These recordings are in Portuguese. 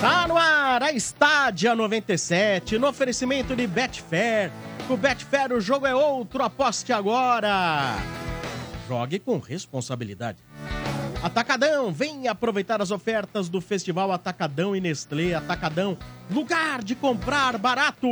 Tá Estádia 97, no oferecimento de Betfair. Com Betfair o jogo é outro, aposte agora. Jogue com responsabilidade. Atacadão, vem aproveitar as ofertas do Festival Atacadão e Nestlé. Atacadão, lugar de comprar barato.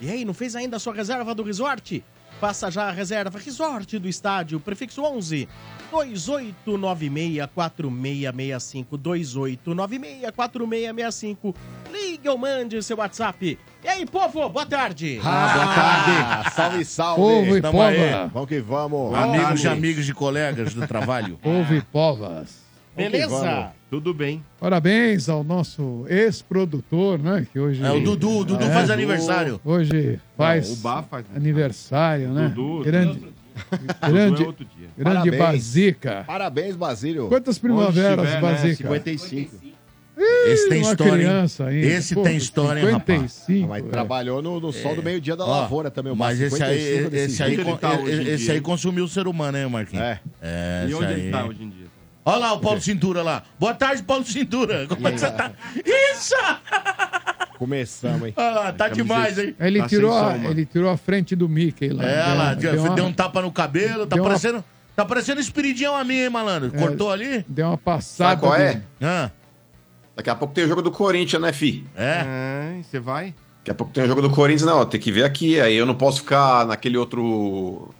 E aí, não fez ainda a sua reserva do resort? Faça já a reserva Resort do Estádio, prefixo 11 2896 4665 2896 4665. Ligue ou mande seu WhatsApp. E aí, povo, boa tarde. Ah, boa tarde. salve, salve. Povo e Tamo aí. pova. Vamos que vamos. Amigos e Vamos. amigos de colegas do trabalho. Houve povas. Beleza? Tudo bem. Parabéns ao nosso ex-produtor, né? Que hoje... É, o Dudu, o Dudu faz aniversário. Hoje faz, Não, o Bá faz aniversário, né? Dudu, grande, Dudu grande, é outro dia. grande Parabéns. Bazica. Parabéns, Basílio. Quantas primaveras, Onde estiver, né? Bazica? 55. Ih, uma criança ainda. Pô, 55, Mas é. trabalhou no, no sol do meio-dia da Ó, lavoura também. o mas Basílio. esse aí- 55 desse esse aí jeito. con- Onde ele tá hoje em Esse aí consumiu o ser humano, hein, Marquinhos? É. é E esse onde aí. ele tá hoje em dia? Olha lá o Paulo Cintura lá. Boa tarde, Paulo Cintura. Como é que você tá? Isso! Começamos, hein? Olha lá, tá demais, hein? Ele, Tá sem tirou a, som, mano. ele tirou a frente do Mickey lá. É, olha lá, deu, uma- deu um tapa no cabelo, tá deu uma- parecendo. Tá parecendo espiridinho a mim, hein, malandro? É, Cortou ali? Deu uma Sabe passada. qual é? dele. Daqui a pouco tem o jogo do Corinthians, né, fi? É. Você vai? Daqui a pouco tem o jogo do Corinthians, não. Tem que ver aqui. Aí eu não posso ficar naquele outro.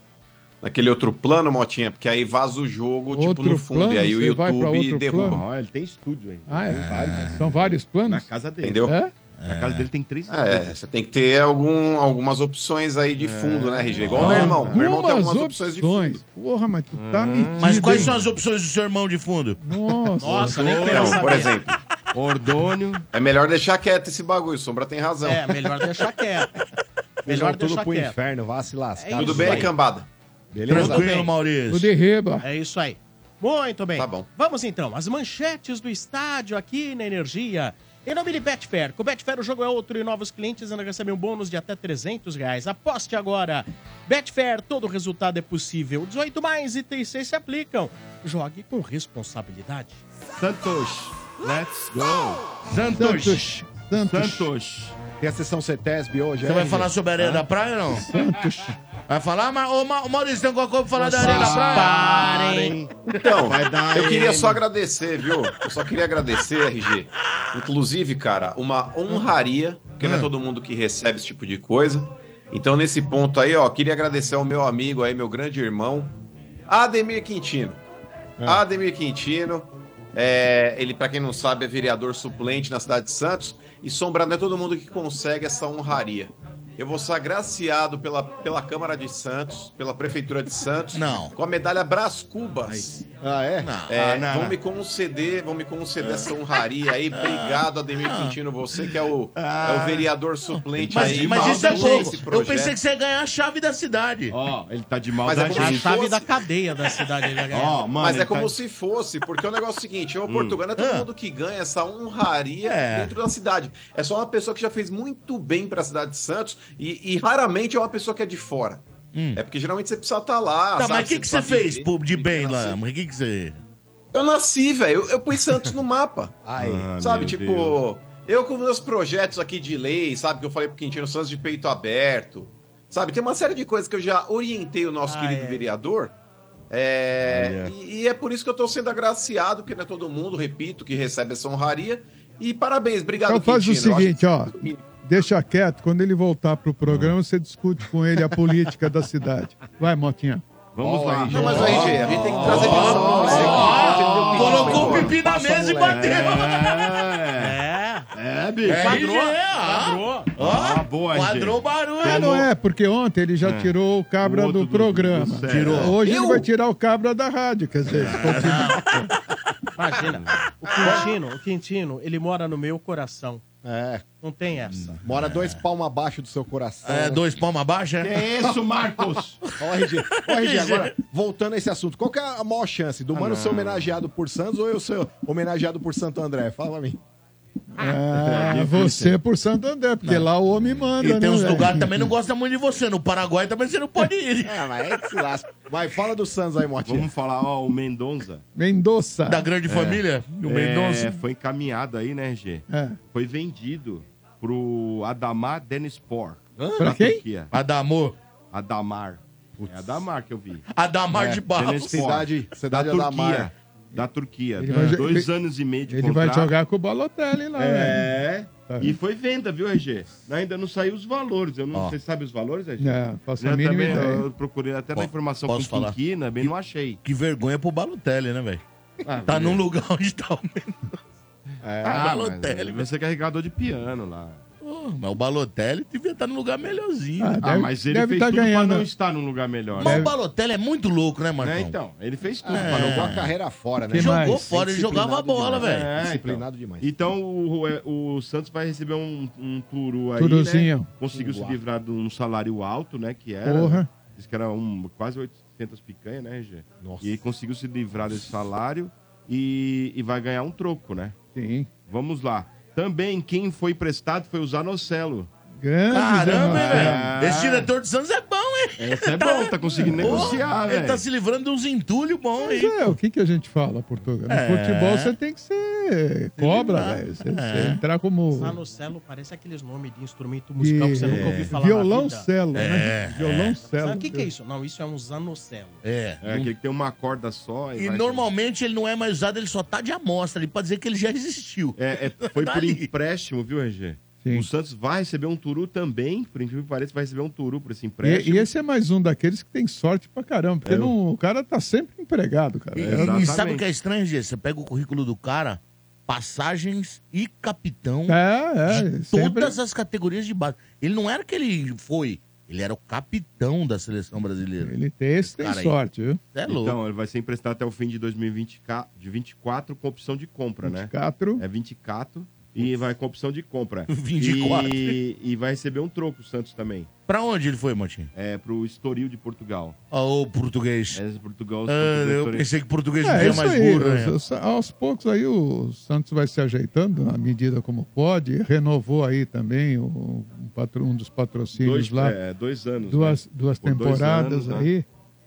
Naquele outro plano, Motinha, porque aí vaza o jogo, tipo, Outro no fundo. plano? e aí o Você vai pra YouTube outro derruba. plano? ele tem estúdio aí. Ah, é? São vários planos? Na casa dele. Entendeu? É? Na casa dele tem três É, você tem que ter algum, algumas opções aí de fundo, né, RG? Igual Ah, meu irmão. Meu irmão tem É. Algumas algumas opções. opções de fundo. Porra, mas tu tá mentindo. Hum. Mas quais são as opções do seu irmão de fundo? Nossa, Então, por exemplo. Ordônio. É melhor deixar quieto esse bagulho, Sombra tem razão. É, melhor deixar quieto. Melhor Melhor tudo deixar pro quieto. É inferno, vá se lascar. Tudo bem, cambada? Beleza? Maurício. derreba. É isso aí. Muito bem. Tá bom. Vamos então, as manchetes do estádio aqui na Energia. Em nome de Betfair, com Betfair o jogo é outro e novos clientes ainda recebem um bônus de até 300 reais. Aposte agora. Betfair, todo resultado é possível. 18 mais e 36 se aplicam. Jogue com responsabilidade. Santos, let's go. Santos. Santos. Santos. Tem a sessão CETESB hoje, é Você vai RG? falar sobre a areia da praia ou não? Santos. Vai falar, mas ô, Ma- ô, Maurício, tem alguma coisa pra falar da Vocês areia da praia? parem. Então, Vai dar eu queria ele. só agradecer, viu? Eu só queria agradecer, RG. Inclusive, cara, uma honraria, porque não é todo mundo que recebe esse tipo de coisa. Então, nesse ponto aí, ó, queria agradecer ao meu amigo aí, meu grande irmão, Ademir Quintino. Ah. Ademir Quintino, é, ele, pra quem não sabe, é vereador suplente na cidade de Santos. E Sombra, não é todo mundo que consegue essa honraria. Eu vou ser agraciado pela, pela Câmara de Santos, pela Prefeitura de Santos, Não. com a medalha Brás Cubas. Ah, é? É, Ah, não, vão não. Ah. me conceder, vão me conceder essa honraria aí. Obrigado, Ademir Quintino, você que é o, é o vereador suplente Ah. Mas, aí. mas isso é maldade pouco. esse Eu projeto. pensei que você ia ganhar a chave da cidade. Ó, ele tá de Mas é maldade. como A se chave fosse- da cadeia da cidade. ele vai ganhar. Ó, mano, mas é ele como tá- se fosse, porque o negócio é o seguinte, ô Portugal, não é todo Ah. mundo que ganha essa honraria É. dentro da cidade. É só uma pessoa que já fez muito bem pra cidade de Santos e, e raramente é uma pessoa que é de fora. Hum. É porque geralmente você precisa estar lá. Tá, sabe? mas o que, que você precisa fez viver. pô, de bem lá? nascer. Mas o que, que você. Eu nasci, velho. Eu, eu pus Santos no mapa. Aí. Ah, sabe, meu tipo, Deus. eu com meus projetos aqui de lei, sabe, que eu falei pro Quintino Santos de peito aberto, sabe, tem uma série de coisas que eu já orientei o nosso Ah, querido é. vereador. É, Olha. e, e é por isso que eu tô sendo agraciado, porque não é todo mundo, repito, que recebe essa honraria. E parabéns, obrigado, Então faz o Quintino. Eu acho seguinte, ó. que- Deixa quieto, quando ele voltar pro programa, você discute com ele a política da cidade. Vai, Motinha. Vamos lá. Não, mas aí, RG, a gente tem que trazer visão. né? Ó, Entendeu? colocou o Embora. pipi na Passa mesa e moleque. bateu. É, É, é, bicho. É, Quadrou. RG, ó. quadrou. Ó, Ah, boa, RG. quadrou o Ah, não barulho. é, porque ontem ele já tirou o O cabra outro do, do- programa. É. do céu. Tirou. Hoje Eu? ele vai tirar o cabra da rádio, quer dizer. Imagina. O Quintino, o Quintino, ele mora no meu coração. É. Não tem essa. Mora dois palmos abaixo do seu coração. É, dois palmas abaixo, Que é? é isso, Marcos? Ó, RG. Ó, RG, agora, voltando a esse assunto, qual que é a maior Ah, chance do mano ser homenageado por Santos ou eu ser homenageado por Santo André? Fala pra mim. Ah, você é por Santander, porque lá o homem manda, E né? tem uns velho? lugares que também não gostam muito de você. No Paraguai também você não pode ir. É, mas é que se lasca. Vai, fala do Santos aí, Motinha. Vamos falar, ó, o Mendonça. Mendonça. Da grande família, o É, Mendonça. foi encaminhado aí, né, RG? É. Foi vendido pro Adamar Denispor. Pra quem? Turquia. Adamor. Adamar. É Adamar que eu vi. Adamar É. de Barros. Denispor. Cidade- cidade da Adamar. Turquia. Da Turquia. Ele vai- Dois ele- anos e meio de Ele vai contrato. jogar com o Balotelli lá, velho. É. Tá. E foi venda, viu, RG? Ainda não saiu os valores. Eu não, Você sabe os valores, RG? É, Não, faço Eu, a mínima também, ideia. eu procurei até na Po- informação posso com falar? Quinquina, bem, não achei. Ah, Que vergonha pro Balotelli, né, velho? tá num lugar onde tá o Mendonça. É, Ah, mas Balotelli, ele vai ser carregador de piano lá. Pô, mas o Balotelli devia estar num lugar melhorzinho. Ah, né? Ah, Deve- mas ele deve fez tá tudo ganhando. pra não estar num lugar melhor. Mas Né? o Balotelli é muito louco, né, Marcão? Né, então, ele fez tudo É. pra não Jogou a carreira fora, né? Que Jogou mais? fora, ele jogava a bola, demais. velho. É, Disciplinado então. demais. Então o, o Santos vai receber um, um turu aí, Turuzinho. né? Conseguiu se Uau. livrar de um salário alto, né? Que era. Porra. Diz que era um, quase 800 picanha, né, Gê? Nossa. E ele conseguiu se livrar desse salário e, e vai ganhar um troco, né? Sim. Vamos lá. Também quem foi emprestado foi o Zanocelo. Grande Ah. Caramba, hein, Zanocelo. velho. Esse diretor de Santos é bom, hein? Esse é bom, tá conseguindo negociar, Porra, Ele tá velho. se livrando de uns entulhos bons Mas aí. é, o que, que a gente fala, Portugal? No É. futebol você tem que ser cobra, É. velho. Você, você entrar como Tá? Zanocelo parece aqueles nomes de instrumento musical que você nunca ouviu falar. na vida. É. violoncelo, né? É. Violoncelo. Sabe o que, que é isso? Não, isso é um zanocelo. É. É, aquele que tem uma corda só. E vai- normalmente ele não é mais usado, ele só tá de amostra. Ele pode dizer que ele já existiu. É, é, foi Tá por ali. empréstimo, viu, RG? Sim. O Santos vai receber um turu também, por incrível que pareça, vai receber um turu por E, esse empréstimo. e esse é mais um daqueles que tem sorte pra caramba, porque Eu- não- o cara tá sempre empregado, cara. E- É, e, exatamente. sabe o que é estranho, Gê? Você pega o currículo do cara, passagens e capitão é, de sempre- todas as categorias de base. Ele não era que ele foi, ele era o capitão da seleção brasileira. Ele tem, esse tem Cara aí. sorte, viu? É louco. Então, ele vai ser emprestado até o fim de 2024 com opção de compra, né? Quatro. É 24 e vai com opção de compra. 24. E, e vai receber um troco o Santos também. Pra onde ele foi, Montinho? É pro Estoril de Portugal. Ô, português. É Portugal, Ah, Santos, eu Estoril. pensei que português não É, era isso mais aí. burro, né? Os- os- aos poucos aí o Santos vai se ajeitando à medida como pode. Renovou aí também o, um, patro- um dos patrocínios dois, lá. é, dois anos. duas, né? duas Por dois temporadas anos, né? aí.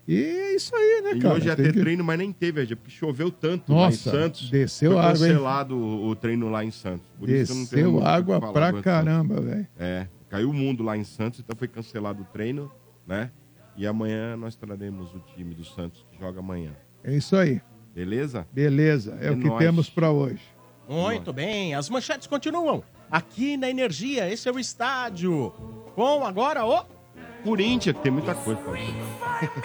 E é isso aí, né, E cara? hoje ia Tem ter que- treino, mas nem teve, RG, porque choveu tanto lá em Nossa, Santos. desceu foi água, hein? cancelado o, o treino lá em Santos. Por isso que eu não tenho Desceu muito o que água falar pra agora, caramba, velho. É, caiu o mundo lá em Santos, então foi cancelado o treino, né? E amanhã nós traremos o time do Santos que joga amanhã. É isso aí. Beleza? Beleza, é, É o que nóis. temos pra hoje. Muito bem, as manchetes continuam. Aqui na Energia, esse é o estádio. Com agora o. Corinthians, que tem muita coisa pra fazer.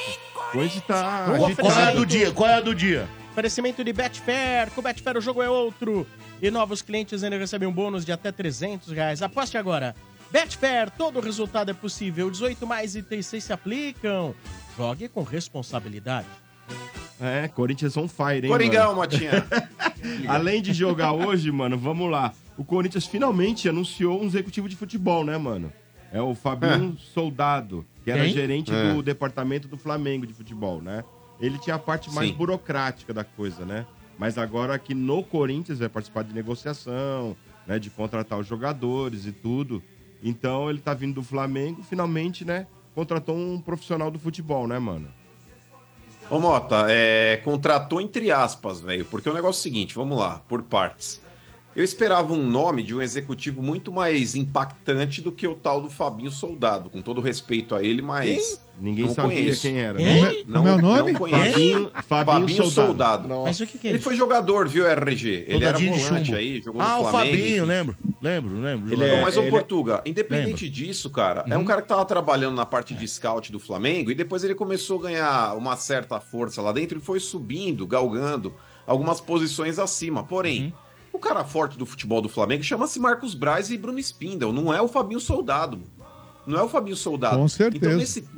Hoje tá Vamos agitado. Qual é a oferecer- do dia? Qual é a do dia? Oferecimento de Betfair, com Betfair o jogo é outro. E novos clientes ainda recebem um bônus de até 300 reais. Aposte agora. Betfair, todo resultado é possível. 18 mais e 36 se aplicam. Jogue com responsabilidade. É, Corinthians on fire, hein, Coringão, Motinha. mano? Além de jogar hoje, mano, vamos lá. O Corinthians finalmente anunciou um executivo de futebol, né, mano? É o Fabinho Soldado, que era Quem? gerente É. do departamento do Flamengo de futebol, né? Ele tinha a parte mais Sim. burocrática da coisa, né? Mas agora aqui no Corinthians vai participar de negociação, né? De contratar os jogadores e tudo. Então ele tá vindo do Flamengo, finalmente, né? Contratou um profissional do futebol, né, mano? Ô, Mota, é, contratou entre aspas, velho, porque o negócio é o seguinte, vamos lá, por partes. Eu esperava um nome de um executivo muito mais impactante do que o tal do Fabinho Soldado, com todo respeito a ele, mas... Ninguém Não sabia conheço. quem era. Quem? né? Como é o nome? Não conheço. Fabinho, Fabinho Fabinho Soldado. Soldado. Mas o que, que é Ele isso? foi jogador, viu, RG? Ele era Soldadinho de volante chumbo. aí, jogou Ah, no o Flamengo. Fabinho, né? lembro. Lembro, lembro. Ele Não, é- mas o Portuga, independente Lembro. Uhum. disso, cara, é um cara que tava trabalhando na parte de scout do Flamengo e depois ele começou a ganhar uma certa força lá dentro e foi subindo, galgando algumas posições acima. Uhum. Porém, o cara forte do futebol do Flamengo chama-se Marcos Braz e Bruno Spindel, não é o Fabinho Soldado. Não é o Fabinho Soldado. Com certeza. Então, nesse ponto,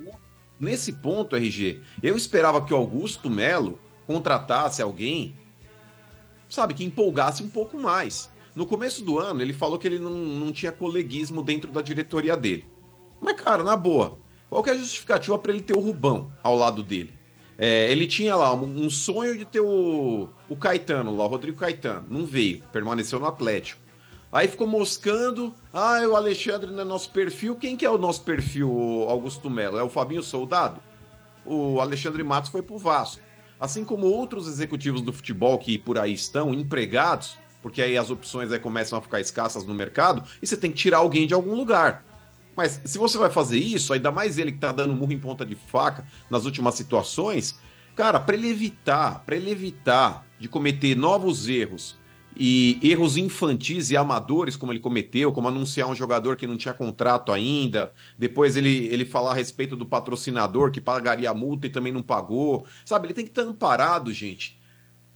nesse ponto, RG, eu esperava que o Augusto Melo contratasse alguém sabe, que empolgasse um pouco mais. No começo do ano, ele falou que ele não, não tinha coleguismo dentro da diretoria dele. Mas, cara, na boa, qual que é a justificativa para ele ter o Rubão ao lado dele? É, ele tinha lá um, um sonho de ter o, o Caetano lá, o Rodrigo Caetano. Não veio, permaneceu no Atlético. Aí ficou moscando. Ah, o Alexandre não é nosso perfil. Quem que é o nosso perfil, o Augusto Melo? É o Fabinho Soldado? O Alexandre Matos foi pro Vasco. Assim como outros executivos do futebol que por aí estão, empregados, porque aí as opções aí começam a ficar escassas no mercado, e você tem que tirar alguém de algum lugar. Mas se você vai fazer isso, ainda mais ele que tá dando murro em ponta de faca nas últimas situações, cara, para ele evitar, para ele evitar de cometer novos erros e erros infantis e amadores como ele cometeu, como anunciar um jogador que não tinha contrato ainda, depois ele, ele falar a respeito do patrocinador que pagaria a multa e também não pagou, sabe? Ele tem que estar amparado, gente,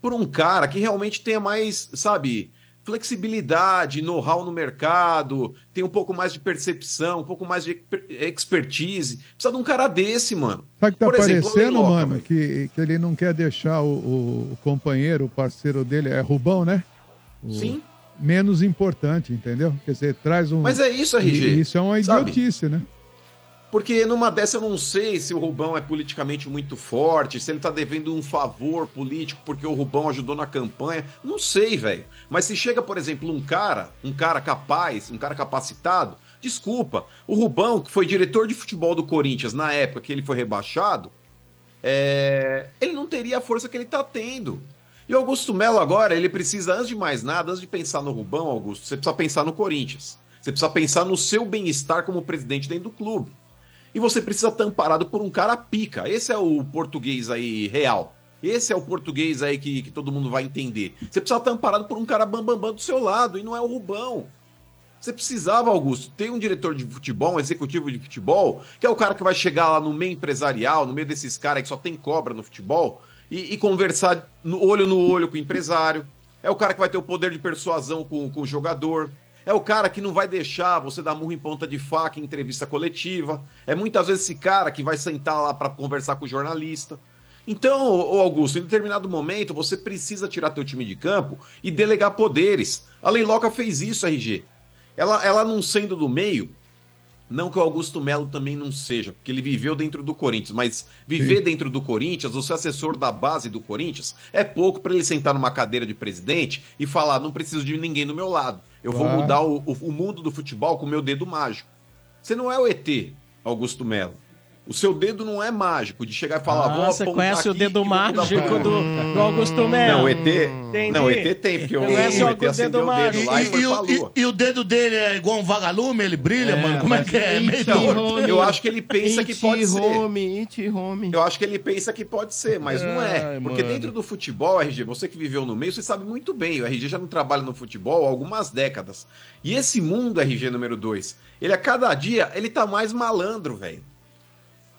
por um cara que realmente tenha mais, sabe, flexibilidade, know-how no mercado, tem um pouco mais de percepção, um pouco mais de exper- expertise. Precisa de um cara desse, mano. Sabe o que tá Por exemplo, o parecendo, Leiloca, mano? velho. Que, que ele não quer deixar o, o- o companheiro, o parceiro dele, é Rubão, né? O Sim. Menos importante, entendeu? Quer dizer, traz um. Mas é isso, RG. E Isso é uma sabe? idiotice, né? Porque numa dessa eu não sei se o Rubão é politicamente muito forte, se ele tá devendo um favor político porque o Rubão ajudou na campanha. Não sei, velho. Mas se chega, por exemplo, um cara, um cara capaz, um cara capacitado, desculpa, o Rubão, que foi diretor de futebol do Corinthians na época que ele foi rebaixado, é, ele não teria a força que ele tá tendo. E o Augusto Melo agora, ele precisa, antes de mais nada, antes de pensar no Rubão, Augusto, você precisa pensar no Corinthians. Você precisa pensar no seu bem-estar como presidente dentro do clube. E você precisa estar amparado por um cara pica. Esse é o português aí real. Esse é o português aí que, que todo mundo vai entender. Você precisa estar amparado por um cara bambambam bam, bam do seu lado, e não é o Rubão. Você precisava, Augusto, ter um diretor de futebol, um executivo de futebol, que é o cara que vai chegar lá no meio empresarial, no meio desses caras que só tem cobra no futebol, e, e conversar no olho no olho com o empresário. É o cara que vai ter o poder de persuasão com, com o jogador. É o cara que não vai deixar você dar murro em ponta de faca em entrevista coletiva. É muitas vezes esse cara que vai sentar lá para conversar com o jornalista. Então, ô Augusto, em determinado momento você precisa tirar teu time de campo e delegar poderes. A Leiloca fez isso, RG. Ela, ela não sendo do meio, não que o Augusto Melo também não seja, porque ele viveu dentro do Corinthians, mas viver dentro do Corinthians, o seu assessor da base do Corinthians, é pouco para ele sentar numa cadeira de presidente e falar: não preciso de ninguém do meu lado. Eu vou Ah. Claro. mudar o, o- o mundo do futebol com o meu dedo mágico. Você não é o ET, Augusto Melo. O seu dedo não é mágico de chegar e falar. Ah, "Vou você apontar conhece o aqui dedo e vou mudar mágico pra cá." do, do Augusto Melo. Não, o ET. Entendi. Não, o ET tem, porque o, o ET Conhece o dedo acendeu o mágico. dedo lá e, E, foi e pra o, e- lua. e o dedo dele é igual um vagalume? Ele brilha, mano? Como é que é? É meio Então, torto. eu acho que ele pensa que pode ser. home, it home. Eu acho que ele pensa que pode ser, mas não é. Ai, Porque mano. dentro do futebol, RG, você que viveu no meio, você sabe muito bem. O RG já não trabalha no futebol há algumas décadas. E esse mundo, RG número 2, ele a cada dia, ele tá mais malandro, velho.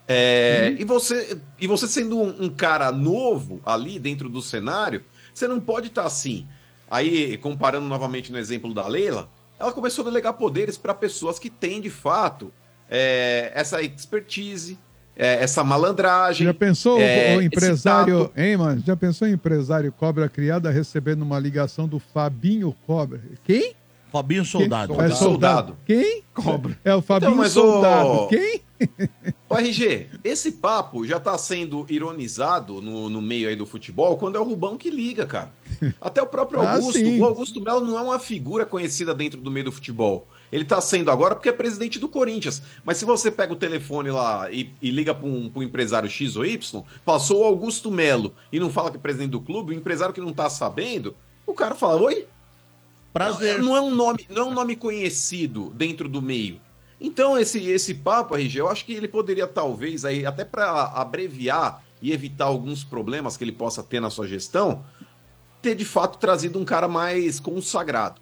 É, Uhum. e, você, e você sendo um, um cara novo ali dentro do cenário, você não pode estar assim. Aí, comparando novamente no exemplo da Leila, ela começou a delegar poderes para pessoas que têm de fato é, essa expertise, é, essa malandragem. Já pensou o- é, o esse empresário, tato. hein, mano? Já pensou em empresário cobra criada recebendo uma ligação do Fabinho Cobra? Quem? Fabinho Soldado. É Soldado. soldado. Quem? Cobra. É o Fabinho Então, mas o- Soldado. Quem? Ô, RG, esse papo já tá sendo ironizado no, no meio aí do futebol quando é o Rubão que liga, cara. Até o próprio Ah, Augusto. sim. o Augusto Melo não é uma figura conhecida dentro do meio do futebol. Ele tá sendo agora porque é presidente do Corinthians. Mas se você pega o telefone lá e, e liga pra um, pra um empresário X ou Y, passou o Augusto Melo e não fala que é presidente do clube, o empresário que não tá sabendo, o cara fala: Oi, Prazer. não é um nome, não é um nome conhecido dentro do meio. Então esse esse papo, RG, eu acho que ele poderia talvez aí até para abreviar e evitar alguns problemas que ele possa ter na sua gestão, ter de fato trazido um cara mais consagrado.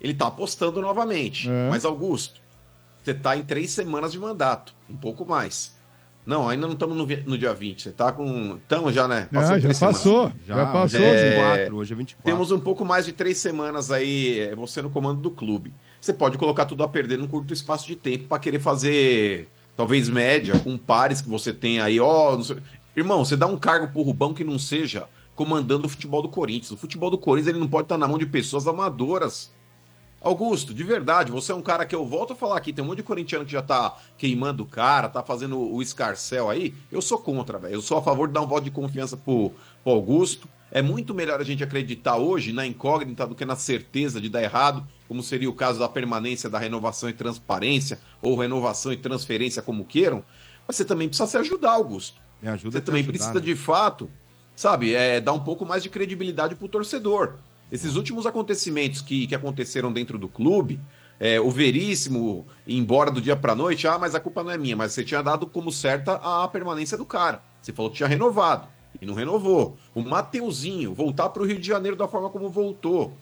Ele tá apostando novamente, É. mas Augusto, você tá em três semanas de mandato, um pouco mais. Não, ainda não estamos no, vi- no dia 20, você tá com... Estamos já, né? Ah, já três semanas. passou. Já, Já, hoje passou. é 24, hoje é 24. Temos um pouco mais de três semanas aí, eh, você no comando do clube. Você pode colocar tudo a perder num curto espaço de tempo para querer fazer, talvez, média com pares que você tem aí, ó. não sei- Irmão, você dá um cargo pro Rubão que não seja comandando o futebol do Corinthians. O futebol do Corinthians ele não pode estar na mão de pessoas amadoras. Augusto, de verdade, você é um cara que eu volto a falar aqui, tem um monte de corintiano que já tá queimando o cara, tá fazendo o escarcel aí. Eu sou contra, velho. Eu sou a favor de dar um voto de confiança pro, pro Augusto. É muito melhor a gente acreditar hoje na incógnita do que na certeza de dar errado, como seria o caso da permanência da renovação e transparência, ou renovação e transferência, como queiram. Mas você também precisa se ajudar, Augusto. Me ajuda Você a te também ajudar, precisa, né? de fato, sabe, é, dar um pouco mais de credibilidade pro torcedor. Esses últimos acontecimentos que, que aconteceram dentro do clube, é, o Veríssimo ir embora do dia pra noite, ah, mas a culpa não é minha, mas você tinha dado como certa a permanência do cara. Você falou que tinha renovado e não renovou. O Mateuzinho voltar pro Rio de Janeiro da forma como voltou.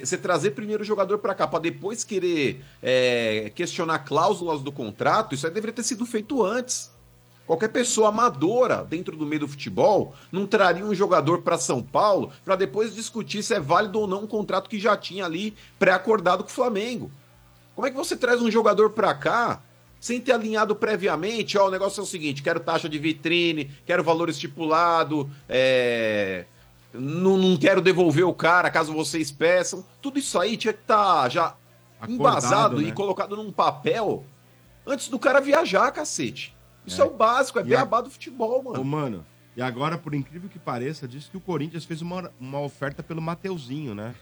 Você trazer primeiro o jogador pra cá, pra depois querer é, questionar cláusulas do contrato, isso aí deveria ter sido feito antes. Qualquer pessoa amadora dentro do meio do futebol não traria um jogador para São Paulo para depois discutir se é válido ou não um contrato que já tinha ali pré-acordado com o Flamengo. Como é que você traz um jogador para cá sem ter alinhado previamente? Ó, o negócio é o seguinte: quero taxa de vitrine, quero valor estipulado, é, não, não quero devolver o cara caso vocês peçam. Tudo isso aí tinha que estar já Acordado, embasado e né? colocado num papel antes do cara viajar, cacete. Isso é, o básico, é E beabá do futebol, Ô, mano. mano, e agora, por incrível que pareça, diz que o Corinthians fez uma, uma oferta pelo Mateuzinho, né?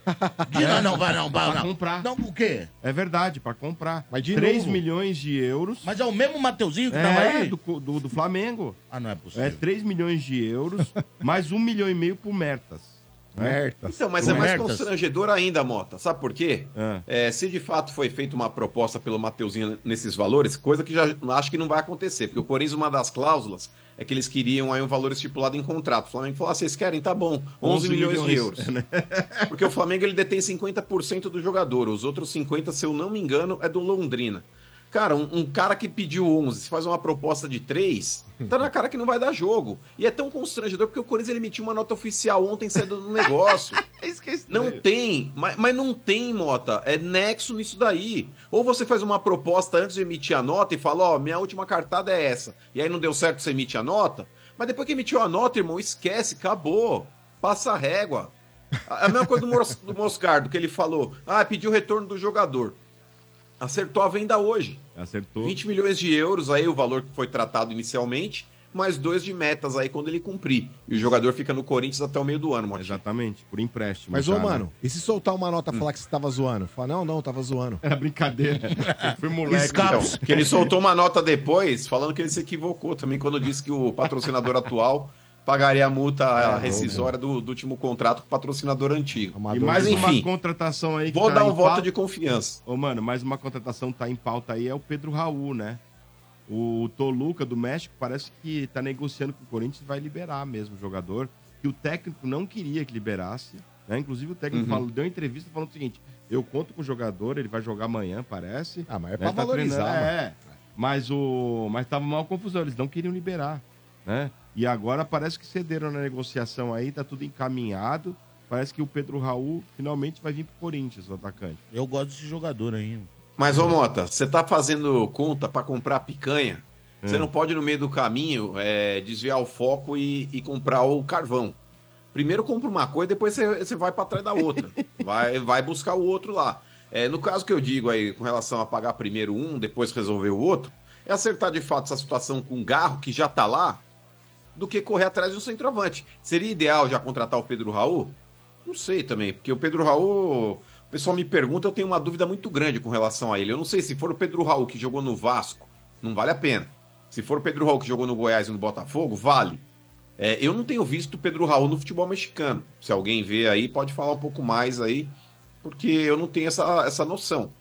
De- É. não, Ah, não, vai não, Tá vai Pra não. comprar. Não, o quê? É verdade, pra comprar. Mas de 3 novo. milhões de euros. Mas é o mesmo Mateuzinho que tava é, aí? do, do, do Flamengo. Ah, não é É possível. 3 milhões de euros, mais 1 milhão e meio pro Mertas. né? Merda. Então, mas é mais Merdas. constrangedor ainda, Mota. Sabe por quê? Ah. É, se de fato foi feita uma proposta pelo Mateuzinho nesses valores, coisa que já acho que não vai acontecer, porque o Corinthians, uma das cláusulas é que eles queriam aí um valor estipulado em contrato. O Flamengo falou: ah, vocês querem? Tá bom, 11, milhões, de euros. Porque o Flamengo ele detém 50% do jogador, os outros 50%, se eu não me engano, é do Londrina. Cara, um, um cara que pediu 11, se faz uma proposta de 3, tá na cara que não vai dar jogo. E é tão constrangedor porque o Corinthians ele emitiu uma nota oficial ontem saindo do negócio. É. Não tem, mas, mas não tem, Mota. É nexo nisso daí. Ou você faz uma proposta antes de emitir a nota e fala, ó, minha última cartada é essa. E aí não deu certo, você emite a nota. Mas depois que emitiu a nota, irmão, esquece, acabou. Passa a régua. A a mesma coisa do, Mos- do Moscardo, que ele falou. Ah, pediu o retorno do jogador. Acertou a venda hoje. Acertou. 20 milhões de euros aí, o valor que foi tratado inicialmente, mais dois de metas aí quando ele cumprir. E o jogador fica no Corinthians até o meio do ano, Motinha. Exatamente, por empréstimo. Mas, já, ô, né? mano, e se soltar uma nota Hum. e falar que você tava zoando? Fala, não, não, tava zoando. Era brincadeira. Eu fui moleque. Então, É que ele soltou uma nota depois falando que ele se equivocou também quando disse que o patrocinador atual pagaria a multa É, a rescisória do, do último contrato com o patrocinador antigo. E mais Mas, uma enfim, contratação aí tá Vou dar um em voto pau- de confiança. Ô, mano, mais uma contratação tá em pauta aí é o Pedro Raul, né? O Toluca do México parece que tá negociando com o Corinthians e vai liberar mesmo o jogador, que o técnico não queria que liberasse. Né? Inclusive o técnico Uhum. falou, deu entrevista falando o seguinte: eu conto com o jogador, ele vai jogar amanhã, parece. Ah, mas é né? pra Tá valorizar, treinando, mano. É, mas o. Mas tava mal confusão, eles não queriam liberar. Né? E agora parece que cederam na negociação aí, tá tudo encaminhado. Parece que o Pedro Raul finalmente vai vir pro Corinthians, o atacante. Eu gosto desse jogador ainda. Mas, ô Mota, você tá fazendo conta pra comprar picanha? Você não pode, no meio do caminho, é, desviar o foco e, e comprar o carvão. Primeiro compra uma coisa, depois você, você vai pra trás da outra. vai, vai buscar o outro lá. É, no caso que eu digo aí, com relação a pagar primeiro um, depois resolver o outro, é acertar de fato essa situação com o garro que já tá lá, do que correr atrás de um centroavante. Seria ideal já contratar o Pedro Raul? Não sei também, porque o Pedro Raul, o pessoal me pergunta, eu tenho uma dúvida muito grande com relação a ele. Eu não sei se for o Pedro Raul que jogou no Vasco, não vale a pena. Se for o Pedro Raul que jogou no Goiás e no Botafogo, vale. É, eu não tenho visto o Pedro Raul no futebol mexicano. Se alguém vê aí, pode falar um pouco mais aí, porque eu não tenho essa, essa noção.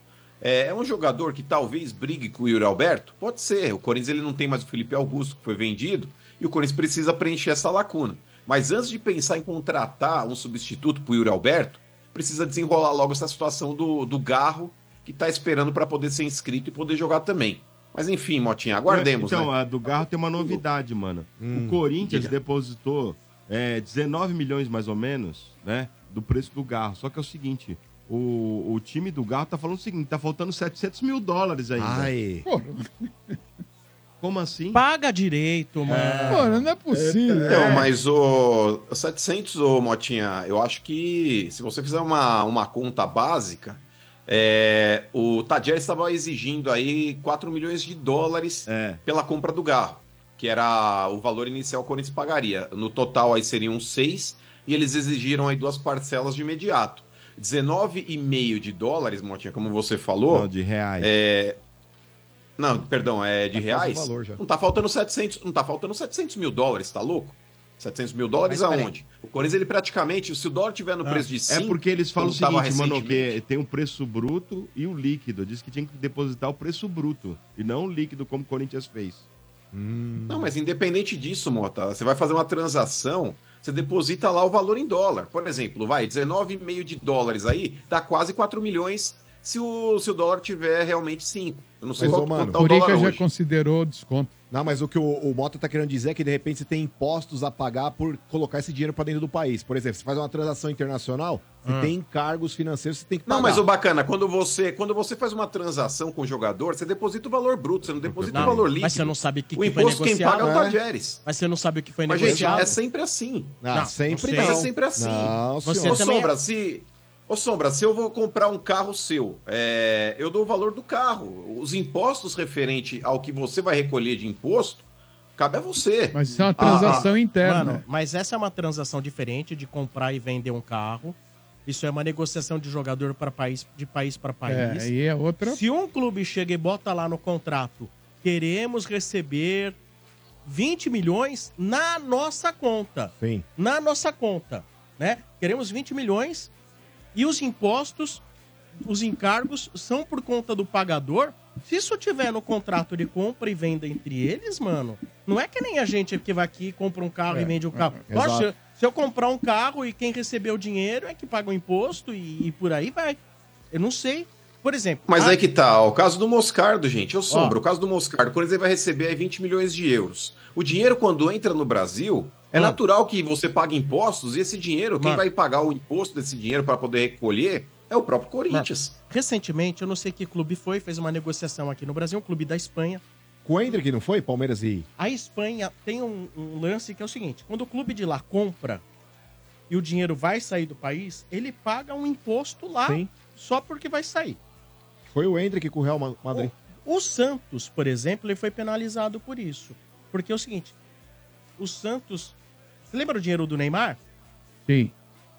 É, é um jogador que talvez brigue com o Yuri Alberto? Pode ser. O Corinthians ele não tem mais o Felipe Augusto, que foi vendido, e o Corinthians precisa preencher essa lacuna. Mas antes de pensar em contratar um substituto para o Yuri Alberto, precisa desenrolar logo essa situação do, do Garro, que está esperando para poder ser inscrito e poder jogar também. Mas enfim, Motinha, aguardemos. Então, né? a do Garro tem uma novidade, mano. Hum, o Corinthians diga. depositou é, 19 milhões, mais ou menos, né? Do preço do Garro. Só que é o seguinte, o, o time do Garro tá falando o seguinte, tá faltando 700 mil dólares ainda. Ai. Porra, Como assim? Paga direito, mano. porra, não é possível. Então, mas o 700, ô Motinha, eu acho que se você fizer uma, uma conta básica, É, o Tadier estava exigindo aí 4 milhões de dólares É. pela compra do Garro, que era o valor inicial que o Corinthians pagaria. No total aí seriam 6 e eles exigiram aí duas parcelas de imediato. 19,5 de dólares, Motinha, como você falou. Não, de reais. É... Não, perdão, é de Tá quase o reais. valor já. Não tá faltando 700, não tá faltando 700 mil dólares, tá louco? 700 mil dólares Mas peraí. aonde? O Corinthians, ele praticamente, se o dólar tiver no Ah, preço de 5... É porque eles falam o como tava seguinte, mano, que recentemente. tem o preço bruto e o líquido. Diz que tinha que depositar o preço bruto e não o líquido, como o Corinthians fez. Não, mas independente disso, Mota, você vai fazer uma transação, você deposita lá o valor em dólar. Por exemplo, vai, 19,5 de dólares aí, dá quase 4 milhões se o, se o dólar tiver realmente 5. Eu não sei Mas, qual ô, mano, quanto tá Dá O o dólar Curica já hoje. considerou o desconto. Não, mas o que o, o Mota tá querendo dizer é que de repente você tem impostos a pagar por colocar esse dinheiro pra dentro do país. Por exemplo, você faz uma transação internacional, você Hum. tem encargos financeiros, que você tem que pagar. Não, mas o bacana, quando você, quando você faz uma transação com o jogador, você deposita o valor bruto, você não deposita Não, o valor líquido. mas você não sabe o que, o que foi imposto quem paga é negociado. o né? Tajeres. Mas você não sabe o que foi Mas, gente, negociado. é sempre assim. Ah, Não, sempre você- não. Mas é sempre assim. Não, Você senhor. Ô, também é- Sombra, se... Ô, Sombra, se eu vou comprar um carro seu, é, eu dou o valor do carro. Os impostos referente ao que você vai recolher de imposto, cabe a você. Mas isso é uma Ah, ah. transação interna. Mano, mas essa é uma transação diferente de comprar e vender um carro. Isso é uma negociação de jogador para país, de país para é, país. aí é outra. Se um clube chega e bota lá no contrato, queremos receber 20 milhões na nossa conta. Sim. Na nossa conta, né? Queremos 20 milhões e os impostos, os encargos são por conta do pagador. Se isso tiver no contrato de compra e venda entre eles, mano, não é que nem a gente que vai aqui, compra um carro e vende o carro. é, Lógico, se eu- exato. se eu comprar um carro e quem recebeu o dinheiro é que paga o imposto e, e por aí vai. Eu não sei. Por exemplo, Mas Ah. a- aí que tá, ó, o caso do Moscardo, gente. Eu sombra, o caso do Moscardo, quando ele vai receber aí 20 milhões de euros. O dinheiro, quando entra no Brasil, é Mano. natural que você pague impostos e esse dinheiro, quem Mano. vai pagar o imposto desse dinheiro para poder recolher é o próprio Corinthians. recentemente, eu não sei que clube foi, fez uma negociação aqui no Brasil, um clube da Espanha. Com o Hendrick, não foi? Palmeiras e. A Espanha tem um, um lance que é o seguinte: quando o clube de lá compra e o dinheiro vai sair do país, ele paga um imposto lá Sim. só porque vai sair. Foi o Hendrick com o Real Ma- Madrid. O Santos, por exemplo, ele foi penalizado por isso. Porque é o seguinte: o Santos. Você lembra o dinheiro do Neymar? Sim.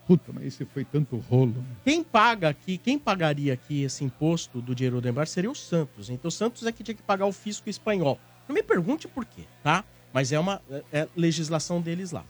Puta, mas isso foi tanto rolo. né? Quem paga aqui, quem pagaria aqui esse imposto do dinheiro do Neymar seria o Santos. Então o Santos é que tinha que pagar o fisco espanhol. Não me pergunte por quê, tá? Mas é uma é- é legislação deles lá.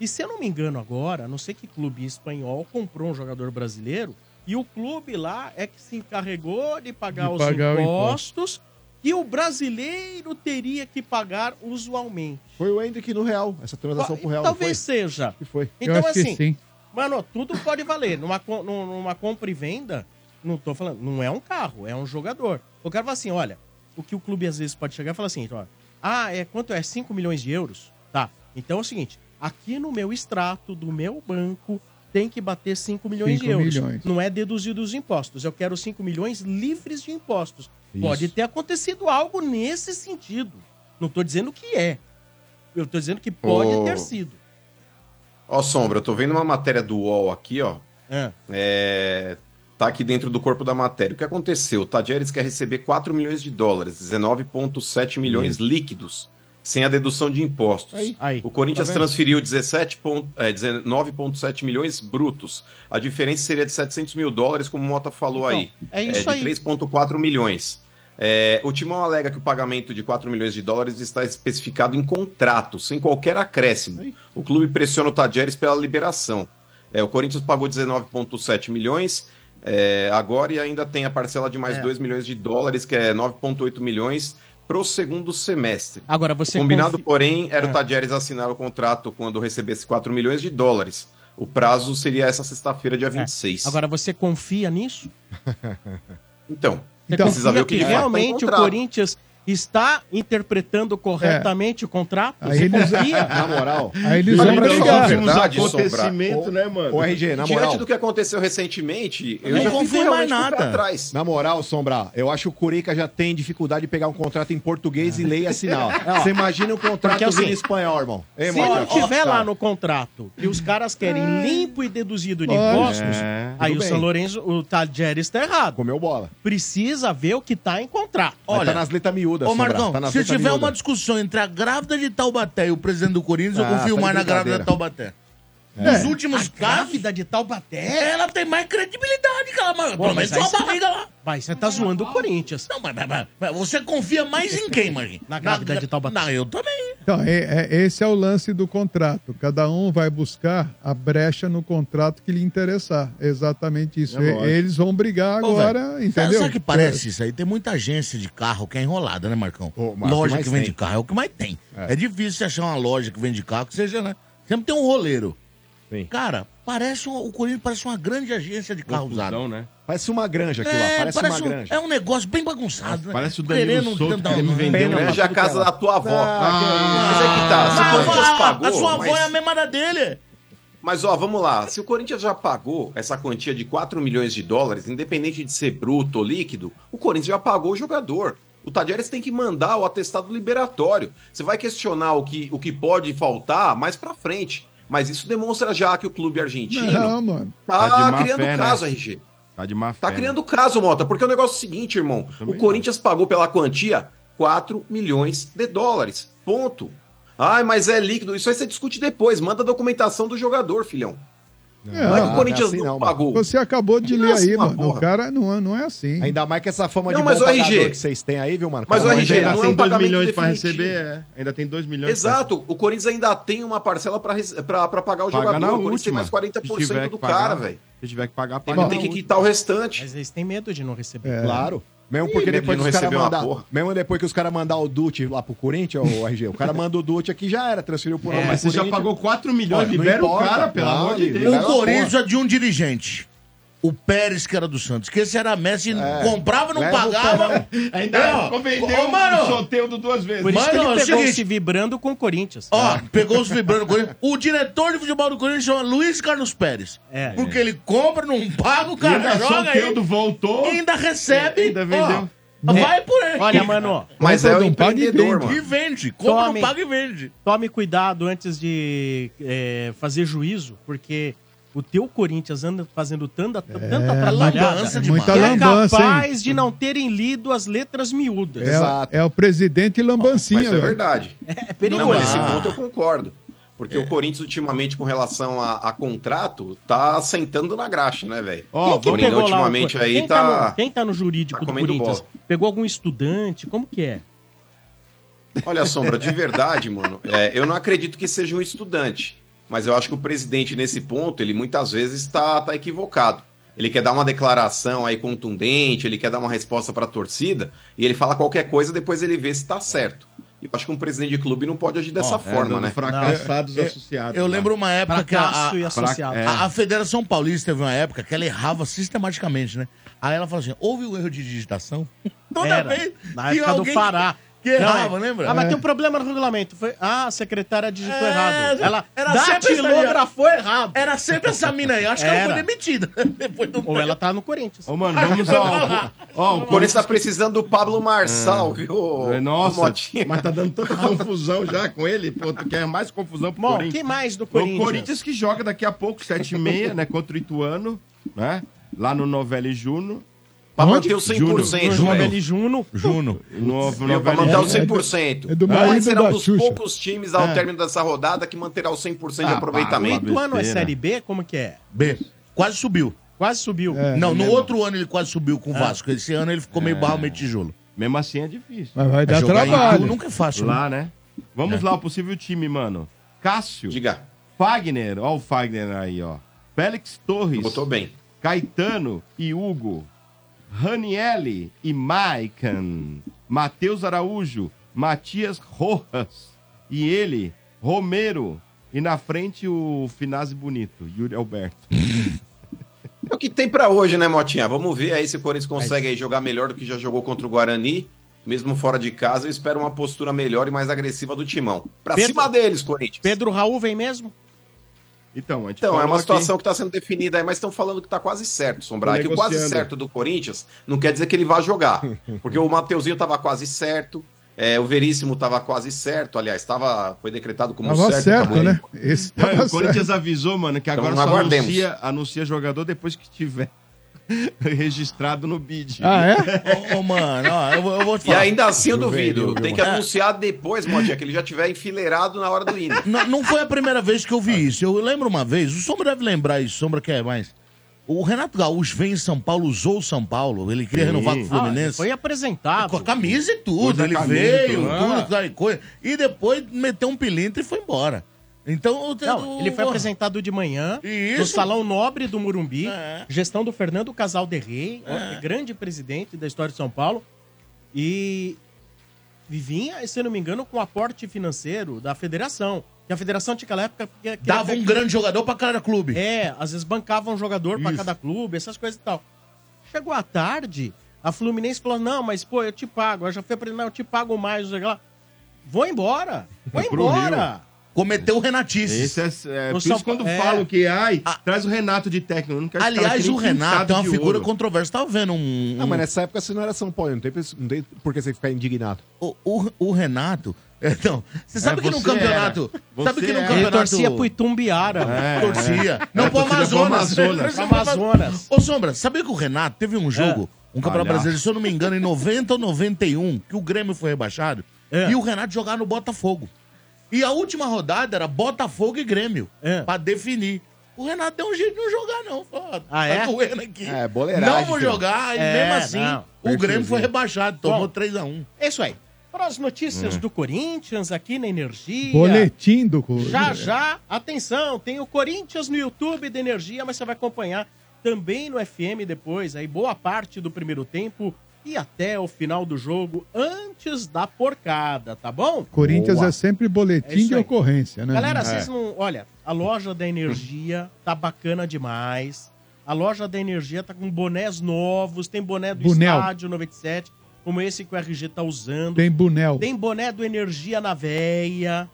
E se eu não me engano agora, não sei que clube espanhol comprou um jogador brasileiro e o clube lá é que se encarregou de pagar De os pagar o impostos que o brasileiro teria que pagar usualmente. Foi o Hendrick no Real. Essa transação pro Real. não Talvez seja. Foi? E foi. Então, Eu acho que assim, sim. Mano, tudo pode valer. Numa, co- num- numa compra e venda, não tô falando, não é um carro, é um jogador. O cara fala assim: olha, o que o clube às vezes pode chegar e falar assim: ó, ah, é quanto é? 5 milhões de euros? Tá. Então é o seguinte: aqui no meu extrato do meu banco tem que bater 5 milhões de 5 euros. milhões. Não é deduzido os impostos. Eu quero 5 milhões livres de impostos. Isso. Pode ter acontecido algo nesse sentido. Não tô dizendo que é. Eu tô dizendo que pode Ô. ter sido. Ó, Sombra, eu tô vendo uma matéria do UOL aqui, ó. É. É, tá aqui dentro do corpo da matéria. O que aconteceu? O Tadieres quer receber 4 milhões de dólares, 19,7 milhões líquidos, sem a dedução de impostos. Aí. Aí. O Corinthians Tá vendo? transferiu 17 pon- é, 19,7 milhões brutos. A diferença seria de 700 mil dólares, como o Mota falou aí. É É, isso aí. de 3,4 milhões. É, o Timão alega que o pagamento de 4 milhões de dólares está especificado em contrato, sem qualquer acréscimo. O clube pressiona o Tadjeres pela liberação. É, o Corinthians pagou 19,7 milhões é, agora e ainda tem a parcela de mais É. 2 milhões de dólares, que é 9,8 milhões, pro segundo semestre. Agora você Combinado, confi- porém, era É. o Tadjeres assinar o contrato quando recebesse 4 milhões de dólares. O prazo seria essa sexta-feira, dia 26. É. Agora você confia nisso? Então, Você Então, precisa ver confia o que que de Então, fato tá em realmente o contrato. Corinthians está interpretando É. corretamente o contrato? Aí eles- Na moral. Aí eles vão Lembrando brigar. dos últimos Verdade, acontecimentos, acontecimento, né, mano? Ô, RG, na moral. Diante do que aconteceu recentemente, eu Não já confio fico em um realmente mais com o pé nada. atrás. Na moral, Sombra, eu acho que o Curica já tem dificuldade de pegar um contrato em português e ler e assinar. É, ó. Você imagina um contrato Porque, assim, em espanhol, irmão. Ei, Se mano, não tiver tá. lá no contrato que os caras querem limpo e deduzido de Lógico. impostos, É. aí Tudo o bem. São Lourenço, o Tadjeres está errado. Comeu bola. Precisa ver o que tá em contrato. Mas Olha, tá nas letras miúdas, Ô, Sombra, Marcão, tá nas se letras tiver miúdas. uma discussão entre a grávida de Taubaté e o presidente do Corinthians, Ah, eu confio tá de mais na grávida brincadeira. de Taubaté. Nos últimos casos, É. de Taubaté? ela tem mais credibilidade que ela, mano. Pô, Pelo mas menos aí uma você- barriga lá. Vai, você tá zoando o Corinthians. Não, mas, mas- mas- mas você confia mais em quem, Marquinhos? Na grávida de Taubaté. Não, eu também. Então, é- é- esse é o lance do contrato. Cada um vai buscar a brecha no contrato que lhe interessar. Exatamente isso. É E- lógico. eles vão brigar Ô, agora, velho, entendeu? Sabe o que parece isso aí? Tem muita agência de carro que é enrolada, né, Marcão? É. Ô, mas o que loja mais que vende tem? carro é o que mais tem. É. difícil você achar uma loja que vende carro que seja, né? Sempre tem um roleiro. Sim. Cara, parece um, o Corinthians parece uma grande agência de carro usado. Confusão, né? Parece uma granja aqui lá, parece, uma um- granja. É um negócio bem bagunçado, né? Parece o Danilo Souto tentar querendo um- vender Pena, um- Grande é a tudo casa que ela- da tua avó. mas é que Mas tá. a- Se o Corinthians a, pagou. a sua avó mas- é a mesma da dele. Mas ó, vamos lá. Se o Corinthians já pagou essa quantia de 4 milhões de dólares, independente de ser bruto ou líquido, o Corinthians já pagou o jogador. O Tadieres tem que mandar o atestado liberatório. Você vai questionar o que, o que pode faltar mais pra frente. Mas isso demonstra já que o clube argentino Não, mano. tá, Tá de má criando fé, né? caso, RG. Tá de má fé. Tá né? criando caso, Mota, porque o negócio é o seguinte, irmão. também O não. Corinthians pagou pela quantia 4 milhões de dólares. Ponto. Ai, mas é líquido. Isso aí você discute depois. Manda a documentação do jogador, filhão. É, Não é que não o é Corinthians assim não, não, mano. pagou. Você acabou de Não é ler assim aí, uma mano. porra. O cara não, não é assim. Ainda mais que essa fama Não, de mas bom o RG pagador que vocês têm aí, viu, Marcão? Mas o Não RG, adianta. ainda não é tem um 2 pagamento milhões pra definitivo. receber, é. Ainda tem 2 milhões. né? Exato. O Corinthians ainda tem uma parcela pra rece- pra pra pagar o Paga jogador. na o Corinthians tem última. mais Se tiver 40% do que pagar, cara, velho. Se tiver que pagar, Ele paga. tem que quitar o restante. Mas eles têm medo de não receber. É. Claro. Mesmo porque medo de depois não que os caras receber uma mandar, porra. mesmo depois que os caras mandar o Dut lá pro Corinthians, o RG, o cara manda o Dut aqui já era, transferiu pro Pô, É, mas você já pagou 4 milhões, Olha, não libera o importa, cara, pelo claro, amor de libera. Deus. O Cara, Corinthians é de um dirigente. O Pérez, que era do Santos, que esse era Messi, comprava e não É. Leva o pagava. Ainda Ó, ficou ô, vendendo mano. um sorteio duas vezes. Por isso Mas, que ó, ele pegou seguinte- se vibrando com o Corinthians. Ah. Ó, pegou os vibrando do Corinthians. O diretor de futebol do Corinthians chama Luiz Carlos Pérez. É. Porque ele compra, não paga, o E cara ainda joga aí, sorteio voltou. e ainda recebe. Ainda vendeu. ó, vai por aí. É. Olha, mano, Mas é o não paga e empreendedor, E mano. vende. Compra, Tome. não paga e vende. tome cuidado antes de é, fazer juízo, porque o teu Corinthians anda fazendo tanta, tanta lambança trabalhada demais. Muita que é lambança, hein? capaz de não terem lido as letras miúdas. É, Exato. é o presidente Mas Lambancinha, é velho. verdade. É Não, mas perigoso. nesse ponto eu concordo. Porque o Corinthians, ultimamente, com relação a, a contrato, tá sentando na graxa, né, velho? Ó, o Corinthians, lá o- ultimamente, aí quem tá... no, quem tá no jurídico tá do comendo Corinthians? Pegou algum estudante? Como que é? Olha, Sombra, de verdade, mano, é, eu não acredito que seja um estudante. Mas eu acho que o presidente, nesse ponto, ele muitas vezes está tá equivocado. Ele quer dar uma declaração aí contundente, ele quer dar uma resposta para a torcida, e ele fala qualquer coisa, depois ele vê se tá certo. E eu acho que um presidente de clube não pode agir dessa Ó, é, forma, dando né? Fracassados associados. Eu lá. lembro uma época que a, a- Fracasso e associado. É. A, a Federação Paulista teve uma época que ela errava sistematicamente, né? Aí ela falou assim: houve o erro de digitação? Toda Era, vez. na que época do alguém Pará. Que Não, errava, é. lembra? Ah, mas tem um problema no regulamento. Foi, ah, a secretária digitou É, errado. Ela era sempre isso aí, ó. datilografou errado. Era sempre essa mina aí. Eu acho que é ela é, foi Era. demitida. Depois do. Ou ela tá no Corinthians. Ô, mano, vamos ao... Ó, o É. O Corinthians tá precisando do Pablo Marçal, viu? Nossa, Motinha? mas tá dando tanta confusão já com ele. Pô, tu quer mais confusão pro Bom, Corinthians? quem mais do O Corinthians? Corinthians que joga daqui a pouco, 7h30, né? Contra o Ituano, né? Lá no Novelli Juno. Pra Onde? manter o 100%, João velho. Beli Juno. Juno. No, Meu, pra manter o Juno. 100%. é do O marido Corinthians será da um dos Xuxa. poucos times ao término dessa rodada que manterá o 100% de É. Ah, O aproveitamento. Ituano é besteira. Série B? Como que é? B. Quase subiu. Quase subiu. não, no outro ano ele quase subiu É. com o Vasco. Esse ano ele ficou meio barro, meio tijolo. É. Mesmo assim é difícil. Mas vai dar Jogar em trabalho. Itu nunca é fácil. né? Lá, né? Vamos lá, o possível time, mano. Cássio, Diga, Fagner, ó o Fagner aí, ó. Félix Torres, botou bem. Caetano e Hugo, Raniele e Maicon, Matheus Araújo, Matias Rojas e ele, Romero. E na frente o Finazzi Bonito, Yuri Alberto. É o que tem pra hoje, né, Motinha? Vamos ver aí se o Corinthians consegue aí jogar melhor do que já jogou contra o Guarani. mesmo fora de casa, eu espero uma postura melhor e mais agressiva do Timão. Pra cima deles, Corinthians. Pedro Raul vem mesmo? Então, a gente Então, é falou uma aqui- situação que está sendo definida aí, mas estão falando que está quase certo, Sombra. Tô É que o quase negociando. certo do Corinthians não quer dizer que ele vá jogar. Porque o Mateuzinho estava quase certo, é, o Veríssimo estava quase certo, aliás, tava, foi decretado como Tava certo, também. né? Esse Não, tava o certo. Corinthians avisou, mano, que Então, agora só aguardemos. anuncia, anuncia jogador depois que tiver registrado no BID. Ah, é? Ô, ô, mano, ó, Ah, eu, vou- eu vou E te falar. É. ainda assim eu Viu, duvido. viu, viu, Tem que anunciar depois, Motinha, que ele já tiver enfileirado na hora do hino. Não, não foi a primeira vez que eu vi isso. Eu lembro uma vez, o Sombra deve lembrar isso, Sombra quer mais. O Renato Gaúcho veio em São Paulo, usou o São Paulo, ele queria renovar com o Ah, ele Fluminense. É foi apresentado. Com a camisa e tudo, Pôs a ele camisa e veio, tudo. tudo, Ah. tal e coisa. E depois meteu um pilintra e foi embora. Então, eu- Não, ele foi eu- apresentado de manhã Isso. no Salão Nobre do Murumbi, É. gestão do Fernando Casal de Rey, outro grande presidente da história de São Paulo. E vinha, se eu não me engano, com aporte financeiro da federação. Que a federação tinha aquela época... que- que- Dava um grande jogador pra cada clube. É, às vezes bancava um jogador pra Isso. cada clube, essas coisas e tal. Chegou à tarde, a Fluminense falou: não, mas pô, eu te pago. Eu já fui aprender, não, eu te pago mais. não sei o que lá. Vou embora, vou Pro Rio. embora. Cometeu o Renatice. Esse é, é, O por São isso quando Pa- é. falam que, ai, Ah. traz o Renato de técnico. eu Não quero esse cara Aliás, aqui o nem Renato pintado é uma um de figura ouro. controversa. Tava vendo um. Não, um- Ah, mas nessa época você não era São Paulo, não tem, pers- não tem por que você ficar indignado. o, o- o Renato. Então, você sabe É, que num você campeonato. era. Sabe Você que num era. campeonato. Ele torcia pro Itumbiara. É, Torcia. Não, É, pro torcia pro Amazonas. Amazonas. Torcia pro Amazonas. Ô, Sombra, sabia que o Renato teve um jogo, um É. campeonato Olha. brasileiro, se eu não me engano, em 90 ou 91, que o Grêmio foi rebaixado, É. e o Renato jogava no Botafogo. E a última rodada era Botafogo e Grêmio, É. pra definir. O Renato deu um jeito de não jogar, não. Falou, ó, Ah, Tá é? doendo aqui. É, boleiragem, Não vou filho. jogar, e É, mesmo assim, não. o Grêmio foi Perfeito. rebaixado, tomou Bom. 3x1. É isso aí. Para as notícias Hum. do Corinthians aqui na Energia. Boletim do Corinthians. Já, já, atenção, tem o Corinthians no YouTube da Energia, mas você vai acompanhar também no FM depois, aí boa parte do primeiro tempo e até o final do jogo, antes da porcada, tá bom? Corinthians Boa. é sempre É boletim isso de aí. ocorrência, né? Galera, vocês É. não. Olha, a loja da energia tá bacana demais. A loja da energia tá com bonés novos, tem boné do Bonel. estádio 97, como esse que o RG tá usando. Tem Bunel. Tem boné do Energia na Veia,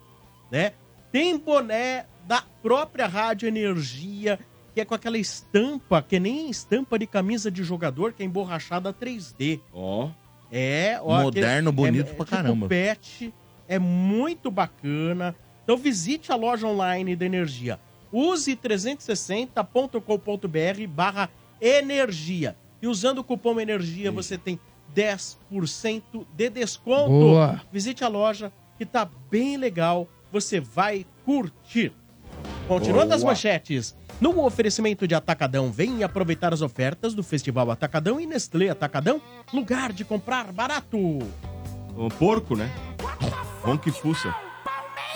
né? Tem boné da própria Rádio Energia, que é com aquela estampa, que é nem estampa de camisa de jogador, que é emborrachada 3D. Ó, É, ó, Moderno, bonito pra tipo caramba. pet, é muito bacana. Então visite a loja online da Energia. Use360.com.br barra energia. E usando o cupom energia, você tem 10% de desconto. Boa. Visite a loja, que tá bem legal. Você vai curtir. Continuando as manchetes. No oferecimento de Atacadão, vem aproveitar as ofertas do Festival Atacadão e Nestlé Atacadão, lugar de comprar barato. um porco, né? Bom que fuça.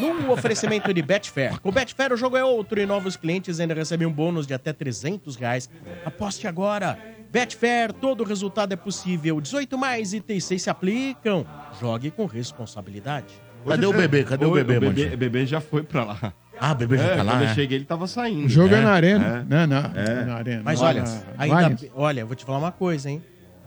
No oferecimento de Betfair. Com Betfair o jogo é outro e novos clientes ainda recebem um bônus de até 300 reais. Aposte agora. Betfair, todo resultado é possível. 18 mais e 36 se aplicam. Jogue com responsabilidade. Cadê o bebê? Cadê o é Oi, bebê, o mano? bebê, o bebê já foi pra lá. Ah, o bebê já É, tá lá, quando eu né? cheguei, ele tava saindo. O jogo é, É. na arena. É. Não, não, É. na arena. Mas Não, olha, na- ainda, Allianz. bem- olha, eu vou te falar uma coisa, hein?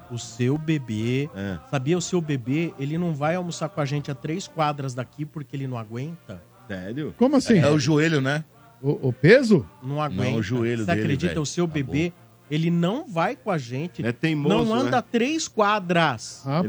O seu bebê, É. sabia? O seu bebê, ele não vai almoçar com a gente a três quadras daqui porque ele não aguenta. Sério? Como assim? É o joelho, né? O, o peso? Não aguenta. é o joelho Você dele, acredita? velho. O seu Tá bebê, ele não vai com a gente. É teimoso, não anda né? três Ele é quadras.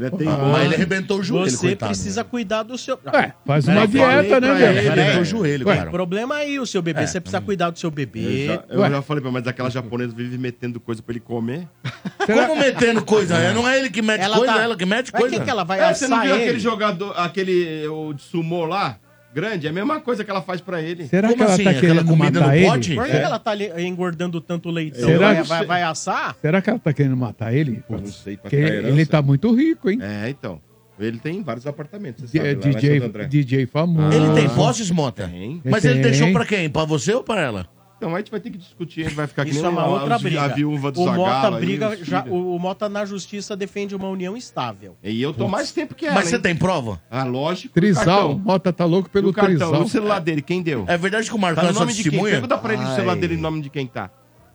Rapaz. teimoso. Mas ele arrebentou o joelho, Você coitado. precisa cuidar do seu. Ué, É, faz Pera, uma eu dieta, né, falei pra meu? ele, Ele Peraí. arrebentou o joelho, Ué, cara. Problema aí, o seu bebê. É, você precisa cuidar do seu bebê. Hum. Eu, já, eu Ué. já falei pra mas aquela japonesa vive metendo coisa pra ele comer. Como metendo coisa? né? Não é ele que mete Ela coisa, tá- é ela que mete Mas o coisa. que, que ela vai É, você não assar viu ele? aquele jogador, aquele o de sumô lá? Grande? É a mesma coisa que ela faz pra ele. Será Como que ela assim? tá Aquela querendo comida matar no ele? É. pote? Por que ela tá ali engordando tanto leitão? Será Vai, que vai, vai assar? Será que ela tá querendo matar ele? Pô, não sei, pra Porque ficar herança. ele tá muito rico, hein? É, então. Ele tem vários apartamentos, você D- é sabe, lá em DJ, Santo André. Ah. DJ famoso. Ele tem posses, Mota? Tem. Mas ele Tem. deixou pra quem? Pra você ou pra ela? Então a gente vai ter que discutir, vai ficar que Isso nem é uma a- outra os- briga. a viúva do o Zagallo Mota aí, briga, os já- filhos. o, o Mota na justiça defende uma união estável. E eu tô mais tempo que ela, Mas você hein? tem prova? Ah, lógico. Trisal. Trisal. Mota tá louco pelo O cartão, Trisal. no celular dele, quem deu? É verdade que o Tá Marcão no é só nome de quem? testemunha? Pergunta pra ele o celular dele no nome de quem tá.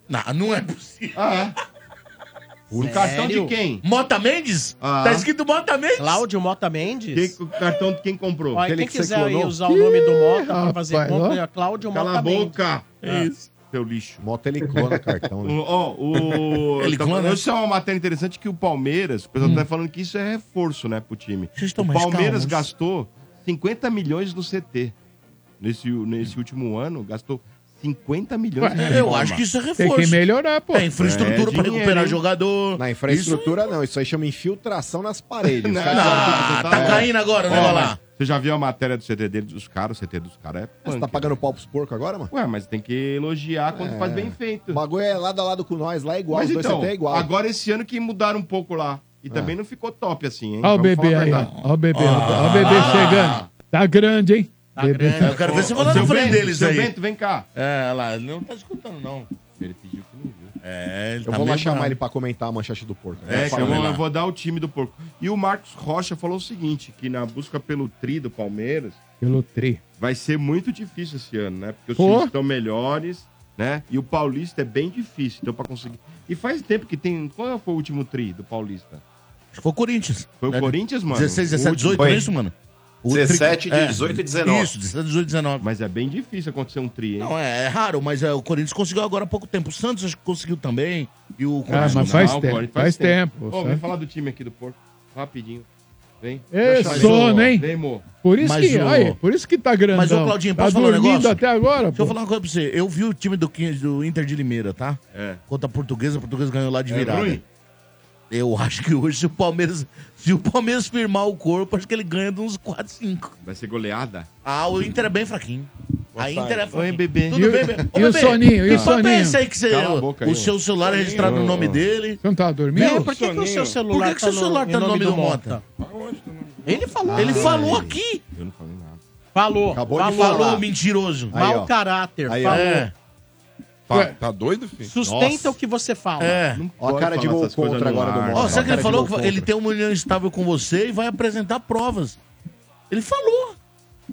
Não, não é possível. Ah, O cartão de quem? Mota Mendes? Ah. Tá escrito Mota Mendes? Cláudio Mota Mendes? Quem- o cartão de quem comprou? Olha, Aquele quem que você quiser aí clonou? usar o nome do Mota pra rapaz, fazer compra, ó. é Cláudio Mota Cala a Mendes. boca! É. Isso. Seu lixo. Mota ele clona cartão, né? O- Ó, o. Ele tá clona? falando- Isso é uma matéria interessante que o Palmeiras, o pessoal tá falando que isso é reforço, né, pro time. Vocês estão o mais Palmeiras calmos. gastou 50 milhões no CT. Nesse, nesse último ano, gastou 50 milhões de Eu acho que isso é Tem que reforço. melhorar, pô. É infraestrutura É, pra dinheiro, recuperar hein? jogador. Na infraestrutura, não. Isso aí chama infiltração nas paredes. Não. Os caras falam que um Ah, tá É. caindo agora o Ó, negócio mas lá. Você já viu a matéria do CT dele, dos caras? O CT dos caras é punk. Você tá pagando pau pros porcos agora, mano? Ué, mas tem que elogiar quando faz bem feito. É. O bagulho é lado a lado com nós, lá é igual. mas os dois então, CT é igual. É. agora esse ano que mudaram um pouco lá. E também não ficou top assim, hein? Olha Ah, o Vamos bebê falar a aí, ó. verdade. Olha o bebê. Ah. Olha o bebê chegando. Tá grande, hein? Tá bebê grande. Eu quero ver você Ô, falar seu na frente Bento, deles seu aí. Bento, vem cá. É, olha lá, ele não tá escutando, não. Ele pediu que não viu. É, ele Eu tá vou lá meio chamar bravo. ele pra comentar a manchete do porco. É, É, que eu, fala vou, lá. eu vou dar o time do porco. E o Marcos Rocha falou o seguinte, que na busca pelo tri do Palmeiras, Pelo tri. vai ser muito difícil esse ano, né? Porque os Pô. times estão melhores, né? E o Paulista é bem difícil, então pra conseguir... E faz tempo que tem... Qual foi o último tri do Paulista? Foi o Corinthians. Foi o Né? Corinthians, mano? 16, 17, O último. 18, não é isso, mano? O tri- 17, é. 18 e 19. Isso, 17, 18, 19. Mas é bem difícil acontecer um tri, hein? Não, é, é raro, mas é, o Corinthians conseguiu agora há pouco tempo. O Santos acho que conseguiu também. E o Ah, mas Corinthians não. faz não, tempo. Corinthians, faz faz tempo. Ô, sabe? vem falar do time aqui do porco, rapidinho. Vem. Ê, Deixa eu ver. É, sono, hein? Vem, Mo. Por isso Mas que. o- Aí, por isso que tá grandão. Mas, ô, Claudinho, tá posso falar um dormindo negócio? até agora, Deixa pô. eu falar uma coisa pra você. Eu vi o time do, 15 do Inter de Limeira, tá? É. Contra a portuguesa, a portuguesa ganhou lá de É virada. ruim? eu acho que hoje, se o Palmeiras. Se o Palmeiras firmar o corpo, acho que ele ganha de uns 4, 5. Vai ser goleada? Ah, o Inter é bem fraquinho. a Inter é fraquinho. bebê. Tudo E o- bem, bebê. Ô, e o bebê, Soninho? E que o papo é Soninho? esse aí que você. Cala a boca aí, o ô. seu celular é registrado no nome dele. Você não tava dormindo? Meu, por que, que o seu celular Por que que tá seu celular tá no nome do Mota? Ele falou. Ele falou. falou Ah, é. aqui. Eu não falei nada. Falou. Acabou de falou. falar. Falou, mentiroso. Aí, Mau ó. caráter. Aí, ó. falou. É, Tá, tá doido, filho? Sustenta Nossa. o que você fala. é. Ó a cara Pode de falar gol essas coisas contra no agora do ar. Mota. Ó, Ó, sabe a que ele cara de falou gol que ele contra. tem uma união estável com você e vai apresentar provas. Ele falou.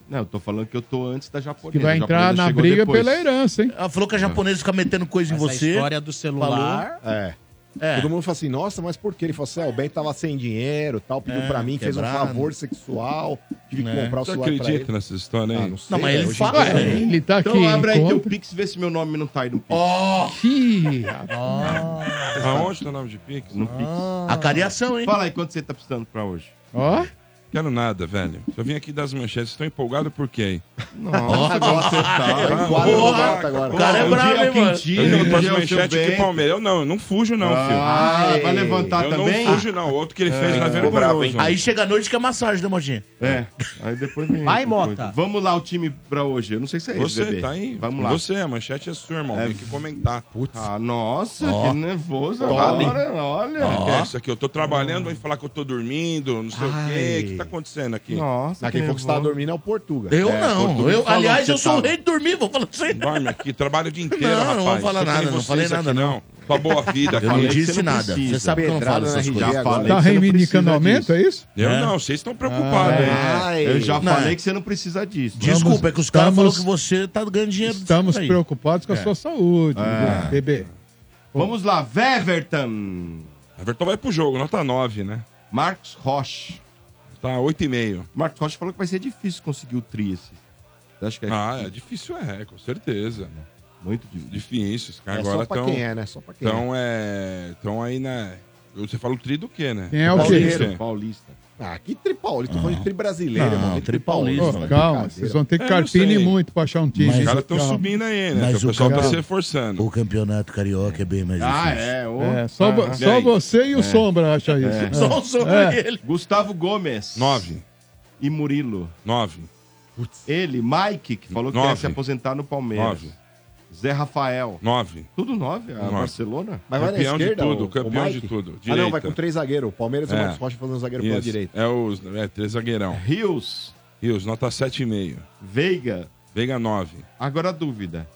Não, eu tô falando que eu tô antes da japonesa. Que vai A entrar japonesa na chegou briga depois. pela herança, hein? Ela falou que a japonesa fica metendo coisa em Essa você. história do celular. É. É. Todo mundo fala assim, nossa, mas por quê? Ele falou assim, ah, o Ben tava sem dinheiro tal, pediu É, pra mim, fez um quebrado. favor sexual, tive que né? É. comprar o Você celular pra acredita ele. nessa história Ah, aí? não Não, sei, mas ele hoje em é. fala. Ué, é. ele tá aqui. Então abre aí em teu conta. Pix e vê se meu nome não tá aí no Pix. Ó, Ih, rapaz. Ah. Aonde tá o nome de Pix? No Não Pix. Ah. a cariação, hein? Fala aí quanto você tá precisando pra hoje. Ó, quero nada, velho. Eu vim aqui das manchetes, estou empolgado por quê? Nossa, você tá. Tem quadro do Porra, Mota agora. O cara é Um brabo, dia hein, mano? Eu Quintino, vim um das dia o seu manchetes que Bento. Palmeiras. Eu não, eu não fujo, É um não, filho. Ah, Ai. vai levantar eu também? não fujo, não. O outro que ele fez lá é ficou bravo, vergonhoso. Aí chega a noite que é massagem, né, Mojinha? É. Aí depois vem. Vai, outra Mota. coisa. Vamos lá, o time pra hoje. Eu não sei se é esse, Você bebê. tá aí. Vamos lá. Você, a manchete é sua, irmão. É. Tem que comentar. Putz. Ah, nossa, Ó. que né? nervoso Tome. agora. Olha. Essa É aqui, eu tô trabalhando, vai falar que eu tô dormindo, não sei o quê. O que tá acontecendo aqui? Nossa, Ah, quem for que você tá dormindo é o Portuga. Eu É, pô, não. tu Eu, falou aliás, que eu você sou o tava. rei de dormir, vou falar pra você. tá Dorme aqui, trabalha o dia inteiro, Não, rapaz. não vou falar Só tem nada, não vocês falei aqui, nada, não. Sua boa vida, Eu não cara. disse você não nada. precisa. Você sabe que eu não falo Pedrada na essas RG coisas. Já agora. falei. tá você não reivindicando precisa aumento, disso. é isso? Eu É. não, vocês estão preocupados, hein? Ai. Eu já Não. falei que você não precisa disso. Desculpa, é que os caras estamos- falaram que você tá ganhando dinheiro. disso Estamos aí. preocupados com É. a sua saúde, bebê. Vamos lá, Weverton. Everton vai pro jogo, nota 9, né? Marcos Rocha. Tá 8,5. Marcos Rocha falou que vai ser difícil conseguir o tri esse. Você acha que é Ah, é difícil é, com certeza. né? muito difícil? Difícil, os É caras só agora pra estão. quem é, né? Só pra quem é. Então é. Estão aí na. Você fala o tri do quê, né? Quem é o Paulista. quê? Paulista. Paulista. Ah, que tripaulista. Tô Ah. falando de tri brasileiro, Não, irmão. tri paulista, Ô, Isso, né? calma, vocês vão ter que É, não carpine sei. muito pra achar um time. Os hein? caras estão Calma. subindo aí, né? Mas Então o o pessoal tá cara- se reforçando. O campeonato carioca é bem mais Ah, difícil. é. ô. É, só, vo- Ah, só bem. você e É. o Sombra acha isso. É. Só o sobre É. ele. Gustavo Gomes. 9, E Murilo. 9, Ele, Mike, que falou que Nove. quer se aposentar no Palmeiras. Nove. Zé Rafael. 9. Tudo nove? A Nove. Barcelona? Mas vai na Campeão de esquerda, tudo, o- campeão o de Mike? tudo. Ah, não, vai com Direita. três zagueiros. O Palmeiras e o É. Marcos Rocha fazendo zagueiro pela Isso. direita. É os. É, três zagueirão. Rios. E os nota 7,5. Veiga. Veiga 9. Agora a dúvida.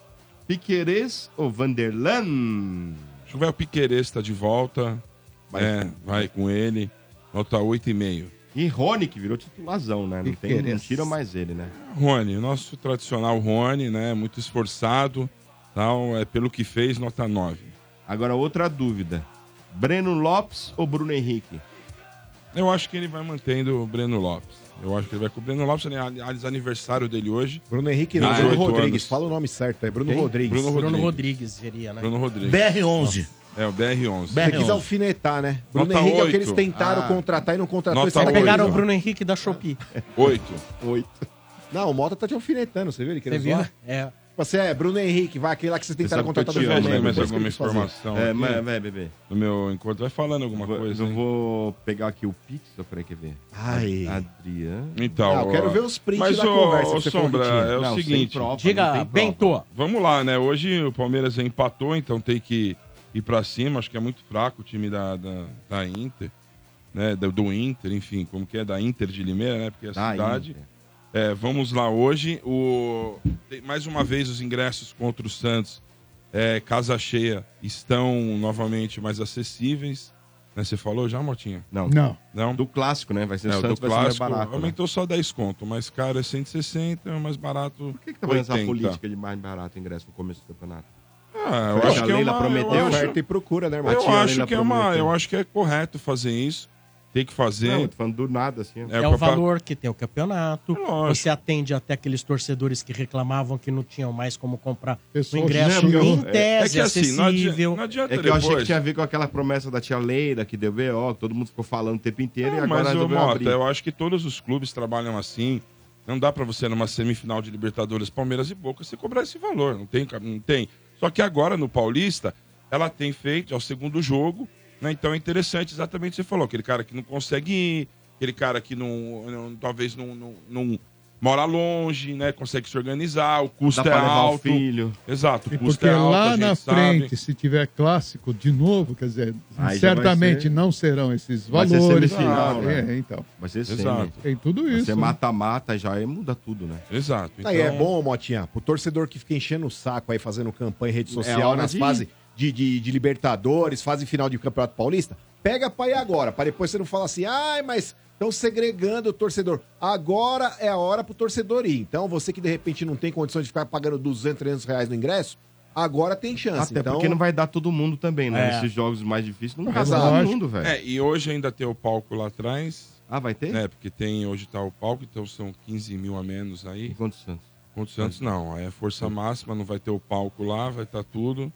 Piquerez ou Vanderlan? Acho que vai o Piqueires, tá de volta. Vai, é, vai com ele. Nota 8,5. E Rony, que virou titulazão, né? Não, tem, não tira mais ele, né? Rony, o nosso tradicional Rony, né? Muito esforçado. Tal, é, pelo que fez, nota 9. Agora, outra dúvida. Breno Lopes ou Bruno Henrique? Eu acho que ele vai mantendo o Breno Lopes. Eu acho que ele vai com o Breno Lopes, né? ali- aliás, aniversário dele hoje. Bruno Henrique não, Bruno 18 Rodrigues. Ah, anos. Fala o nome certo, é Bruno Quem? Rodrigues. Bruno Bruno Rodrigues. Rodrigues seria, né? Bruno Rodrigues. BR11. É, o BR11. Você quis alfinetar, né? Bruno Nota Henrique é o que oito. eles tentaram Ah. contratar e não contratou. Nota Esse cara oito. pegaram Pegaram o o Bruno... Bruno Henrique da Shopee. 8. Não, o Mota tá te alfinetando, você viu ele Você querendo viu? zoar? É. Você é Bruno Henrique, vai aquele lá que vocês tentaram sabe que eu contratar te do amo, Flamengo. né? mais Depois que alguma eles fazem. informação é, aqui mas, vai, bebê. no meu encontro? Vai falando alguma Vou- coisa. eu hein? vou pegar aqui o Pixel, peraí, quer ver? Ai. Adriano. Então, Ah, eu quero ó, ver os prints mas, da ô, conversa que ô, você falou Sombra, que tinha. é o Não, sem seguinte, prova, não Diga, tem prova. Bento. vamos lá, né? Hoje o Palmeiras empatou, então tem que ir pra cima. Acho que é muito fraco o time da, da, da Inter, né? Do, do Inter, enfim, como que é? Da Inter de Limeira, né? Porque é a Da cidade. Inter. É, vamos lá hoje. O... tem- mais uma vez os ingressos contra o Santos, é, casa cheia, estão novamente mais acessíveis. Né? Você falou já, Motinha? Não, Não. Não? do clássico, né? Vai ser É, o do Santos, vai ser mais clássico barato. né? aumentou só 10 conto. Mais caro é 160, mais barato. Por que, que tá fazendo essa 80? política de mais barato ingresso no começo do campeonato? Ah, Foi eu acho a que é Leila uma, prometeu, eu acho, Oferta e procura, né, irmão? eu tia acho Leila que é uma, prometeu. eu acho que é correto fazer isso. Tem que Não, eu fazer. tô falando do nada, assim. ó. É, pra- o valor que tem o campeonato. É lógico. Você atende até aqueles torcedores que reclamavam que não tinham mais como comprar o Pessoal ingresso. gêmeo. Em É- um É tese, que assim, não adi- acessível. não adianta, É que eu achei depois. que tinha a ver com aquela promessa da tia Leila, que deu B.O., que todo mundo ficou falando o tempo inteiro, e É, agora mas, ô, resolveu Mota, abrir. eu acho que todos os clubes trabalham assim. Não dá pra você, numa semifinal de Libertadores, Palmeiras e Boca, você cobrar esse valor. Não tem, cab- não tem. Só que agora, no Paulista, ela tem feito, é o segundo jogo, né? Então é interessante exatamente o que você falou. Aquele cara que não consegue ir, aquele cara que não, não- talvez não, não- não mora longe, né? Consegue se organizar, o custo Dá pra é levar o alto. filho. Exato, E o custo porque é alto, a lá gente na sabe. frente, se tiver clássico de novo, quer dizer, Aí já vai certamente ser- não serão esses Vai ser valores. semifinal, Ah, né? é, então. Vai ser Exato. sempre. Tem tudo isso. Você né? mata-mata, já aí muda tudo, né? Exato. Então, Aí é bom, Motinha, pro torcedor que fica enchendo o saco aí, fazendo campanha em rede É a social hora nas de- fases de, de, de Libertadores, fase final de Campeonato Paulista, pega pra ir agora, pra depois você não falar assim, ai, mas estão segregando o torcedor. Agora é a hora pro torcedor ir. Então, você que de repente não tem condição de ficar pagando 200, 300 reais no ingresso, agora tem chance. Até então, porque não vai dar todo mundo também, né? É. Esses jogos mais difíceis não vai Mas dar todo lógico. mundo, velho. É, e hoje ainda tem o palco lá atrás. Ah, vai ter? É, porque tem, hoje tá o palco, então são 15 mil a menos aí. Enquanto o Santos. Contra o Santos, não. Aí é força máxima, não vai ter o palco lá, vai estar tudo.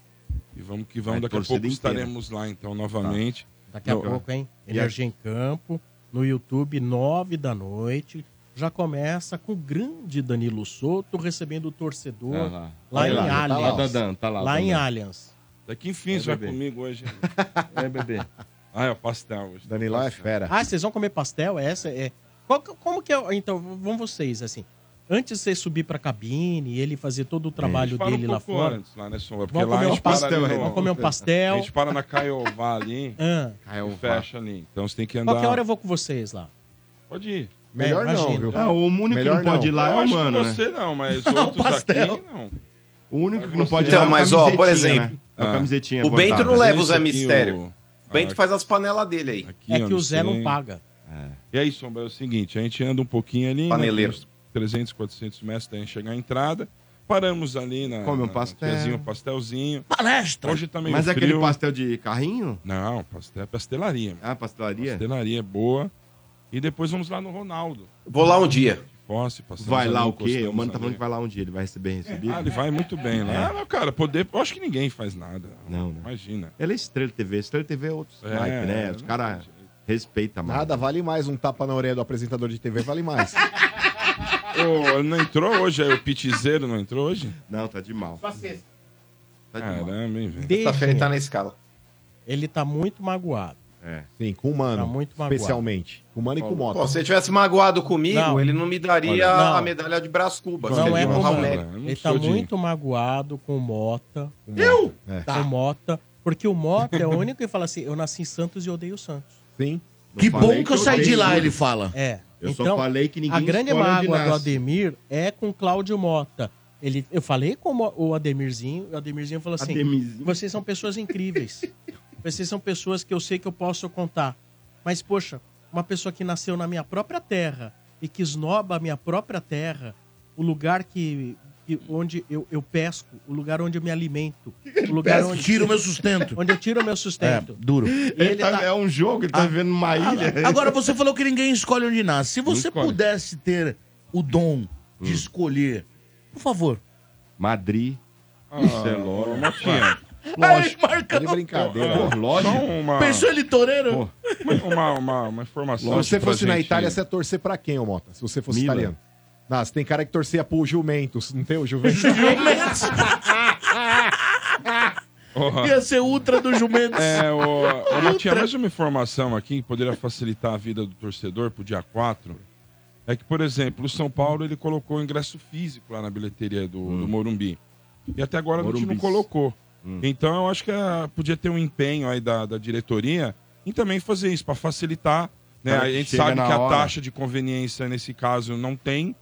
E vamos que vamos. Vai Daqui a pouco torcida inteira. estaremos lá, então, novamente. Tá. Daqui a Não, pouco, hein? E Tá Energia em Campo, no YouTube, nove da noite. Já começa com o grande Danilo Soto recebendo o torcedor Ah, lá. lá. em Olha lá, tá lá, Allianz. Dadan, tá lá, Lá Dadan. em Allianz. Daqui, enfim, você vai bebê. comigo hoje. É, bebê. Ah, é o pastel hoje. Danilão é fera. Ah, vocês vão comer pastel? Essa é. Qual que- como que é. Então, vão vocês, assim. Antes de você subir pra cabine e ele fazer todo o A gente trabalho para dele um lá pouco fora. antes lá, né, Sombra? Porque Vão lá a comer, um gente para pastel, ali no- vão comer um A pastel. gente para na Caiová ali Ah, e fecha ali. Então você tem que andar... qualquer hora eu vou com vocês lá. Pode ir. Melhor É, não, imagino. viu? Ah, o único Melhor que não pode não. ir lá eu é o acho mano, que né? você não, mas outros pastel. aqui não. O único que não pode Então, ir lá mas, é ó, a por camisetinha, exemplo, né? É a ah, camisetinha o Bento botada. né? não leva o Esse Zé aqui, Mistério. O Bento Ah, faz as panelas dele aí. aqui, É eu que o não Zé não sei. paga. E aí, Sombra, é o seguinte, a gente anda um pouquinho ali, Paneleiro. né, uns 300, 400 metros até chegar à entrada, paramos ali na... Come um na- na pastel. tiazinha, um pastelzinho. Palestra! Hoje tá meio Mas é frio. aquele pastel de carrinho? Não, pastel, pastelaria. Ah, pastelaria? Pastelaria é boa. E depois vamos lá no Ronaldo. Vou lá um dia. Posse, pastel. Vai lá o quê? O mano tá falando que vai lá um dia, ele vai receber recebido. Ah, É, ele vai muito bem lá. Ah, não, cara, poder... Eu acho que ninguém faz nada. Não, né? Imagina. Ela é estrela TV, estrela TV é outro É, naipe, né? Os não caras respeitam mais. Nada vale mais um tapa na orelha do apresentador de TV, vale mais. Ô, não entrou hoje? Aí o pitizeiro não entrou hoje? Não, tá de mal. É. Tá de mal. Caramba, hein, velho. Sexta-feira ele Deixa. tá na escala. Ele tá muito magoado. É. Sim, com o Mano, Tá muito magoado. especialmente. Com o Mano e com o Mota. Pô, é se ele tivesse magoado comigo, Não. ele não me daria Olha, não. a medalha de Brás tipo, um Cuba. Não Ele é ia com honrar o mano. mérito. Eu não Ele tá sou de- muito magoado com o Mota. Eu? É. Com o Mota. Porque o Mota é o único que fala assim: eu nasci em Santos e odeio o Santos. Sim. Que falei bom que eu que eu saí de dei lá, tudo. ele fala. É. Eu só então, falei que ninguém a grande escolhe onde mágoa do nasce. Ademir é com o Cláudio Mota. Ele, eu falei com o Mo- o Ademirzinho, e o Ademirzinho falou assim: Ademizinho. vocês são pessoas incríveis. vocês são pessoas que eu sei que eu posso contar. Mas, poxa, uma pessoa que nasceu na minha própria terra e que esnoba a minha própria terra, o lugar que que- onde eu, eu pesco, o lugar onde eu me alimento. O lugar Lugar onde... Tira o meu sustento. Onde eu tiro o meu sustento. É, duro. Ele Ele tá- tá- É um jogo, ele tá vivendo numa ilha. Ah, Agora, você falou que ninguém escolhe onde nasce. Se você escolhe. pudesse ter o dom de Hum. escolher, por favor. Madrid, Ah, Ah, é Barcelona. Motinha. Lógico. marca de brincadeira. Pô, lógico. Só uma, Pensou ele toureiro? uma, uma, uma- uma Se informação. você pra fosse na gente. Itália, você ia torcer pra quem, ô Mota? Se você fosse Milan. italiano. Não, você tem cara que torcia pro Juventus, não tem o Juventus? Porra. Ia ser ultra do jumento. É, o, Matinha, mais uma informação aqui que poderia facilitar a vida do torcedor pro dia 4. É que, por exemplo, o São Paulo ele colocou o ingresso físico lá na bilheteria do, do Morumbi. E até agora a gente não Hum. Morumbis. Hum. colocou. Então eu acho que ah, podia ter um empenho aí da, da diretoria em também fazer isso, para facilitar. Né? Cara, A gente chega sabe que na a hora. taxa de conveniência nesse caso não tem,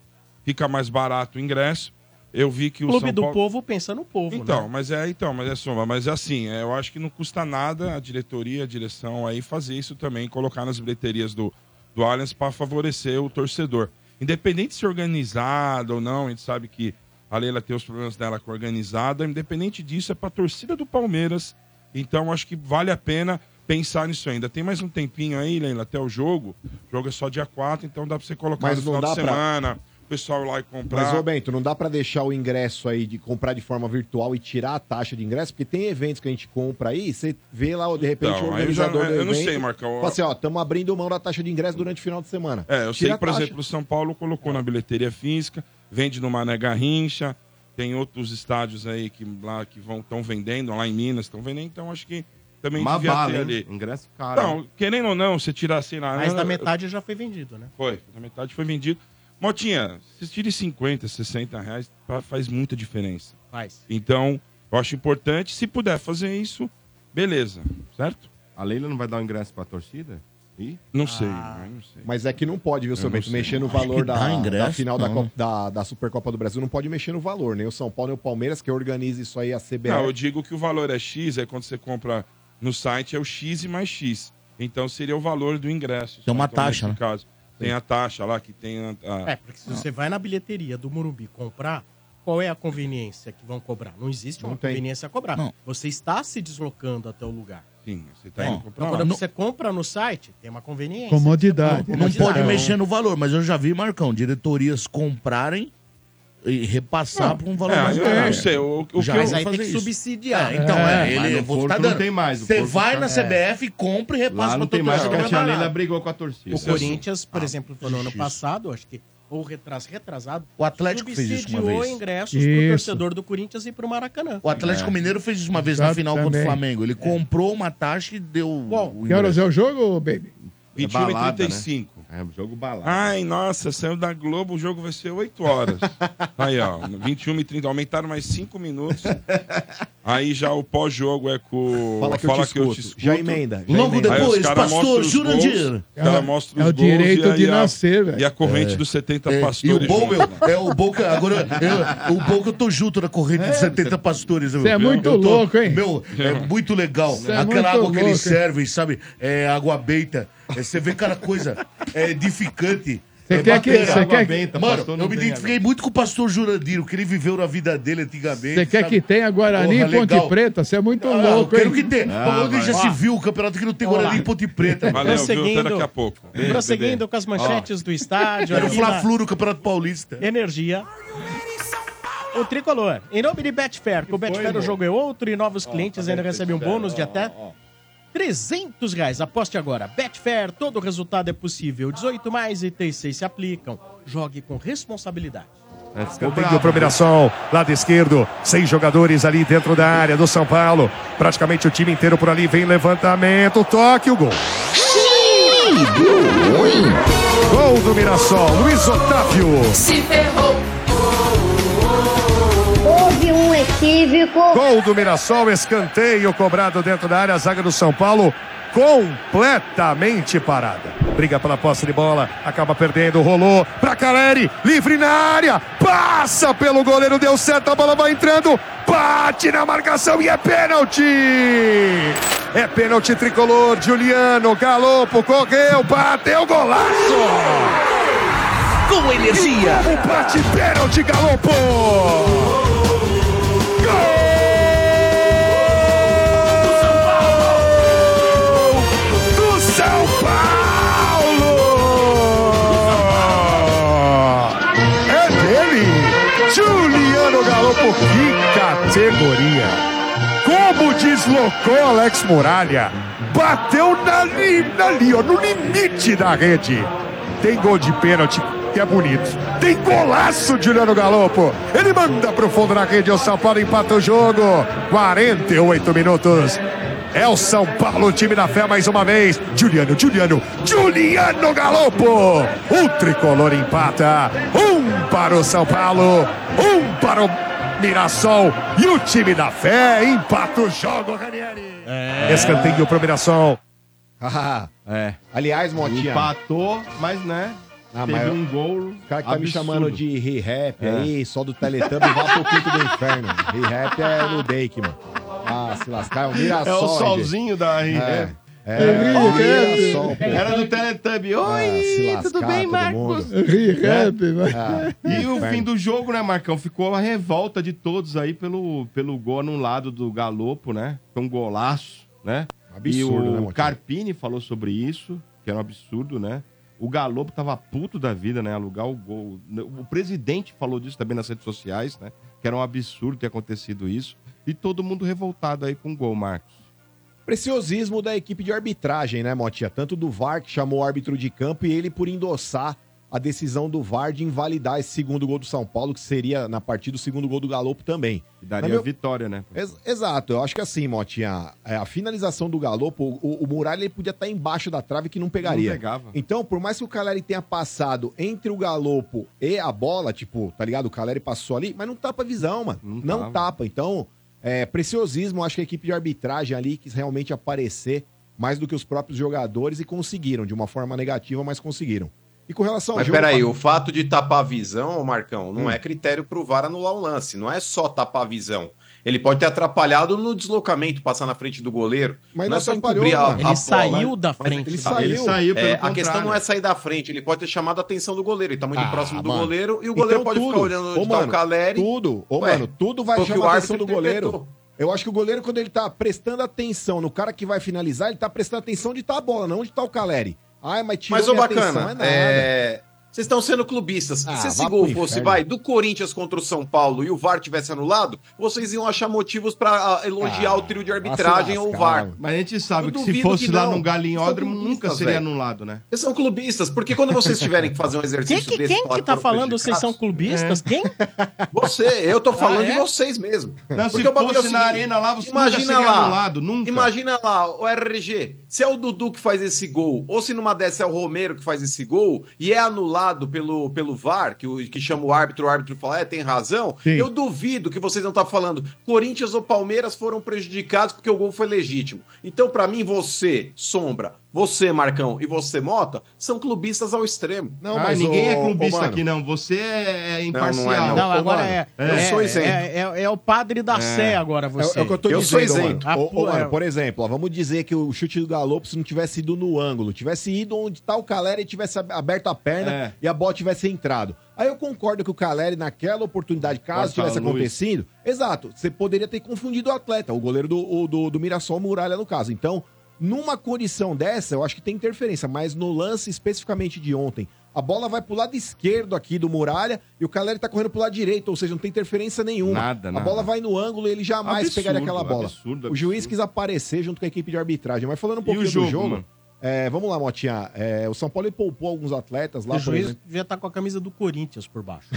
fica mais barato o ingresso. Eu vi que o Clube São do Paulo... povo pensa no povo, Então, né? mas é, então, mas é soma. Mas é assim, é, eu acho que não custa nada a diretoria, a direção aí fazer isso também, colocar nas bilheterias do, do Allianz para favorecer o torcedor. Independente de ser organizada ou não, a gente sabe que a Leila tem os problemas dela com a organizada, independente disso, é para a torcida do Palmeiras. Então, acho que vale a pena pensar nisso ainda. Tem mais um tempinho aí, Leila, até o jogo. O jogo é só dia 4, então dá para você colocar Mas no não final de dá pra- semana, o pessoal lá e comprar. Mas, ô Bento, não dá pra deixar o ingresso aí de comprar de forma virtual e tirar a taxa de ingresso, porque tem eventos que a gente compra aí, você vê lá, de repente, Então, o aí eu já- organizador do eu não sei, evento Marcão. fala assim, ó, estamos abrindo mão da taxa de ingresso durante o final de semana. É, eu sei Tira que, por a taxa. exemplo, o São Paulo colocou na bilheteria física, vende no Mané Garrincha, tem outros estádios aí que lá que vão estão vendendo, lá em Minas estão vendendo, então acho que também Uma devia bala, ter hein? ali. Ingresso caro. hein? Então, querendo ou não, você tirar assim na. Mas na- da metade já foi vendido, né? Foi, da metade foi vendido. Motinha, se tire 50, 60 reais, fa- faz muita diferença. Faz. Então, eu acho importante, se puder fazer isso, beleza, certo? A Leila não vai dar o ingresso pra torcida? Ih, Não sei, Ah, né? não sei. Mas é que não pode, viu, seu não Bento? sei. Mexer no Acho é que valor dá da, ingresso, da final da, não, Co- né? da, da Supercopa do Brasil, não pode mexer no valor, nem o São Paulo, nem o Palmeiras, que organiza isso aí, a CBF. Não, eu digo que o valor é X, é quando você compra no site, é o X e mais X. Então seria o valor do ingresso. Tem uma Só, então, taxa, nesse né? Caso. Tem a taxa lá que tem a. a- É, porque se você vai na bilheteria do Morumbi comprar, qual é a conveniência que vão cobrar? Não existe uma Não tem. conveniência a cobrar. Não. Você está se deslocando até o lugar. Sim, você tá Bom, indo Então, comprar lá. quando não- você compra no site, tem uma conveniência. Comodidade. né? Então, Não, Não Comodidade. pode mexer no valor, mas eu já vi, Marcão, diretorias comprarem e repassar por um valor É, mais eu, barato. não sei, o, o que Já, eu- Mas vou aí tem fazer que isso. subsidiar. É, então, é, Mas ele no eu vou porco Tá ficar não dando. tem mais, o Você porco vai tá- na CBF, compra e repassa lá não pra tem todo mais, mundo. porque a mais tia Leila barato. brigou com a O torcida. Ah. Isso é Corinthians, por exemplo, foi no ano justiça. passado, acho que, ou retras, retrasado, O Atlético fez isso uma subsidiou vez. ingressos pro Isso. torcedor do Corinthians e pro Maracanã. O Atlético É. É. Mineiro fez isso uma vez na final contra o Exatamente. Flamengo. Ele comprou uma taxa e deu. Bom, o É. Que horas ingresso. é o jogo, baby? 21 né? balada, e 35. É um jogo balado. Ai, nossa, saiu da Globo, o jogo vai ser 8 horas. Aí, ó, 21 e 30, aumentaram mais 5 minutos. Aí já o pós-jogo é com. Fala que, eu, te escuto. Já emenda. já Logo emenda. Aí os depois, cara mostra pastor os gols. Jurandir. Ela É- mostra é os o gols direito e aí de a- nascer, velho. E a corrente dos 70 É, e pastores. né? o bom, meu, juntos. é o bom que agora. eu- o bom que eu tô junto na corrente de 70 pastores. Você é muito louco, hein? Meu, é muito legal. Cê é Aquela muito água que louco, hein? eles servem, sabe? É água beita. É, Você vê cada coisa é, edificante. Você É quer que- bacana. você Água quer que- benta, pastor, Mano, não eu me tem identifiquei muito com o pastor Jurandir, o que ele viveu na vida dele antigamente. Você quer sabe? que tenha Guarani Porra, e Ponte legal. Preta? Você é muito Ah, eu louco, quero hein? que tenha. Ah, Onde já vai. se viu o campeonato que não tem Guarani e Ponte Preta? Valeu, viu? Até Prosseguindo. daqui a pouco. Prosseguindo com as manchetes do estádio. né? Era o aqui na- Fla-Flu no Campeonato Paulista. Energia. O tricolor. Em nome de Betfair, com o Betfair o jogo é outro e novos clientes tá ainda recebem um bônus de até 300 reais. Aposte agora. Betfair, todo resultado é possível. 18 mais e 36 se aplicam. Jogue com responsabilidade. É, Domingo para Mirassol, lado esquerdo, seis jogadores ali dentro da área do São Paulo. Praticamente o time inteiro por ali, vem levantamento, toque o gol. Gol do Mirassol, Luiz Otávio. Se ferrou. Houve um equívoco. Gol do Mirassol, escanteio cobrado dentro da área, a zaga do São Paulo completamente parada. Briga pela posse de bola, acaba perdendo, rolou pra Caleri, livre na área, passa pelo goleiro, deu certo, a bola vai entrando, bate na marcação e é pênalti! É pênalti tricolor, Juliano, galopo, correu, bateu, golaço! com energia. O bate pênalti, galopo! Gol! Do São Paulo! É dele! Juliano Galopo, que categoria! Como deslocou Alex Muralha! Bateu na, li- ali, ó, no limite da rede! Tem gol de pênalti, que é bonito. Tem golaço, Juliano Galopo. Ele manda pro fundo da rede. O São Paulo empata o jogo. 48 minutos. É o São Paulo, o time da fé, mais uma vez. Juliano, Juliano, Juliano Galopo. O tricolor empata. Um para o São Paulo, um para o Mirassol. E o time da fé empata o jogo, Ranieri. Escanteio pro Mirassol. é. Aliás, Motinha. Empatou, mas né? Ah, teve mas um gol. O cara que tá me absurdo. chamando de re-rap É. aí, só do Teletubb, vá pro quinto do inferno. Re-rap é no Dake, mano. Ah, se lascar, é o Mirassol. É o gente. solzinho da re É. É, né? Oi, Oi, Mirassol, pô. Ah, Era do Teletubb. Oi, lascar, tudo bem, todo Marcos? mundo. É. É, Re-rap, Né? vai. Ah, E o fim do jogo, né, Marcão? Ficou a revolta de todos aí pelo, pelo gol anulado do Galopo, né? Foi um golaço, né? Absurdo, né, e o Motinha? Carpini falou sobre isso, que era um absurdo, né? O Galopo tava puto da vida, né? Alugar o gol. O presidente falou disso também nas redes sociais, né? Que era um absurdo ter acontecido isso. E todo mundo revoltado aí com o gol, Marcos. Preciosismo da equipe de arbitragem, né, Motinha? Tanto do VAR, que chamou o árbitro de campo, e ele por endossar a decisão do VAR de invalidar esse segundo gol do São Paulo, que seria na partida o segundo gol do Galopo também. E daria Na meu- vitória, né? Ex- exato, eu acho que assim, Motinha, é, a finalização do Galopo, o, o Muralha ele podia estar embaixo da trave que não pegaria. Não pegava. Então, por mais que o Caleri tenha passado entre o Galopo e a bola, tipo, tá ligado? O Caleri passou ali, mas não tapa a visão, mano. Não, tava. tapa. Então, é, preciosismo, acho que a equipe de arbitragem ali quis realmente aparecer mais do que os próprios jogadores e conseguiram, de uma forma negativa, mas conseguiram. E com relação ao Mas jogo, peraí, Fábio- Hum. o fato de tapar a visão, ô Marcão, não é critério pro VAR anular o lance. Não é só tapar a visão. Ele pode ter atrapalhado no deslocamento, passar na frente do goleiro. Mas não é não só atrapalhou, encobrir a, mano. a Ele bola. saiu da Mas frente. Ele Ele saiu. saiu, pelo É, a contrário. questão não é sair da frente. Ele pode ter chamado a atenção do goleiro. Ele tá muito Ah, próximo do mano. goleiro. E o goleiro Então, pode ficar tudo. olhando Ô, onde tá o mano, Caleri. Tudo, ô, Ué, mano, tudo vai foi o que o chamar a árbitro atenção do interpretou. goleiro. Eu acho que o goleiro, quando ele tá prestando atenção no cara que vai finalizar, ele tá prestando atenção onde tá a bola, não onde tá o Caleri. Ai, mas tirou Mas, ô, minha atenção, bacana, é nada. é, vocês estão sendo clubistas. Ah, Se esse vá gol pro fosse, inferno. vai, do Corinthians contra o São Paulo e o VAR tivesse anulado, vocês iam achar motivos pra ah, elogiar Ah, o trio de se arbitragem ou o lascar, VAR. mano. Mas a gente sabe Eu que se duvido fosse que lá não. no Galinhódromo, São é clubistas, nunca seria velho. anulado, né? Vocês são clubistas, porque quando vocês tiverem que fazer um Quem exercício que, desse quem pra que tá foram falando? Vocês são prejudicados, É. clubistas? Quem? Você, eu tô falando Ah, é? de vocês mesmo. Não, se Porque o bagulho é o fosse na seguinte, arena lá, você nunca imagina seria lá, anulado, nunca. Imagina lá, o RG, se é o Dudu que faz esse gol, ou se numa dessa é o Romero que faz esse gol, e é anulado pelo, pelo VAR, que, o- que chama o árbitro, o árbitro fala, é, tem razão, Sim. eu duvido que vocês não tá falando, Corinthians ou Palmeiras foram prejudicados porque o gol foi legítimo. Então, pra mim, você, Sombra, você, Marcão, e você, Mota, são clubistas ao extremo. Não, Ah, mas ninguém é ô- ô, clubista mano, aqui, não. Você é imparcial. não é, não. Não, ô, agora mano, é. eu é- sou isento. é, é- é o padre da Sé agora, É, você. é o que eu tô Eu sou dizendo, isento. mano. Ah, Ô, ô, pô, mano, é. por exemplo, ó, vamos dizer que o chute do Galopo, se não tivesse ido no ângulo, tivesse ido onde tá o Caleri e tivesse ab- aberto a perna É. e a bola tivesse entrado. Aí eu concordo que o Caleri, naquela oportunidade, caso Corta a tivesse luz. acontecido, exato, você poderia ter confundido o atleta, o goleiro do, o- do, do Mirassol Muralha, no caso. Então, numa condição dessa, eu acho que tem interferência, mas no lance especificamente de ontem. A bola vai pro lado esquerdo aqui do Muralha e o Caleri tá correndo pro lado direito, ou seja, não tem interferência nenhuma. Nada, a nada. bola vai no ângulo e ele já mais Absurdo, pegaria aquela bola. absurdo, absurdo. O juiz quis aparecer junto com a equipe de arbitragem. Mas falando um o pouquinho jogo, do jogo. mano? é, vamos lá, Motinha. É, o São Paulo ele poupou alguns atletas lá. O por juiz exemplo. devia estar com a camisa do Corinthians por baixo.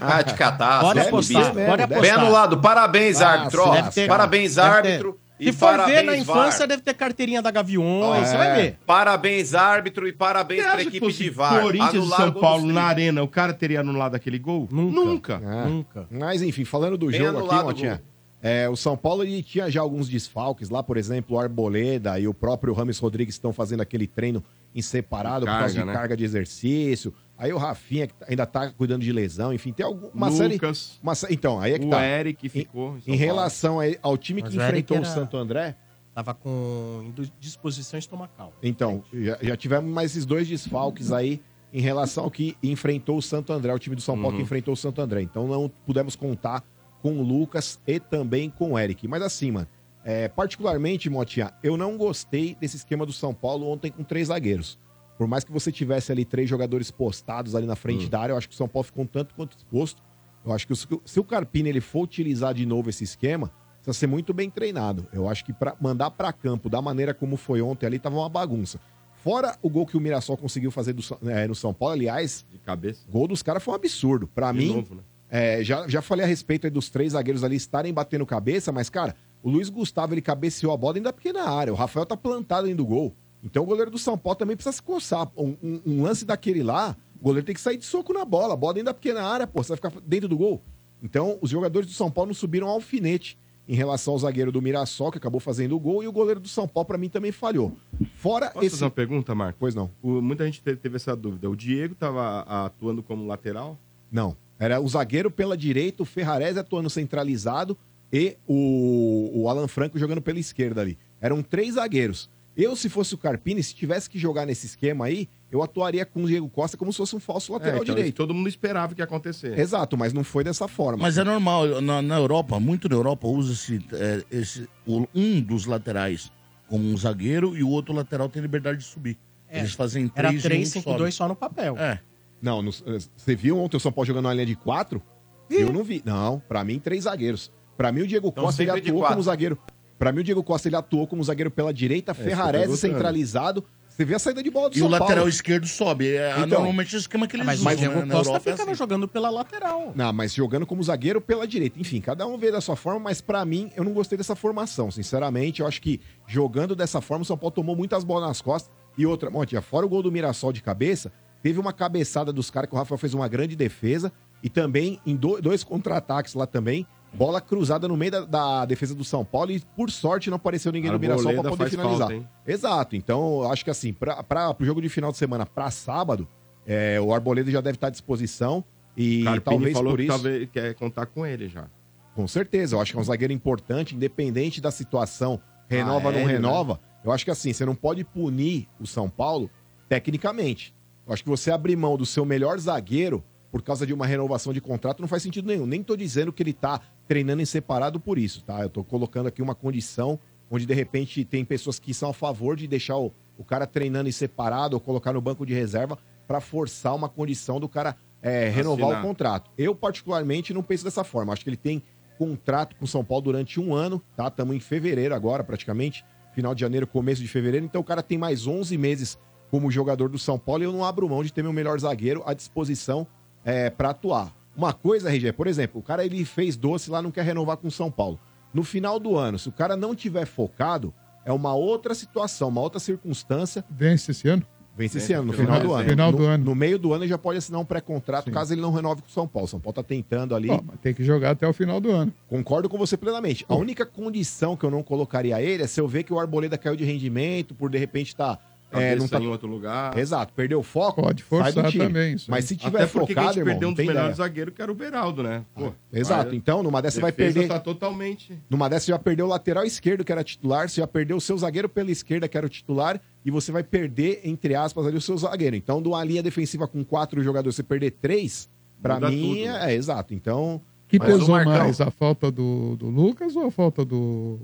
Ah, de catar, Pode são apostar, clubistas. mesmo, pode deve. Bem apostar. anulado, parabéns, Ah, árbitro. se ó. deve ter- parabéns, deve ter. árbitro. Se e for ver na parabéns, VAR. infância, deve ter carteirinha da Gaviões, Ah, você vai é. ver. Parabéns, árbitro, e parabéns Você para acha que equipe fosse de VAR. Corinthians e Anularam São o gol Paulo dos na arena, o cara teria anulado aquele gol? Nunca. Nunca. Ah. Nunca. Mas enfim, falando do Bem jogo aqui, anulado, Motinha. gol. é, o São Paulo ele tinha já alguns desfalques lá, por exemplo, o Arboleda e o próprio Rames Rodrigues estão fazendo aquele treino em separado por causa Carga, de né? carga de exercício. Aí o Rafinha que ainda tá cuidando de lesão, enfim, tem alguma uma série. Lucas, uma sé- então, aí é que o tá. Eric ficou. Em relação aí ao time Mas que o Eric enfrentou era- o Santo André, Tava com indisposição estomacal. Então, já, já tivemos mais esses dois desfalques aí. em relação ao que enfrentou o Santo André, o time do São Paulo que enfrentou o Santo André. Então não pudemos contar com o Lucas e também com o Eric. Mas assim, mano, é, particularmente, Motinha, eu não gostei desse esquema do São Paulo ontem com três zagueiros. Por mais que você tivesse ali três jogadores postados ali na Hum. frente da área, eu acho que o São Paulo ficou um tanto quanto exposto. Eu acho que se o- se o Carpini ele for utilizar de novo esse esquema, precisa ser muito bem treinado. Eu acho que para mandar para campo da maneira como foi ontem ali, tava uma bagunça. Fora o gol que o Mirassol conseguiu fazer do Sa- eh, no São Paulo, aliás, de cabeça. gol dos caras foi um absurdo. Para De mim, novo, né? é, já, já falei a respeito aí dos três zagueiros ali estarem batendo cabeça, mas, cara, o Luiz Gustavo ele cabeceou a bola ainda pequena área. O Rafael tá plantado dentro do gol. Então o goleiro do São Paulo também precisa se coçar. Um, um- um lance daquele lá, o goleiro tem que sair de soco na bola. A bola dentro da pequena área, pô, você vai ficar dentro do gol. Então, os jogadores do São Paulo não subiram ao alfinete em relação ao zagueiro do Mirassol, que acabou fazendo o gol, e o goleiro do São Paulo, pra mim, também falhou. Fora Posso esse. fazer uma pergunta, Marco? Pois não. muita gente te- teve essa dúvida. O Diego estava atuando como lateral? Não. Era o zagueiro pela direita, o Ferrarese atuando centralizado e o, o Alan Franco jogando pela esquerda ali. Eram três zagueiros. Eu, se fosse o Carpini, se tivesse que jogar nesse esquema aí, eu atuaria com o Diego Costa como se fosse um falso lateral então, direito. Todo mundo esperava que ia acontecer. É. Exato, mas não foi dessa forma. Mas é normal, na, na Europa, muito na Europa, usa-se é, esse, o- um dos laterais como um zagueiro e o outro lateral tem liberdade de subir. Eles fazem É. Era três, e um 3-5-2 sobe. só no papel. É. Não, não- você viu ontem o São Paulo jogando na linha de quatro? Eu não vi. Não, pra mim, três zagueiros. Pra mim, o Diego Costa ele Então sempre de atuou como quatro. zagueiro. Pra mim, o Diego Costa ele atuou como zagueiro pela É, direita, isso que eu tô Ferrarese gostando. centralizado. Você vê a saída de bola do tá E São o lateral Paulo. esquerdo sobe. É, Então. normalmente é o esquema que eles Ah, Mas, usam mas o né, Diego na Costa Europa. é ficava assim. jogando pela lateral. Não, mas jogando como zagueiro pela direita. Enfim, cada um vê da sua forma, mas pra mim, eu não gostei dessa formação. Sinceramente, eu acho que jogando dessa forma, o São Paulo tomou muitas bolas nas costas. E outra, Monte, fora o gol do Mirassol de cabeça, teve uma cabeçada dos caras que o Rafael fez uma grande defesa. E também em do- dois contra-ataques lá também, bola cruzada no meio da, da defesa do São Paulo. E por sorte não apareceu ninguém no Arboleda Mirassol pra poder faz finalizar. falta, hein? Exato. Então, eu acho que assim, para o jogo de final de semana, pra sábado, é, o Arboleda já deve estar à disposição. E Carpini talvez falou por que isso. talvez quer contar com ele já. Com certeza. Eu acho que é um zagueiro importante, independente da situação. Renova Ah, ou é, não né? renova. Eu acho que assim, você não pode punir o São Paulo tecnicamente. Eu acho que você abrir mão do seu melhor zagueiro por causa de uma renovação de contrato não faz sentido nenhum. Nem tô dizendo que ele tá treinando em separado por isso, tá? Eu tô colocando aqui uma condição onde de repente tem pessoas que são a favor de deixar o, o cara treinando em separado ou colocar no banco de reserva pra forçar uma condição do cara é, renovar o Assinar. contrato. Eu, particularmente, não penso dessa forma. Acho que ele tem contrato com o São Paulo durante um ano, tá? Estamos em fevereiro agora, praticamente. Final de janeiro, começo de fevereiro. Então o cara tem mais 11 meses como jogador do São Paulo e eu não abro mão de ter meu melhor zagueiro à disposição é, para atuar. Uma coisa, RG, por exemplo, o cara ele fez doce lá, não quer renovar com o São Paulo. No final do ano, se o cara não tiver focado, é uma outra situação, uma outra circunstância Vence esse ano? Vence esse ano, no pelo final do menos, ano. né? Final no, do ano. No meio do ano ele já pode assinar um pré-contrato caso ele não renove com o São Paulo. São Paulo tá tentando ali. Ó, mas tem que jogar até o final do ano. Concordo com você plenamente. A única condição que eu não colocaria ele é se eu ver que o Arboleda caiu de rendimento, por de repente tá. é, Cabeça não tá... em outro lugar. Exato, perdeu o foco. Pode sai do forçar time. também, isso aí. Mas se tiver Até porque a focado, gente irmão, perdeu não um dos tem melhores melhores zagueiros, que era o Beraldo, né? Pô, Exato, olha, então numa dessa você vai defesa perder. tá totalmente... Numa dessa você já perdeu o lateral esquerdo, que era titular, você já perdeu o seu zagueiro pela esquerda, que era o titular, e você vai perder, entre aspas, ali o seu zagueiro. Então, de uma linha defensiva com quatro jogadores, você perder três, pra Muda mim, tudo, é, exato. Então, Que Mas, ô, pesou Marcão. mais, a falta do, do Lucas ou a falta do,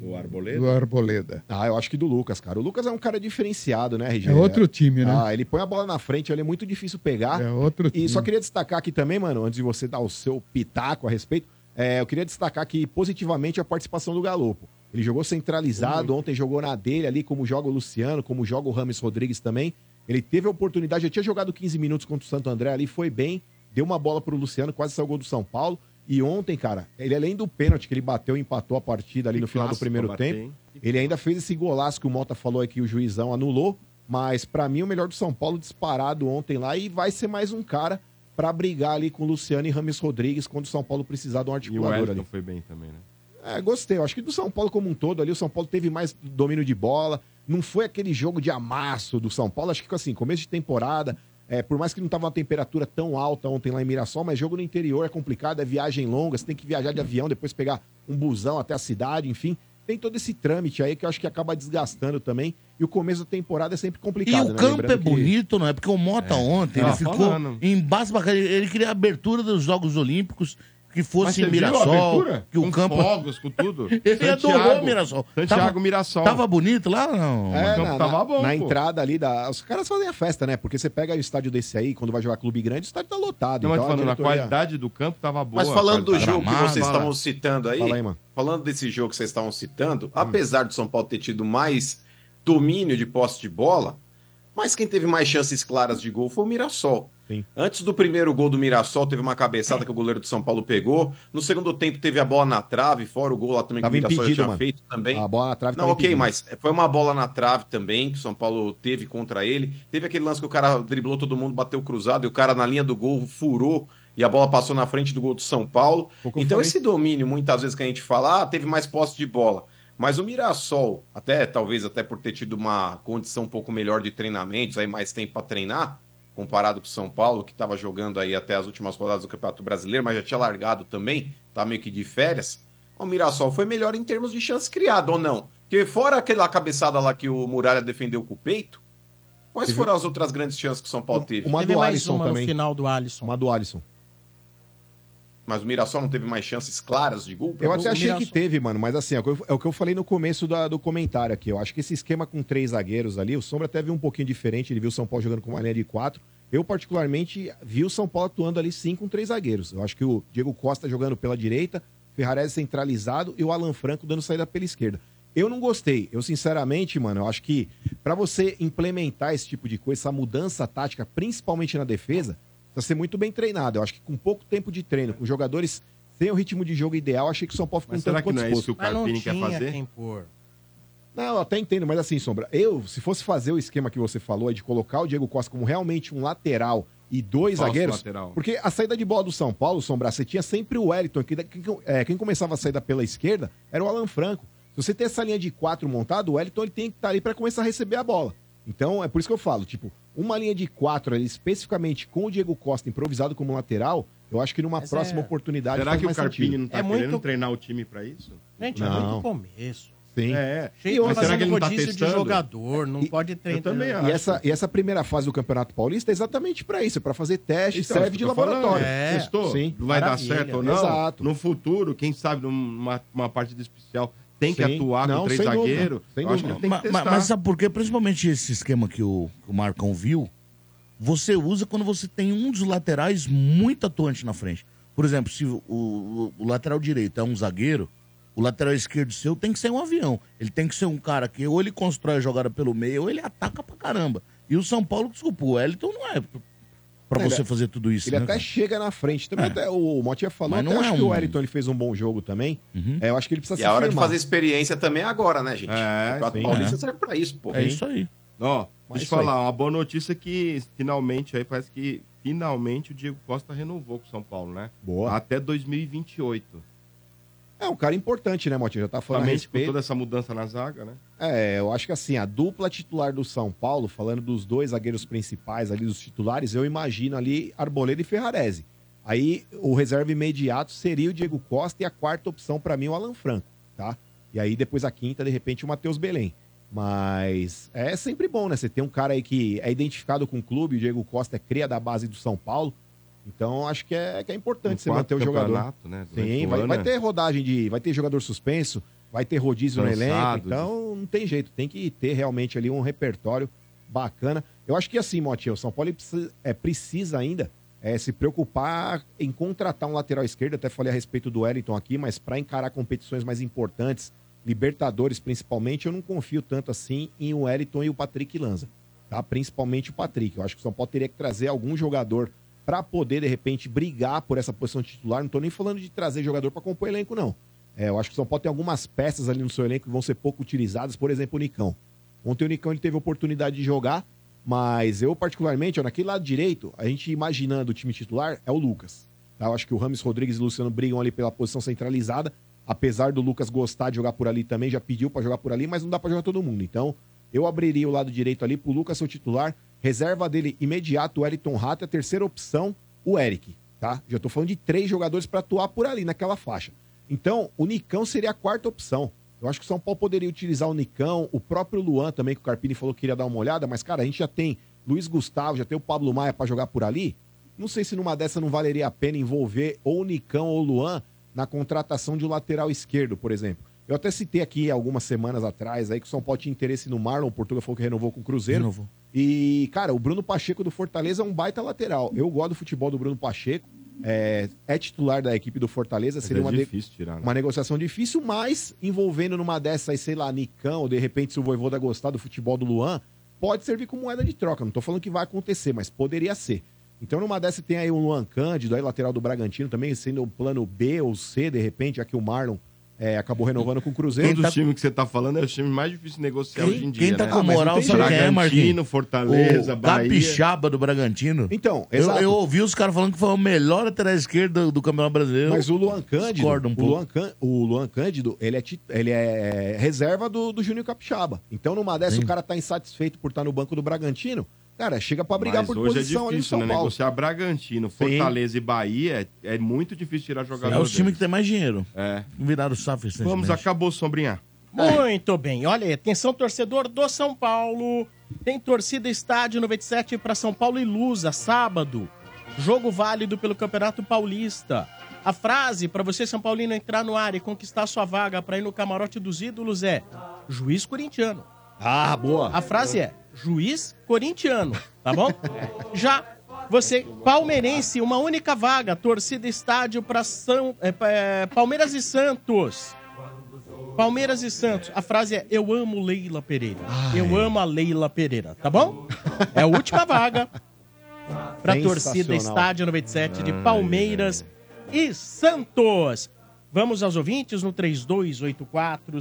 O Arboleda. do Arboleda? ah, eu acho que do Lucas, cara. O Lucas é um cara diferenciado, né, RG? É outro time, né? Ah, ele põe a bola na frente, ele é muito difícil pegar. É outro E time. só queria destacar aqui também, mano, antes de você dar o seu pitaco a respeito, é, eu queria destacar aqui positivamente a participação do Galopo. Ele jogou centralizado, ontem jogou na dele ali, como joga o Luciano, como joga o Rames Rodrigues também. Ele teve a oportunidade, já tinha jogado 15 minutos contra o Santo André ali, foi bem, deu uma bola pro Luciano, quase saiu o gol do São Paulo. E ontem, cara, ele além do pênalti que ele bateu e empatou a partida ali Que no final do clássico primeiro pra bater, tempo, hein? ele ainda fez esse golaço que o Mota falou aqui, o juizão anulou. Mas pra mim, o melhor do São Paulo disparado ontem lá. E vai ser mais um cara pra brigar ali com o Luciano e Rames Rodrigues quando o São Paulo precisar E de um o articulador Wellington ali. foi bem também, né? É, gostei. Eu acho que do São Paulo como um todo ali, o São Paulo teve mais domínio de bola. Não foi aquele jogo de amasso do São Paulo. Acho que assim, começo de temporada. é, por mais que não tava uma temperatura tão alta ontem lá em Mirassol, mas jogo no interior é complicado, é viagem longa, você tem que viajar de avião, depois pegar um busão até a cidade, enfim. tem todo esse trâmite aí que eu acho que acaba desgastando também. E o começo da temporada é sempre E complicado. o né? campo Lembrando é que- bonito, não é? Porque o Mota ontem Tava ele ficou falando. embasbacado. Ele ele queria a abertura dos Jogos Olímpicos, que Mas fosse você em viu a Mirassol. abertura? Que o Com campo. fogos, com tudo. Ele Santiago- adorou Mirassol. Santiago Tava- Mirassol. Tava bonito lá ou não? É, na, na- na pô. entrada ali, da, os caras fazem a festa, né? Porque você pega o estádio desse aí, quando vai jogar clube grande, o estádio tá lotado. Não, mas então a falando, a diretoria- qualidade do campo tava boa. Mas falando do a qualidade. jogo que vocês Fala. estavam citando aí, Fala aí, mano. Hum. falando desse jogo que vocês estavam citando, apesar do São Paulo ter tido mais domínio de posse de bola, mas quem teve mais chances claras de gol foi o Mirassol. Sim. Antes do primeiro gol do Mirassol, teve uma cabeçada que o goleiro do São Paulo pegou. No segundo tempo, teve a bola na trave, fora o gol lá também Tava que o Mirassol já impedido, tinha mano. feito também. A bola na trave Não, tava ok, impedida. mas foi uma bola na trave também que o São Paulo teve contra ele. Teve aquele lance que o cara driblou todo mundo, bateu cruzado e o cara na linha do gol furou e a bola passou na frente do gol do São Paulo. Pouco eu Então falei. esse domínio, muitas vezes que a gente fala, ah, teve mais posse de bola. Mas o Mirassol, até talvez até por ter tido uma condição um pouco melhor de treinamentos, aí mais tempo para treinar, comparado com o São Paulo, que estava jogando aí até as últimas rodadas do Campeonato Brasileiro, mas já tinha largado também, tá meio que de férias. O Mirassol foi melhor em termos de chance criada, ou não? Porque fora aquela cabeçada lá que o Muralha defendeu com o peito, quais foram as outras grandes chances que o São Paulo teve? Uma Teve do mais Alisson uma no também. final do Alisson. Uma do Alisson. Mas o Mirassol não teve mais chances claras de gol? Eu até O achei que Mirassol. teve, mano, mas assim, é o que eu- é o que eu falei no começo da- do comentário aqui. Eu acho que esse esquema com três zagueiros ali, o Sombra até viu um pouquinho diferente, ele viu o São Paulo jogando com uma linha de quatro. Eu, particularmente, vi o São Paulo atuando ali sim com três zagueiros. Eu acho que o Diego Costa jogando pela direita, Ferrarese centralizado e o Alan Franco dando saída pela esquerda. Eu não gostei. Eu, sinceramente, mano, eu acho que pra você implementar esse tipo de coisa, essa mudança tática, principalmente na defesa, precisa ser muito bem treinado. Eu acho que com pouco tempo de treino, com jogadores sem o ritmo de jogo ideal, achei que o São Paulo ficou Mas um tanto será que quanto não é isso exposto. que o Mas não Carpini quer tinha fazer? quem pôr. Não, eu até entendo, mas assim, Sombra, eu, se fosse fazer o esquema que você falou, é de colocar o Diego Costa como realmente um lateral e dois Falso zagueiros, lateral. porque a saída de bola do São Paulo, Sombra, você tinha sempre o Wellington, que, que- é, quem começava a saída pela esquerda era o Alan Franco. Se você tem essa linha de quatro montada, o Wellington ele tem que estar ali para começar a receber a bola. Então, é por isso que eu falo, tipo, uma linha de quatro ali, especificamente com o Diego Costa improvisado como lateral, eu acho que numa Mas próxima é- oportunidade Será faz que o mais Carpini sentido. não tá É muito- querendo treinar o time pra isso? Gente, é Não. muito começo. É, Sim. é. Cheio de Mas será que fazendo ele não tá rodízio de testando? jogador, não E- pode treinar. também acho. E essa, e essa primeira fase do Campeonato Paulista é exatamente para isso, é para fazer teste, Então, serve isso de que eu tô falando, laboratório. É. Testou? Sim. Vai dar Maravilha. certo ou não? Exato. No futuro, quem sabe numa uma partida especial tem que Sim. atuar Não, com três sem dúvida. zagueiros. Sem Eu acho que dúvida. ele tem que Ma- ma- testar. mas é sabe por quê? Principalmente esse esquema que o, que o Marcão viu, você usa quando você tem um dos laterais muito atuante na frente. Por exemplo, se o, o- o lateral direito é um zagueiro, o lateral esquerdo seu tem que ser um avião. Ele tem que ser um cara que ou ele constrói a jogada pelo meio, ou ele ataca pra caramba. E o São Paulo, desculpa, o Wellington não é pra- pra Ele você é- fazer tudo isso. Ele né, até cara? chega na frente. É. Também até o Motinha falou, Mas até não acho é que o um- Wellington ele fez um bom jogo também. É, eu acho que ele precisa Uhum. E a hora de firmar. fazer experiência também é agora, né, gente? É, o Campeonato sim. Paulista serve pra isso, pô. É isso aí. Ó, Mas deixa eu É isso aí. falar, uma boa notícia é que finalmente aí parece que finalmente o Diego Costa renovou com o São Paulo, né? Boa. Até 2028. É um cara importante, né, Motinha? Já tá falando a Somente com respeito. toda essa mudança na zaga, né? É, eu acho que assim, a dupla titular do São Paulo, falando dos dois zagueiros principais ali, dos titulares, eu imagino ali Arboleda e Ferrarese. Aí o reserva imediato seria o Diego Costa e a quarta opção pra mim o Alan Franco, tá? E aí depois a quinta, de repente, o Matheus Belém. Mas é sempre bom, né? Você tem um cara aí que é identificado com o clube, o Diego Costa é cria da base do São Paulo. Então acho que é, que é importante Um você manter o quarto jogador. campeonato, Né? Durante Sim, o vai, ano, vai né? ter rodagem de. Vai ter jogador suspenso, vai ter rodízio no Cansado, elenco. Então, não tem jeito. Tem que ter realmente ali um repertório bacana. Eu acho que assim, Motinha, o São Paulo precisa, é, precisa ainda é, se preocupar em contratar um lateral esquerdo. Até falei a respeito do Wellington aqui, mas para encarar competições mais importantes, Libertadores principalmente, eu não confio tanto assim em o Wellington e o Patrick Lanza. Tá? Principalmente o Patrick. Eu acho que o São Paulo teria que trazer algum jogador para poder, de repente, brigar por essa posição de titular. Não tô nem falando de trazer jogador para compor elenco, não. É, eu acho que o São Paulo tem algumas peças ali no seu elenco que vão ser pouco utilizadas, por exemplo, o Nicão. Ontem o Nicão ele teve a oportunidade de jogar, mas eu, particularmente, ó, naquele lado direito, a gente imaginando o time titular é o Lucas. tá? Eu acho que o Rames Rodrigues e o Luciano brigam ali pela posição centralizada, apesar do Lucas gostar de jogar por ali também, já pediu pra jogar por ali, mas não dá pra jogar todo mundo. Então, eu abriria o lado direito ali pro Lucas ser o titular, reserva dele imediato, o Elton Rato, e a terceira opção, o Eric, tá? Já tô falando de três jogadores pra atuar por ali naquela faixa. Então, o Nicão seria a quarta opção. Eu Eu acho que o São Paulo poderia utilizar o Nicão, o próprio Luan também, que o Carpini falou que queria dar uma olhada, mas, cara, a gente já tem Luiz Gustavo, já tem o Pablo Maia pra jogar por ali. Não sei se numa dessa não valeria a pena envolver ou o Nicão ou o Luan na contratação de um lateral esquerdo, por exemplo. Eu até citei aqui algumas semanas atrás aí que o São Paulo tinha interesse no Marlon, o Portugal falou que renovou com o Cruzeiro. Renovou. E, cara, o Bruno Pacheco do Fortaleza é um baita lateral. Eu gosto do futebol do Bruno Pacheco. É, é titular da equipe do Fortaleza, seria é uma, ne- difícil tirar, né? uma negociação difícil, mas envolvendo numa dessa aí, sei lá, Nicão, ou de repente se o Voivoda gostar do futebol do Luan, pode servir como moeda de troca. Não tô falando que vai acontecer, mas poderia ser. Então numa dessa tem aí o Luan Cândido, aí lateral do Bragantino também, sendo o plano B ou C, de repente, já que o Marlon é, acabou renovando com o Cruzeiro. Todo time que você tá falando é o time mais difícil de negociar Quem- hoje em dia. quem tá né? com Ah, mas não moral tem sabe jeito. quem é, Marquinhos? Bragantino, Fortaleza, o Bahia. Capixaba do Bragantino. Então, eu, exato. eu ouvi os caras falando que foi o melhor lateral esquerdo do, do Campeonato Brasileiro. Mas o Luan Cândido, Discordo um o, pouco. Luan Cân- o Luan Cândido, ele é, tit- ele é reserva do, do Júnior Capixaba. Então, numa dessa, o cara tá insatisfeito por estar no banco do Bragantino. Cara, chega pra brigar Mas por hoje é posição ali no difícil, São né? Paulo. Negociar Bragantino, Fortaleza e Bahia é, é muito difícil tirar jogador. é os times que deles. tem mais dinheiro. É. Viraram né, SAF Vamos, recentemente. acabou, Sombrinha. Muito bem, olha aí, atenção torcedor do São Paulo. Tem torcida estádio 97 para São Paulo e Lusa, sábado. Jogo válido pelo Campeonato Paulista. A frase para você, São Paulino, entrar no ar e conquistar sua vaga para ir no camarote dos ídolos é: juiz corintiano. Ah, boa. A frase é juiz corintiano, tá bom? Já você, palmeirense, uma única vaga, torcida estádio para São, é, pa- é, Palmeiras e Santos. Palmeiras e Santos. A frase é eu amo Leila Pereira. Eu amo a Leila Pereira, tá bom? É a última vaga para torcida Sensacional. estádio 97 de Palmeiras e Santos. Vamos aos ouvintes no 3284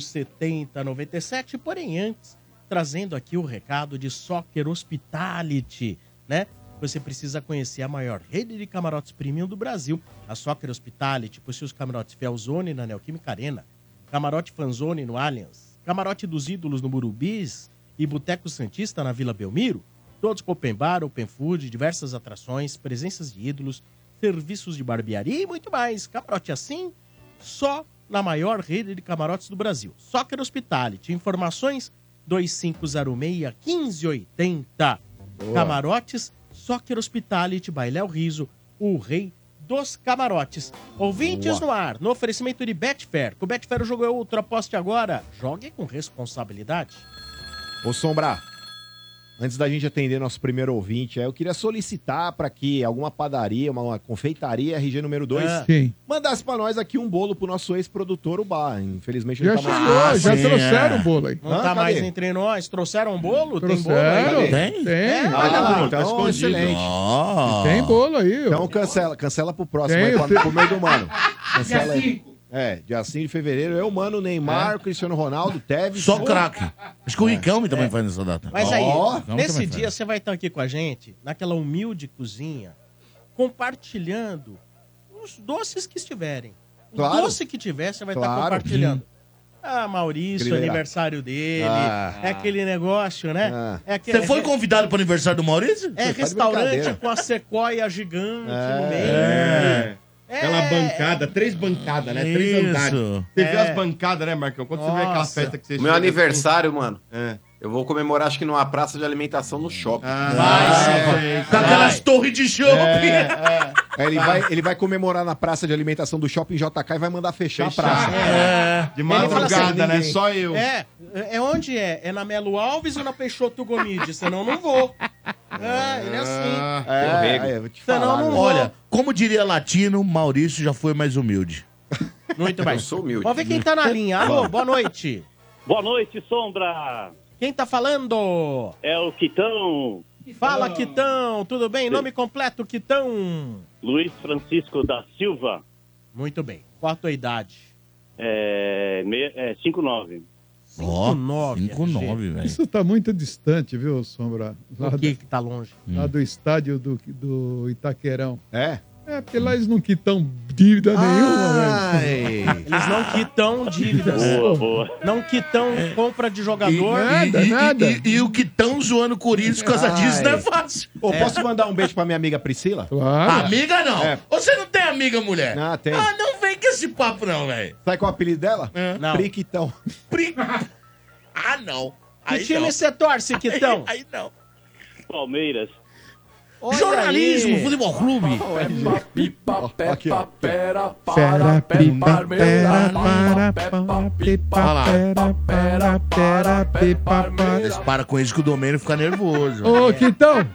7097, porém antes, trazendo aqui o recado de Soccer Hospitality, né? Você precisa conhecer a maior rede de camarotes premium do Brasil. A Soccer Hospitality possui os camarotes Felzone na Neoquímica Arena, camarote Fanzone no Allianz, camarote dos Ídolos no Burubis e Boteco Santista na Vila Belmiro. Todos com open bar, open food, diversas atrações, presenças de ídolos, serviços de barbearia e muito mais. Camarote assim, só na maior rede de camarotes do Brasil. Soccer Hospitality. Informações 2506-1580. Camarotes, Soccer Hospitality, Bailéu Riso, o rei dos camarotes. Ouvintes no ar, no oferecimento de Betfair. Com Betfair o jogo é outro, aposte agora. Jogue com responsabilidade. Ô, Sombra, antes da gente atender nosso primeiro ouvinte, aí eu queria solicitar para que alguma padaria, uma, uma confeitaria RG número 2, Ah. Sim. mandasse para nós aqui um bolo pro nosso ex-produtor, o Bar. Infelizmente Já não tá chegou, mais. Ah, já sim, trouxeram é. o bolo aí. Não Ah, tá cadê? mais entre nós. Trouxeram um bolo? Trouxeram. Tem bolo aí? Tem? Tem. É, Ah, Olha, Bruno, tá então, escondido. excelente. Ah, Tem bolo aí. Então ó. cancela, cancela pro próximo, Tem, aí, eu pra, tenho- pro meio do mano. Cancela aí. É, dia 5 de fevereiro, eu, mano, Neymar, Cristiano Ronaldo, Tevez. É. É. Só craque. Acho é que o Ricão é. É. também faz nessa data. Mas Ó, aí, Ó, vamos nesse também, Fred. dia você vai estar aqui com a gente, naquela humilde cozinha, compartilhando os doces que estiverem. O Claro. doce que tiver, você vai estar Claro. Hum. compartilhando. Ah, Maurício, Crileira. aniversário dele. Ah. É aquele negócio, né? Ah. É aquele, Você foi convidado para o aniversário do Maurício? É, Você tá de restaurante brincadeira. com a sequoia gigante no É. meio. É. Aquela bancada, três bancadas, né? Três Isso. andares. Você É. viu as bancadas, né, Marcão? Quando você vê aquela Nossa. festa que você Meu chega aniversário, mano, assim, é. eu vou comemorar acho que numa praça de alimentação no shopping. Ah, Vai, é, Tá Com aquelas torres de shopping. É, ele, vai, ele vai comemorar na praça de alimentação do shopping JK e vai mandar fechar, Fechar. a praça. é. De Ele fala madrugada, assim, né? ninguém. Só eu. É, é onde é? É na Melo Alves ou na Peixoto Gomide? Senão eu não vou. É, ele é assim. Ah, É, Corrego. é, vou te Senão falar, não viu? vou. Olha, como diria latino, Maurício já foi mais humilde. Muito Eu bem. sou humilde. Vamos ver quem tá na linha. Alô, boa noite. Boa noite, Sombra! Quem tá falando? É o Quitão, Fala, Quitão. Tudo bem? Nome completo, Quitão. Luiz Francisco da Silva, Muito bem. Qual a tua idade? é, me- é, 59. Ó, 5'9", 5'9", velho. Isso está muito distante, viu, Sombra? Lá, O que que tá longe? do, Hum. lá do estádio do, do Itaquerão. É? É, porque lá eles não quitam dívida nenhuma, velho. Ai. é né? Eles não quitam dívidas. Boa, boa. Não quitam É. compra de jogador. Nada, e, nada. E, Então. e o que tão zoando o Corinthians por causa Ai. disso não é fácil. Ô, posso mandar um beijo pra minha amiga Priscila? Claro. Ah, Amiga não. É. Você não tem amiga, mulher? Ah, tem. Ah, não vem com esse esse papo, não, velho. Sabe qual é o apelido dela? Não. Priquitão. Ah, não. Que Aí time não. você torce, Quitão? Aí, aí não. Palmeiras. Olha Jornalismo, aí. futebol clube. Peppa, pipa, peppa, pera, Pera, pipa, pera, para, para, Olha pipa, lá. pera, para, pera, pipa, para. Mas para com isso que o Domênio fica nervoso. Ô, Quitão,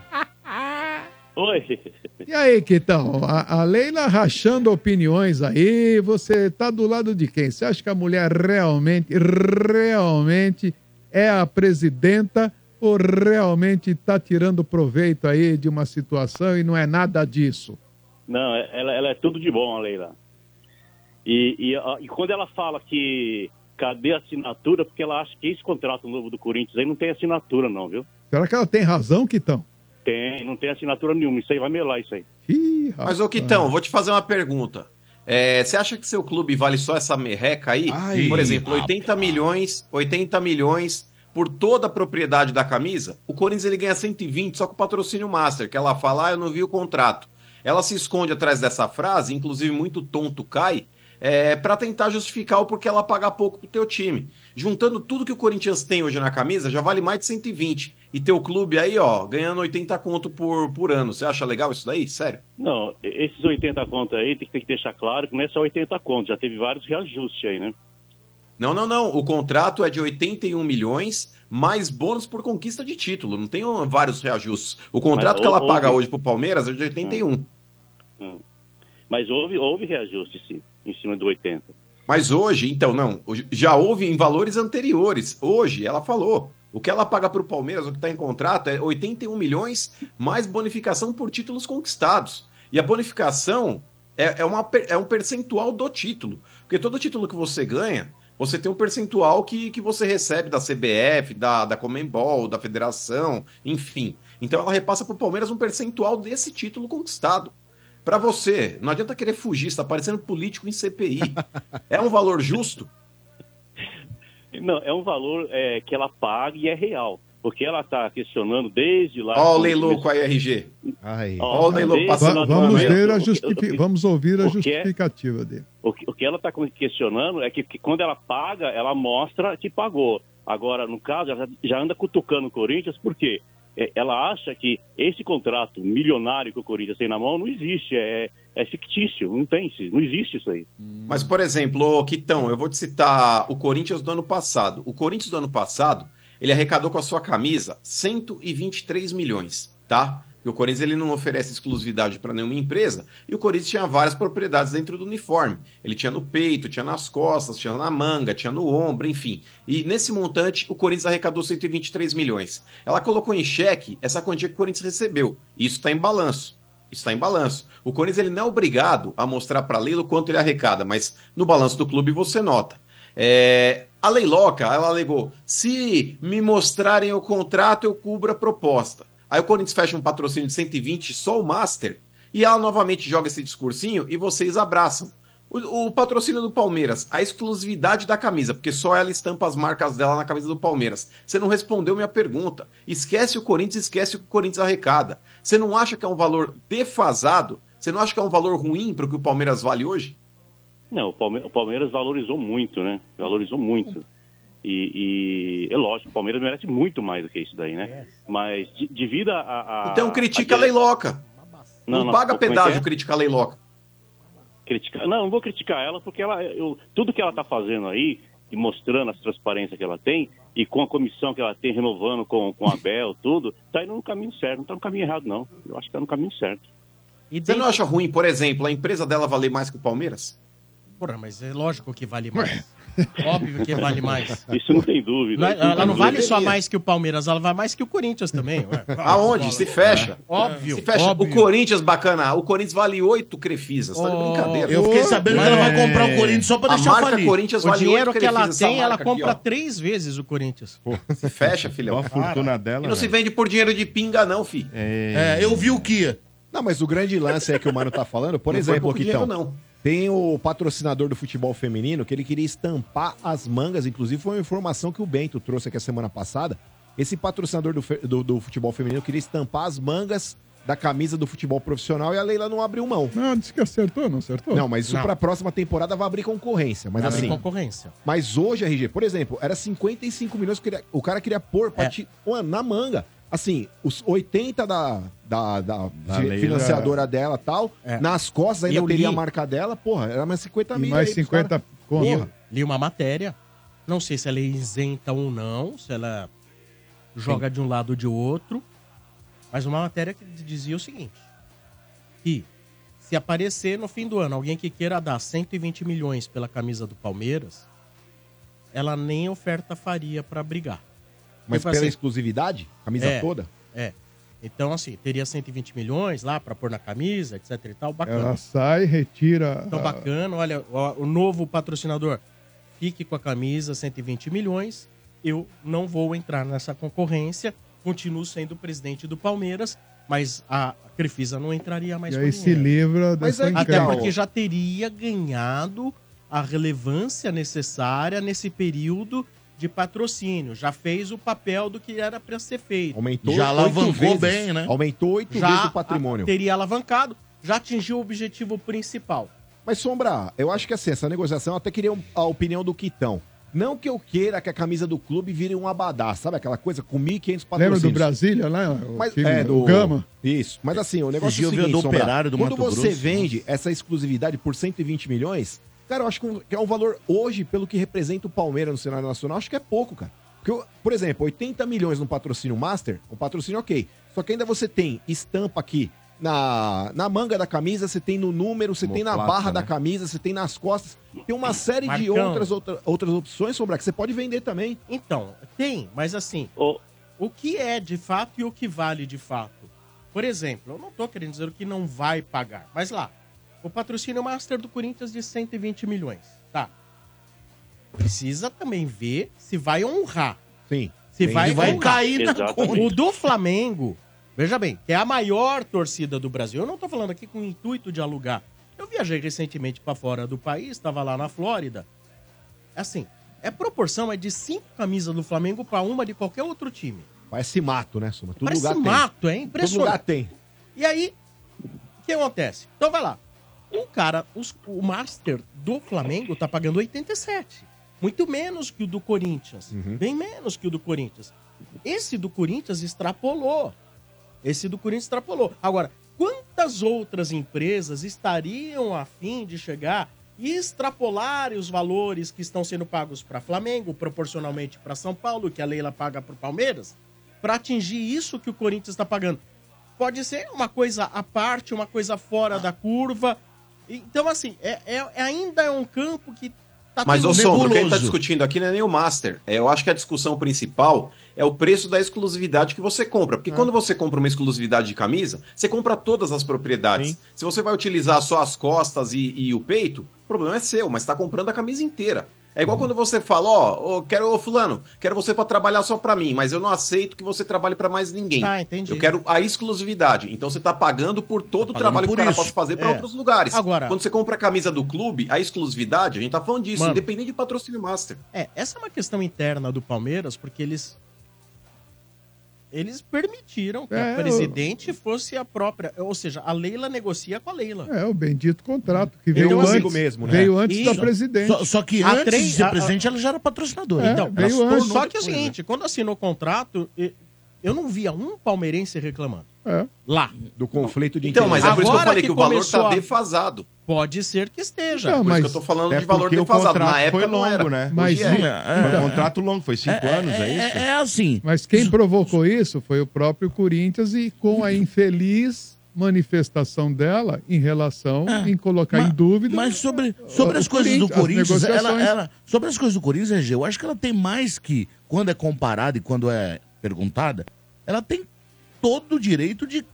Oi. e aí, Quitão? A, a Leila rachando opiniões aí, você tá do lado de quem? Você acha que a mulher realmente, realmente é a presidenta ou realmente tá tirando proveito aí de uma situação e não é nada disso? Não, é- ela, ela é tudo de bom, a Leila. E, e, a- e quando ela fala que cadê a assinatura, porque ela acha que esse contrato novo do Corinthians aí não tem assinatura, não, viu? Será que ela tem razão, Quitão? Tem, não tem assinatura nenhuma. Isso aí vai melar É isso aí. Ih, Mas, rapaz. ô Quitão, vou te fazer uma pergunta. É, você acha que seu clube vale só essa merreca aí? Ai, por exemplo, 80 milhões, 80 milhões por toda a propriedade da camisa. O Corinthians ele ganha 120 só com o patrocínio master, que ela fala, ah, eu não vi o contrato. Ela se esconde atrás dessa frase, inclusive muito tonto cai, é, para tentar justificar o porquê ela pagar pouco pro teu time. Juntando tudo que o Corinthians tem hoje na camisa, já vale mais de 120. E teu clube aí, ó, ganhando 80 conto por, por ano. Você acha legal isso daí? Sério? Não, e- esses 80 contos aí tem que, tem que deixar claro que não é só 80 contos, já teve vários reajustes aí, né? Não, não, não. O contrato é de 81 milhões, mais bônus por conquista de título. Não tem um- vários reajustes. O contrato Mas que ela houve- paga hoje pro Palmeiras é de 81. É. Mas houve, houve reajuste, sim, em cima do 80. Mas hoje, então, não. hoje- Já houve em valores anteriores. Hoje, ela falou. O que ela paga pro Palmeiras, o que tá em contrato, é 81 milhões, mais bonificação por títulos conquistados. E a bonificação é, é uma, per- é um percentual do título. Porque todo título que você ganha, você tem um percentual que, que você recebe da CBF, da, da Comembol, da Federação, enfim. Então ela repassa pro Palmeiras um percentual desse título conquistado. Pra você, não adianta querer fugir, está parecendo político em CPI. É um valor justo? Não, é um valor é, que ela paga e é real. Porque ela está questionando desde lá. Ó o leiloco aí, RG. Ai. Ó o Leilô desde passando lá a Va- do vamos, momento, ver a o que- justifi- o- vamos ouvir a o que né? é- justificativa dele. O que, o que ela está questionando é que, que quando ela paga, ela mostra que pagou. Agora, no caso, ela já- já anda cutucando o Corinthians, por quê? É, Ela acha que esse contrato milionário que o Corinthians tem na mão não existe, é, é fictício, não tem, isso, não existe isso aí. Mas, por exemplo, ô, Quitão, eu vou te citar o Corinthians do ano passado. O Corinthians do ano passado, ele arrecadou com a sua camisa 123 milhões, tá? E o Corinthians ele não oferece exclusividade para nenhuma empresa, e o Corinthians tinha várias propriedades dentro do uniforme. Ele tinha no peito, tinha nas costas, tinha na manga, tinha no ombro, enfim. E nesse montante, o Corinthians arrecadou 123 milhões. Ela colocou em xeque essa quantia que o Corinthians recebeu. E Isso está em balanço. está em balanço. O Corinthians ele não é obrigado a mostrar para a Leila o quanto ele arrecada, mas no balanço do clube você nota. É, a Leiloca, ela alegou, se me mostrarem o contrato, eu cubro a proposta. Aí o Corinthians fecha um patrocínio de 120, só o Master, e ela novamente joga esse discursinho e vocês abraçam. O, o patrocínio do Palmeiras, a exclusividade da camisa, porque só ela estampa as marcas dela na camisa do Palmeiras. Você não respondeu minha pergunta. Esquece o Corinthians, esquece o que o Corinthians arrecada. Você não acha que é um valor defasado? Você não acha que é um valor ruim para o que o Palmeiras vale hoje? Não, o Palme- o Palmeiras valorizou muito, né? Valorizou muito. E, e é lógico, o Palmeiras merece muito mais do que isso daí, né? Mas de- devido a, a- a- Então critica a Leiloca. Não, paga como é que pedágio, é? critica a Leiloca. criticar. Não, não vou criticar ela, porque ela, eu, tudo que ela está fazendo aí, e mostrando as transparências que ela tem, e com a comissão que ela tem, renovando com, com a Bel, tudo, tá indo no caminho certo, não tá no caminho errado, não. Eu acho que tá no caminho certo. E Você dentro... não acha ruim, por exemplo, a empresa dela valer mais que o Palmeiras? Porra, mas é lógico que vale mais. Óbvio que vale mais. Isso não tem dúvida. Não é- Isso tem Ela não vale deveria. só mais que o Palmeiras, ela vale mais que o Corinthians também. ué. Aonde? Se né? fecha. Óbvio. Se fecha. óbvio. O Corinthians, bacana. O Corinthians vale oito crefisas. Tá de Oh, brincadeira. Eu fiquei sabendo que ela vai É. Mas- comprar o Corinthians só pra A deixar marca falir. Corinthians é. O vale dinheiro oito que ela crefisas, essa tem, ela marca compra Aqui, três vezes o Corinthians. ó. Se fecha, Olha a filhão. fortuna dela. né? E não se velho. vende por dinheiro de pinga, não, fi. É, eu vi o Kia. Não, mas o grande lance é que o Mário tá falando, por Não foi exemplo, pouco Quitão, dinheiro, não. tem o patrocinador do futebol feminino que ele queria estampar as mangas, inclusive foi uma informação que o Bento trouxe aqui a semana passada. Esse patrocinador do, fe- do- do futebol feminino queria estampar as mangas da camisa do futebol profissional e a Leila não abriu mão. Não, disse que acertou, não acertou? Não, mas isso Não. pra próxima temporada vai abrir concorrência. Mas Abre assim. concorrência. Mas hoje, RG, por exemplo, era 55 milhões que queria- o cara queria pôr É. pra ti- mano, na manga. Assim, os 80 da, da, da fi- Leila. financiadora dela tal, nas costas ainda É. Eu teria li. a marca dela, porra, era mais 50 mil. aí pros caras. Eu Porra. Li uma matéria. Não sei se ela é isenta ou não, se ela joga de um lado ou de outro. Mas uma matéria que dizia o seguinte: que se aparecer no fim do ano alguém que queira dar 120 milhões pela camisa do Palmeiras, ela nem oferta faria pra brigar. Mas Tipo pela assim, exclusividade, camisa é, toda. É. Então, assim, teria 120 milhões lá pra pôr na camisa, etc e tal. Bacana. Ela sai, retira. Então, a- bacana. Olha, ó, o novo patrocinador. Fique com a camisa, 120 milhões. Eu não vou entrar nessa concorrência. Continuo sendo presidente do Palmeiras, mas a Crefisa não entraria mais E com aí se dinheiro. livra Mas dessa é, Até encrenca. porque já teria ganhado a relevância necessária nesse período de patrocínio. Já fez o papel do que era para ser feito. Aumentou Já oito alavancou vezes. bem, né? Aumentou oito vezes Já o patrimônio. a- teria alavancado, já atingiu o objetivo principal. Mas, Sombra, eu acho que assim, essa negociação, eu até queria um- a opinião do Quitão. Não que eu queira que a camisa do clube vire um abadá, sabe aquela coisa com 1.500 Lembra patrocínios. do Brasília né? lá? O Mas, time- é, do o Gama? Isso. Mas assim, o negócio dia é eu o vi a seguinte, do Sombra, Operário do quando Mato você Grosso, vende essa exclusividade por 120 milhões, cara, eu acho que um- que é um valor hoje, pelo que representa o Palmeiras no cenário nacional, acho que é pouco, cara. Porque, eu- por exemplo, 80 milhões num patrocínio Master, um patrocínio ok. Só que ainda você tem estampa aqui na, na manga da camisa, você tem no número, você tem na Omoplata, barra da né? camisa, você tem nas costas. Tem uma série de Marcão. outras, outra- outras opções, Sombra, que você pode vender também. Então, tem, mas assim, Ô, o que é de fato e o que vale de fato. Por exemplo, eu não tô querendo dizer o que não vai pagar, mas lá, o patrocínio Master do Corinthians de 120 milhões, tá? Precisa também ver se vai honrar. Sim. Se Tem vai, de- Vai honrar. cair na Exatamente. conta. O do Flamengo, veja bem, que é a maior torcida do Brasil. Eu não tô falando aqui com o intuito de alugar. Eu viajei recentemente para fora do país, estava lá na Flórida. Assim, é proporção é de cinco camisas do Flamengo para uma de qualquer outro time. Parece mato, né, Sombra? Todo Parece lugar tem. mato, é Todo lugar impressionante. tem. E aí, o que acontece? Então vai lá. O cara, os- o Master do Flamengo tá pagando 87. Muito menos que o do Corinthians. Uhum. Bem menos que o do Corinthians. Esse do Corinthians extrapolou. Esse do Corinthians extrapolou. Agora, quantas outras empresas estariam a fim de chegar e extrapolar os valores que estão sendo pagos para Flamengo, proporcionalmente para São Paulo, que a Leila paga para o Palmeiras, para atingir isso que o Corinthians está pagando? Pode ser uma coisa à parte, uma coisa fora da curva. Então, assim, é, é- é- ainda é um campo que está Mas, ô tudo Sombra, o que a gente tá nebuloso. discutindo aqui não é nem o Master. É, eu acho que a discussão principal é o preço da exclusividade que você compra. Porque quando você compra uma exclusividade de camisa, você compra todas as propriedades. Se você vai utilizar só as costas e, e o peito, o problema é seu, mas tá comprando a camisa inteira. É igual quando você fala, ó, ô, quero, ô fulano, quero você para trabalhar só para mim, mas eu não aceito que você trabalhe para mais ninguém. Ah, entendi. Eu quero a exclusividade. Então você tá pagando por todo o pagando trabalho que por o cara isso. pode fazer para É. outros lugares. Agora- Quando você compra a camisa do clube, a exclusividade, a gente tá falando disso, Mano. independente de patrocínio master. É, essa é uma questão interna do Palmeiras, porque eles. Eles permitiram que É, a eu- presidente fosse a própria. Ou seja, a Leila negocia com a Leila. Então, assim, É, o bendito contrato que Eu veio consigo antes, mesmo, né? veio antes Isso. da presidente. Só, só que A antes três- de ser a- a- presidente, ela já era patrocinadora. É, então, veio ela se antes. tornou Só que é o depois, né? seguinte, quando assinou o contrato, e- eu não via um palmeirense reclamando. É. Lá. Do conflito de Então, mas é por isso que eu Agora falei que que o valor começou tá a- defasado. Pode ser que esteja. Então, Por mas- isso que eu tô falando é Até de valor porque o defasado. contrato Na época foi não era. longo, né? Mas, Hoje é. o- Foi um contrato longo, foi cinco anos, é, isso? É, é assim. mas quem provocou isso foi o próprio Corinthians e com a infeliz manifestação dela em relação em colocar Ma- em dúvida. Mas sobre, sobre o as coisas do Corinthians, as Corinthians, ela, negociações. ela- sobre as coisas do Corinthians, RG, eu acho que ela tem mais que, quando é comparada e quando é perguntada, ela tem todo o direito de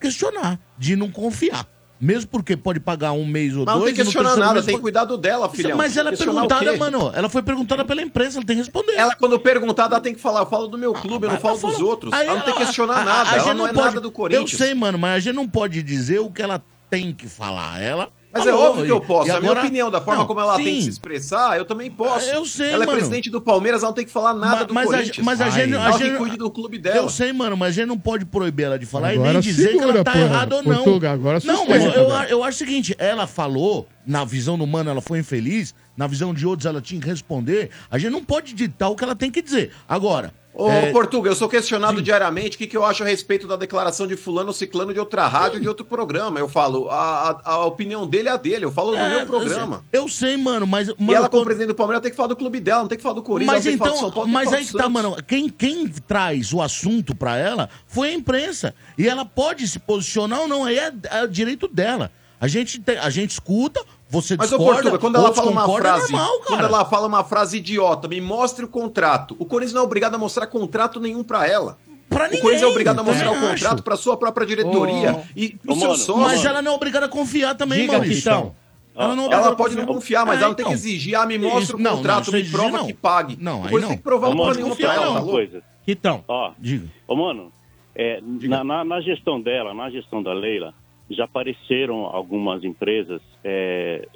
questionar, de não confiar. Mesmo porque pode pagar um mês ou Mas não tem dois. que no questionar terceiro nada, mês tem pode- cuidado dela, filhão. Mas ela é Questionar o perguntada, quê? mano. Ela foi perguntada pela imprensa, ela tem que responder. Ah, Ela, quando perguntada, ela tem que falar, eu falo do meu clube, eu não Mas falo fala- dos outros. Aí ela não tem que questionar a- nada, a gente ela não, é pode- nada do Corinthians. Eu sei, mano, mas a gente não pode dizer o que ela tem que falar. Ela Mas é Falou, óbvio que eu e- posso. e a minha agora- opinião, da forma Não, como ela tem sim. que se expressar, eu também posso. Eu sei, Ela mano. é presidente do Palmeiras, ela não tem que falar nada Ma- do mas a Corinthians. gen- mas a gen- a ela gen- que cuide do clube dela. Eu sei, mano, mas a gente não pode proibir ela de falar e Agora nem dizer que segura, ela tá porra, errada ou não. Portuga, agora não, sustenta, mas eu, velho. eu acho o seguinte, ela falou, na visão do mano ela foi infeliz, na visão de outros ela tinha que responder, a gente não pode ditar o que ela tem que dizer. Agora, Ô, é, Portuga, eu sou questionado diariamente o que, que eu acho a respeito da declaração de fulano ou ciclano de outra rádio de outro programa. Eu falo, a, a- a opinião dele é a dele, eu falo no é, meu programa. Eu sei, mano, mas... e mano, ela, como quando- presidente do Palmeiras, tem que falar do clube dela, não tem que falar do Corinthians, Mas ela tem que falar do então, São Paulo, tem mas falar aí do que tá, Santos. mano. Quem, quem traz o assunto pra ela foi a imprensa. E ela pode se posicionar ou não, aí é, é direito dela. A gente, tem- a gente escuta, você Mas, ô discorda, Portuga, quando ela outros fala uma concordam, frase. é normal, cara. quando ela fala uma frase idiota, me mostre o contrato. O Corinthians não é obrigado a mostrar contrato nenhum pra ela. Pra o ninguém, Corinthians é obrigado a também mostrar o acho. contrato pra sua própria diretoria Ô, e pro ô, seu mano, sócio. Mas ela não é obrigada a confiar também, Diga, Maurício. Pitão. não é obrigada Ela a pode não confiar, mas É, ela não tem que então. exigir, ah, me mostra o Não, não, contrato, isso me exigir prova não. que pague. Não, aí o Corinthians não. tem que provar Ô, porra mano, nenhuma confia pra ela, não. tá uma louco? coisa. Quitão. Ó, Diga. Ô, mano, é, na, na- na gestão dela, na gestão da Leila, já apareceram algumas empresas é,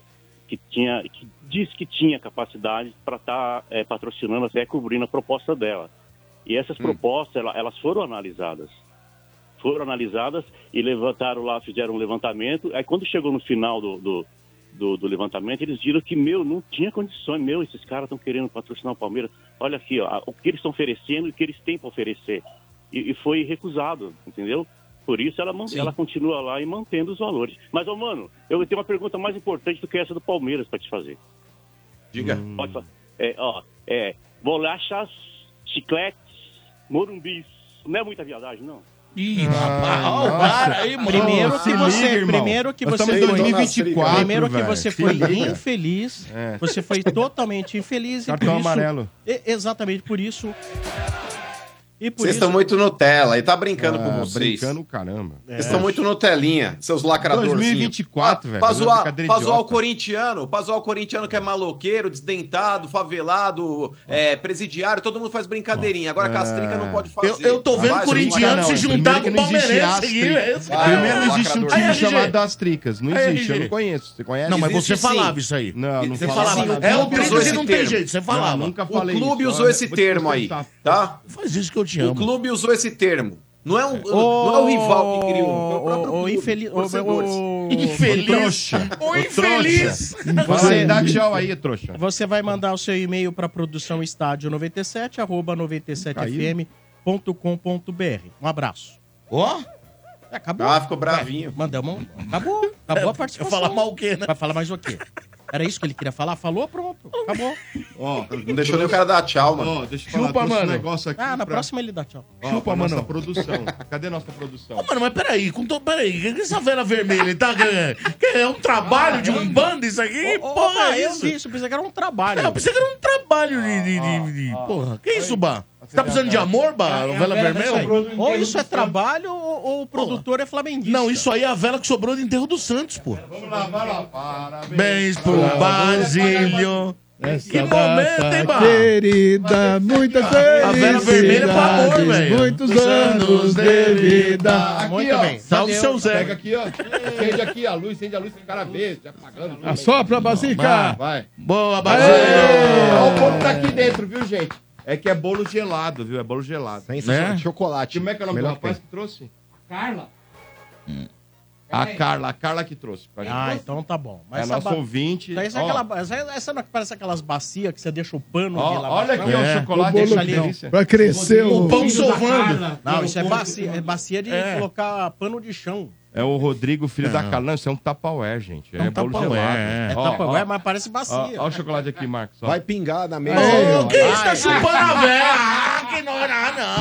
que, tinha, que diz que tinha capacidade para estar patrocinando, até cobrindo a proposta dela. E Hum. essas propostas, ela- elas foram analisadas. Foram analisadas e levantaram lá, fizeram um levantamento. Aí quando chegou no final do, do, do- do levantamento, eles viram que, meu, não tinha condições. Meu, esses caras estão querendo patrocinar o Palmeiras. Olha aqui, ó, o que eles estão oferecendo e o que eles têm para oferecer. E, e foi recusado, entendeu? Por isso ela, man- ela continua lá e mantendo os valores. Mas, ô, mano, eu tenho uma pergunta mais importante do que essa do Palmeiras para te fazer. Diga. Pode falar. É, ó, é, bolachas, chicletes, morumbis. Não é muita viadagem, não. Ih, rapaz, ó, Ah, para aí, mano. Primeiro que Se você, liga, irmão. primeiro que Nós você estamos em foi, 2024, primeiro que velho. você Se foi liga. infeliz, É. você foi totalmente infeliz e Cartão por isso- amarelo. e- exatamente por isso. E por Vocês isso estão muito Nutella e tá brincando Ah, com vocês. Brincando, caramba. É. Vocês estão muito Nutelinha, seus lacradorzinhos. Ah, 2024, velho, Pra zoar, brincadeira pra zoar o idiota. corintiano, pra zoar o corintiano que é maloqueiro, desdentado, favelado, é, presidiário, todo mundo faz brincadeirinha. Agora a Castrica não pode fazer. Eu, eu tô vendo Vai, corintiano não, se juntar primeiro com que não o existe palmeirense astro, seguir. é isso, Ah, cara. Primeiro não, existe um lacrador. Aí, time RG. chamado das tricas. Não Aí, existe, eu RG. não conheço. Você conhece? Não, mas Existe você sim. falava isso aí. Não, não Você Você falava. falava. Sim, o é o clube trigo usou que esse não tem termo. jeito, você falava. Não, nunca O falei clube isso, usou olha, esse vou te termo aí, sustentar. tá? Faz isso que eu te O amo. clube usou esse termo. Não é, um, não é o rival que criou, foi o próprio o, clube, infeliz, o, torcedores. o- Infeliz. O infeliz. Você dá tchau aí, trouxa. Você vai mandar o seu e-mail para produção estádio 97 arroba 97fm.com.br. Um abraço. Ó, É, Acabou. Ah, ficou bravinho. Mandamos. um- Acabou. Acabou eu a participação. falar mal o quê, né? Vai falar mais o quê? Era isso que ele queria falar? Falou, pronto. Acabou. Ó, Não deixou nem o cara dar tchau, mano. ó, deixa eu falar, Chupa, trouxe mano. um negócio aqui Ah, na pra- próxima ele dá tchau. ó, Chupa, pra nossa mano. produção. Cadê nossa produção? Ô, Mano, mas peraí, com to... peraí, que que essa vela vermelha tá ganhando? Que é um trabalho de um bando isso aqui? Ô, ô, porra, Bahia, é isso? eu disse, pensei que era um trabalho. Ah, Não, pensei que era um trabalho de. de- de- de- porra, que isso, Bah? Você tá precisando de amor, Bah? É a vela vela vermelha? dessa aí. Ou isso é trabalho ou, ou o produtor é flamenguista. Não, isso aí é a vela que sobrou do enterro do Santos, pô. Vamos lá, vai lá. Parabéns. Bens pro Basílio. Essa Que momento, hein, Barra? Tá, Querida, muita Tá felicidade. A vela vermelha é pro amor, velho. Muitos anos de Tá vida. Aqui, Muito ó. bem. Salve seu Pega Zé. aqui, ó. Acende aqui a luz, acende a luz, tem cara verde, já apagando. Ah, tudo. Assopra, Basica. Vai. Boa, Aê! Basílio. Ó, o povo tá aqui dentro, viu, gente? É que é bolo gelado, viu? É bolo gelado. Sensacional. Né? Chocolate. Como é que é o nome do Melhor rapaz tem. que trouxe? Carla. A Carla, a Carla que trouxe pra gente. Ah, então tá bom. é essa nosso ba- ouvinte. Então, Essa, é Ó, aquela, essa, essa não é que parece aquelas bacias que você deixa o pano ó, de lá olha aqui, baixando? ó, É. o chocolate. O bolo deixa não. delícia. Pra crescer o... O pão sovando. Não, isso é bacia. É bacia de É. colocar pano de chão. É o Rodrigo, filho da Carla. Não, isso é um tapaué, gente. É, um bolo tapaué, gelado. é. É Ó, tapa, ó, ué, mas parece ó, bacia. ó o chocolate aqui, Marcos. ó. Vai pingar na mesa. Ô, Ó, que isso? Tá chupando a vela. Ah, que não, não,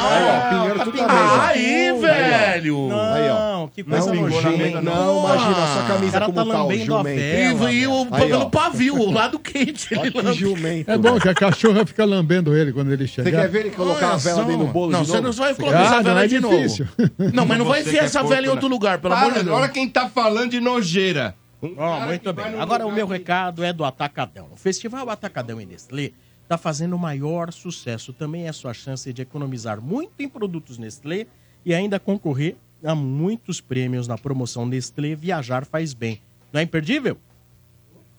Aí, não. ó, pingaram Tá tudo na mesa. Aí, velho. aí, ó. Não, que coisa Não, pingou na nojenta. jumento, mesa, não, imagina, a Ah, sua O camisa cara como tá tá, o lambendo a jumento. vela. E, e o Aí, pelo ó. pavio, o lado quente. Olha Ele que jumento. É bom que a cachorra fica lambendo ele quando ele Você quer chegar. ver ele colocar a vela dentro do bolo Não, de você novo? não vai colocar essa Ah, vela não, é de difícil. novo. Não, mas não vai Você que enfiar é essa porco, vela em outro né? lugar, pelo Para, amor de Deus. olha quem tá falando de nojeira. Um Ó, cara que muito vai bem. num Agora o lugar meu que- recado é do Atacadão. O Festival Atacadão e Nestlé está fazendo o maior sucesso. Também é sua chance de economizar muito em produtos Nestlé e ainda concorrer a muitos prêmios na promoção Nestlé Viajar Faz Bem. Não é imperdível?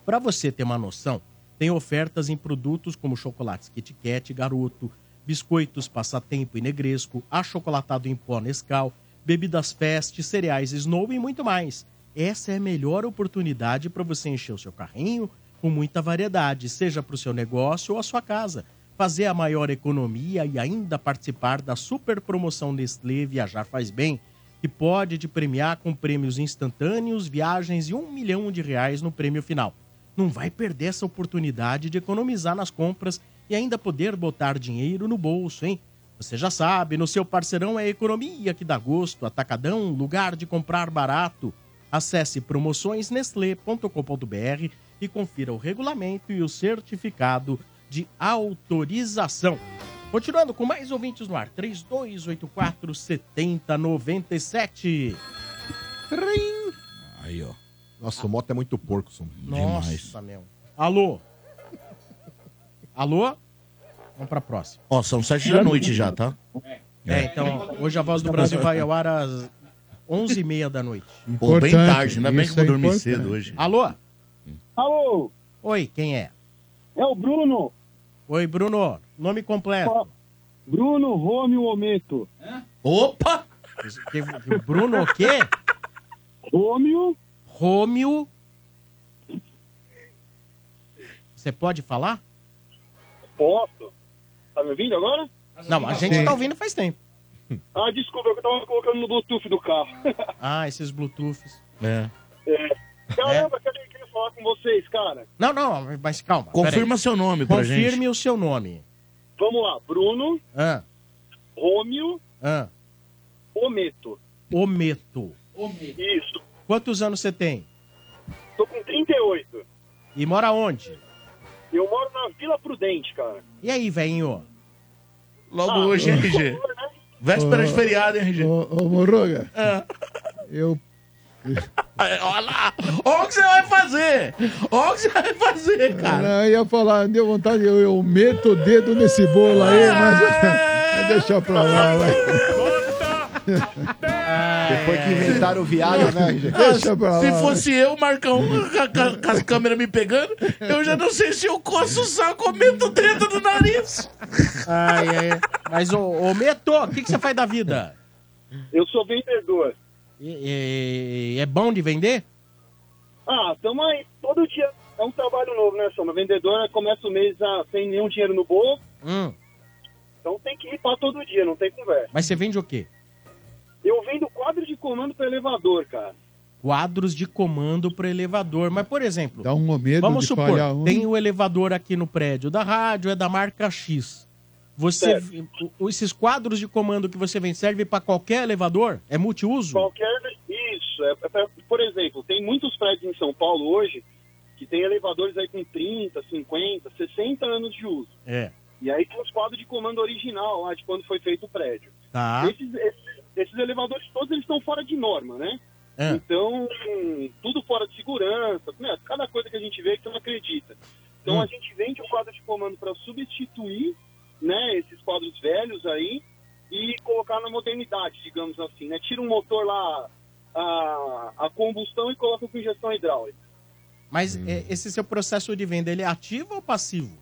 Para você ter uma noção, tem ofertas em produtos como chocolates Kit Kat, Garoto, biscoitos Passatempo e Negresco, achocolatado em pó Nescau, bebidas Fest, cereais Snow e muito mais. Essa é a melhor oportunidade para você encher o seu carrinho com muita variedade, seja para o seu negócio ou a sua casa. Fazer a maior economia e ainda participar da super promoção Nestlé Viajar Faz Bem, que pode te premiar com prêmios instantâneos, viagens e um milhão de reais no prêmio final. Não vai perder essa oportunidade de economizar nas compras e ainda poder botar dinheiro no bolso, hein? Você já sabe, no seu parceirão é a economia que dá gosto, atacadão, lugar de comprar barato. Acesse promoçõesnestlé.com.br e confira o regulamento e o certificado de autorização. Continuando com mais ouvintes no ar, 3284 7097. Aí, ó. Nossa, o moto é muito porco, Sum. Nossa, meu. Alô? Alô? Vamos pra próxima. Ó, são sete da noite já, tá? É, então, hoje a Voz do Brasil vai ao ar às 11h30 da noite. Pô, bem tarde, ainda bem que eu vou dormir cedo hoje. Alô? Alô? Oi, quem é? É o Bruno. Oi, Bruno. Nome completo. Bruno Rômio Ometo. Opa! O Bruno o quê? Rômio. Rômio. Você pode falar? Posso? Tá me ouvindo agora? Não, a gente tá ouvindo faz tempo. Ah, desculpa, eu tava colocando no Bluetooth do carro. Ah, esses Bluetooths. É. É. Caramba, que eu queria falar com vocês, cara. Não, não, mas calma. Confirma peraí. seu nome pra Confirme gente. o seu nome. Vamos lá, Bruno Ah, Rômio ah. Ometo. Ometo. Isso. Quantos anos você tem? Tô com 38. E mora onde? Eu moro na Vila Prudente, cara. E aí, velhinho? Logo Ah, hoje, por RG. favor, né? Véspera de Ô, feriado, hein, RG. Ô, ô Morruga, eu Olha lá! Olha o que você vai fazer! Olha o que você vai fazer, cara! Não, eu ia falar, deu vontade, eu, eu meto o dedo nesse bolo Ah! aí, mas mas deixa pra lá, vai. Depois que inventaram o Viagra, né, RG? Deixa pra lá. Se fosse eu, Marcão, ca- ca- com as câmeras me pegando, eu já não sei se eu coço o saco ou meto o dedo no nariz. Ai, ai. Mas, ô, ô Meto, o que, que você faz da vida? Eu sou vendedor. E- e- é bom de vender? Ah, tamo aí. Todo dia é um trabalho novo, né, Soma? Vendedora começa o mês ah, sem nenhum dinheiro no bolso, Hum. então tem que ripar todo dia, não tem conversa. Mas você vende o quê? Eu vendo quadro de comando para elevador, cara. Quadros de comando para elevador. Mas, por exemplo, Dá um medo Vamos de supor, falhar um. tem o elevador aqui no prédio da rádio, é da marca X. Você, o- esses quadros de comando que você vende serve para qualquer elevador? É multiuso? Qualquer. Isso. É, é pra- por exemplo, tem muitos prédios em São Paulo hoje que tem elevadores aí com 30, 50, 60 anos de uso. É. E aí tem os quadros de comando original lá de quando foi feito o prédio. Tá. Ah. Esses, esses- esses elevadores todos eles estão fora de norma, né? É. Ah, Então, tudo fora de segurança, né? cada coisa que a gente vê que você não acredita. Então, Hum. a gente vende o quadro de comando para substituir né, esses quadros velhos aí e colocar na modernidade, digamos assim. Né? Tira um motor lá, a, a combustão, e coloca com injeção hidráulica. Hum. Mas é, esse seu processo de venda, ele é ativo ou passivo?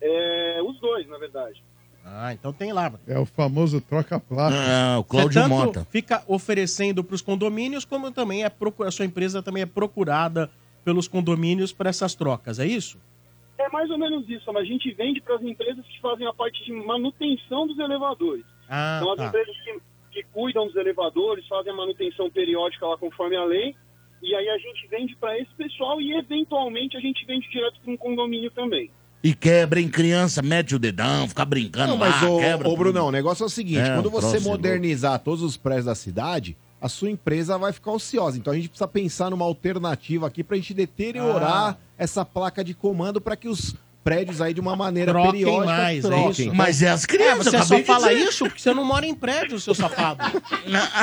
É, os dois, na verdade. Ah, então tem lá. É o famoso troca-placa. Ah, o Você tanto fica oferecendo para os condomínios, como também é procu- a sua empresa também é procurada pelos condomínios para essas trocas, é isso? É mais ou menos isso, mas a gente vende para as empresas que fazem a parte de manutenção dos elevadores. Ah, Então, as tá. empresas que, que cuidam dos elevadores, fazem a manutenção periódica lá conforme a lei, e aí a gente vende para esse pessoal e, eventualmente, a gente vende direto para um condomínio também. E quebra em criança, mete o dedão, fica brincando Não, mas, lá, ô, quebra. ô, Brunão, o negócio é o seguinte: É, um quando você próximo. modernizar todos os prédios da cidade, a sua empresa vai ficar ociosa. Então a gente precisa pensar numa alternativa aqui pra gente Ah. deteriorar essa placa de comando pra que os prédios aí de uma maneira Troquem periódica mais, é troquem. isso? Mas é as É, crianças, eu você acabei só de fala dizer. isso porque você não mora em prédio, seu safado.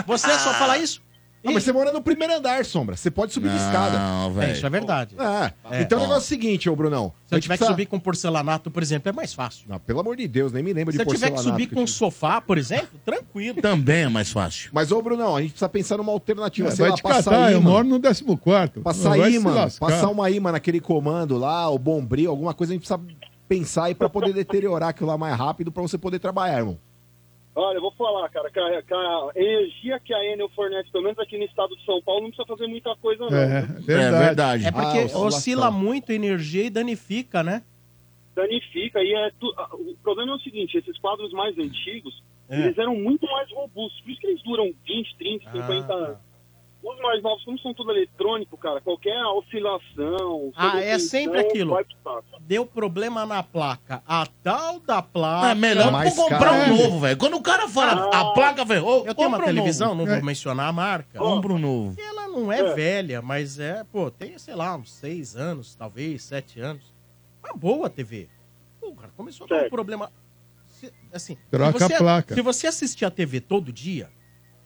Você só fala isso? Ah, mas você mora no primeiro andar, Sombra. Você pode subir de Não, escada. velho. É, isso é verdade. Ah, É. Então Ó. o negócio é o seguinte, ô Brunão. Se eu Vai tiver que precisar- subir com porcelanato, por exemplo, é mais fácil. Não, pelo amor de Deus, nem me lembro Se de eu tiver que porcelanato subir que com um sofá, por exemplo, tranquilo. Também é mais fácil. Mas, ô Brunão, a gente precisa pensar numa alternativa. É, sei vai lá, te passar catar, eu imã. moro no 14. Passar Vai se imã, lascar. passar um uma imã naquele comando lá, o bombril, alguma coisa a gente precisa pensar aí pra poder deteriorar aquilo lá mais rápido pra você poder trabalhar, irmão. Olha, eu vou falar, cara, que a, que a energia que a Enel fornece, pelo menos aqui no estado de São Paulo, não precisa fazer muita coisa, não. É porque Ah, oscila muito a energia e danifica, né? Danifica. E é tu- a- o problema é o seguinte, esses quadros mais antigos, É. Ah, eles eram muito mais robustos. Por isso que eles duram 20, 30, tá. 50 anos. Os mais novos, como são tudo eletrônico, cara, qualquer oscilação... Ah, é sobretensão, sempre aquilo. vai pro saco. Deu problema na placa. A tal da placa. É melhor tu comprar um novo, velho. Quando o cara fala, a placa ferrou, Eu tenho uma compra um televisão, novo. não É. vou mencionar a marca. Compra um novo. Ela não é, É. velha, mas é, pô, tem, sei lá, uns seis anos, talvez, sete anos. Uma boa TV. Pô, cara, começou a dar um problema. Se- assim, Troca se você- a placa. Se você assistir a TV todo dia,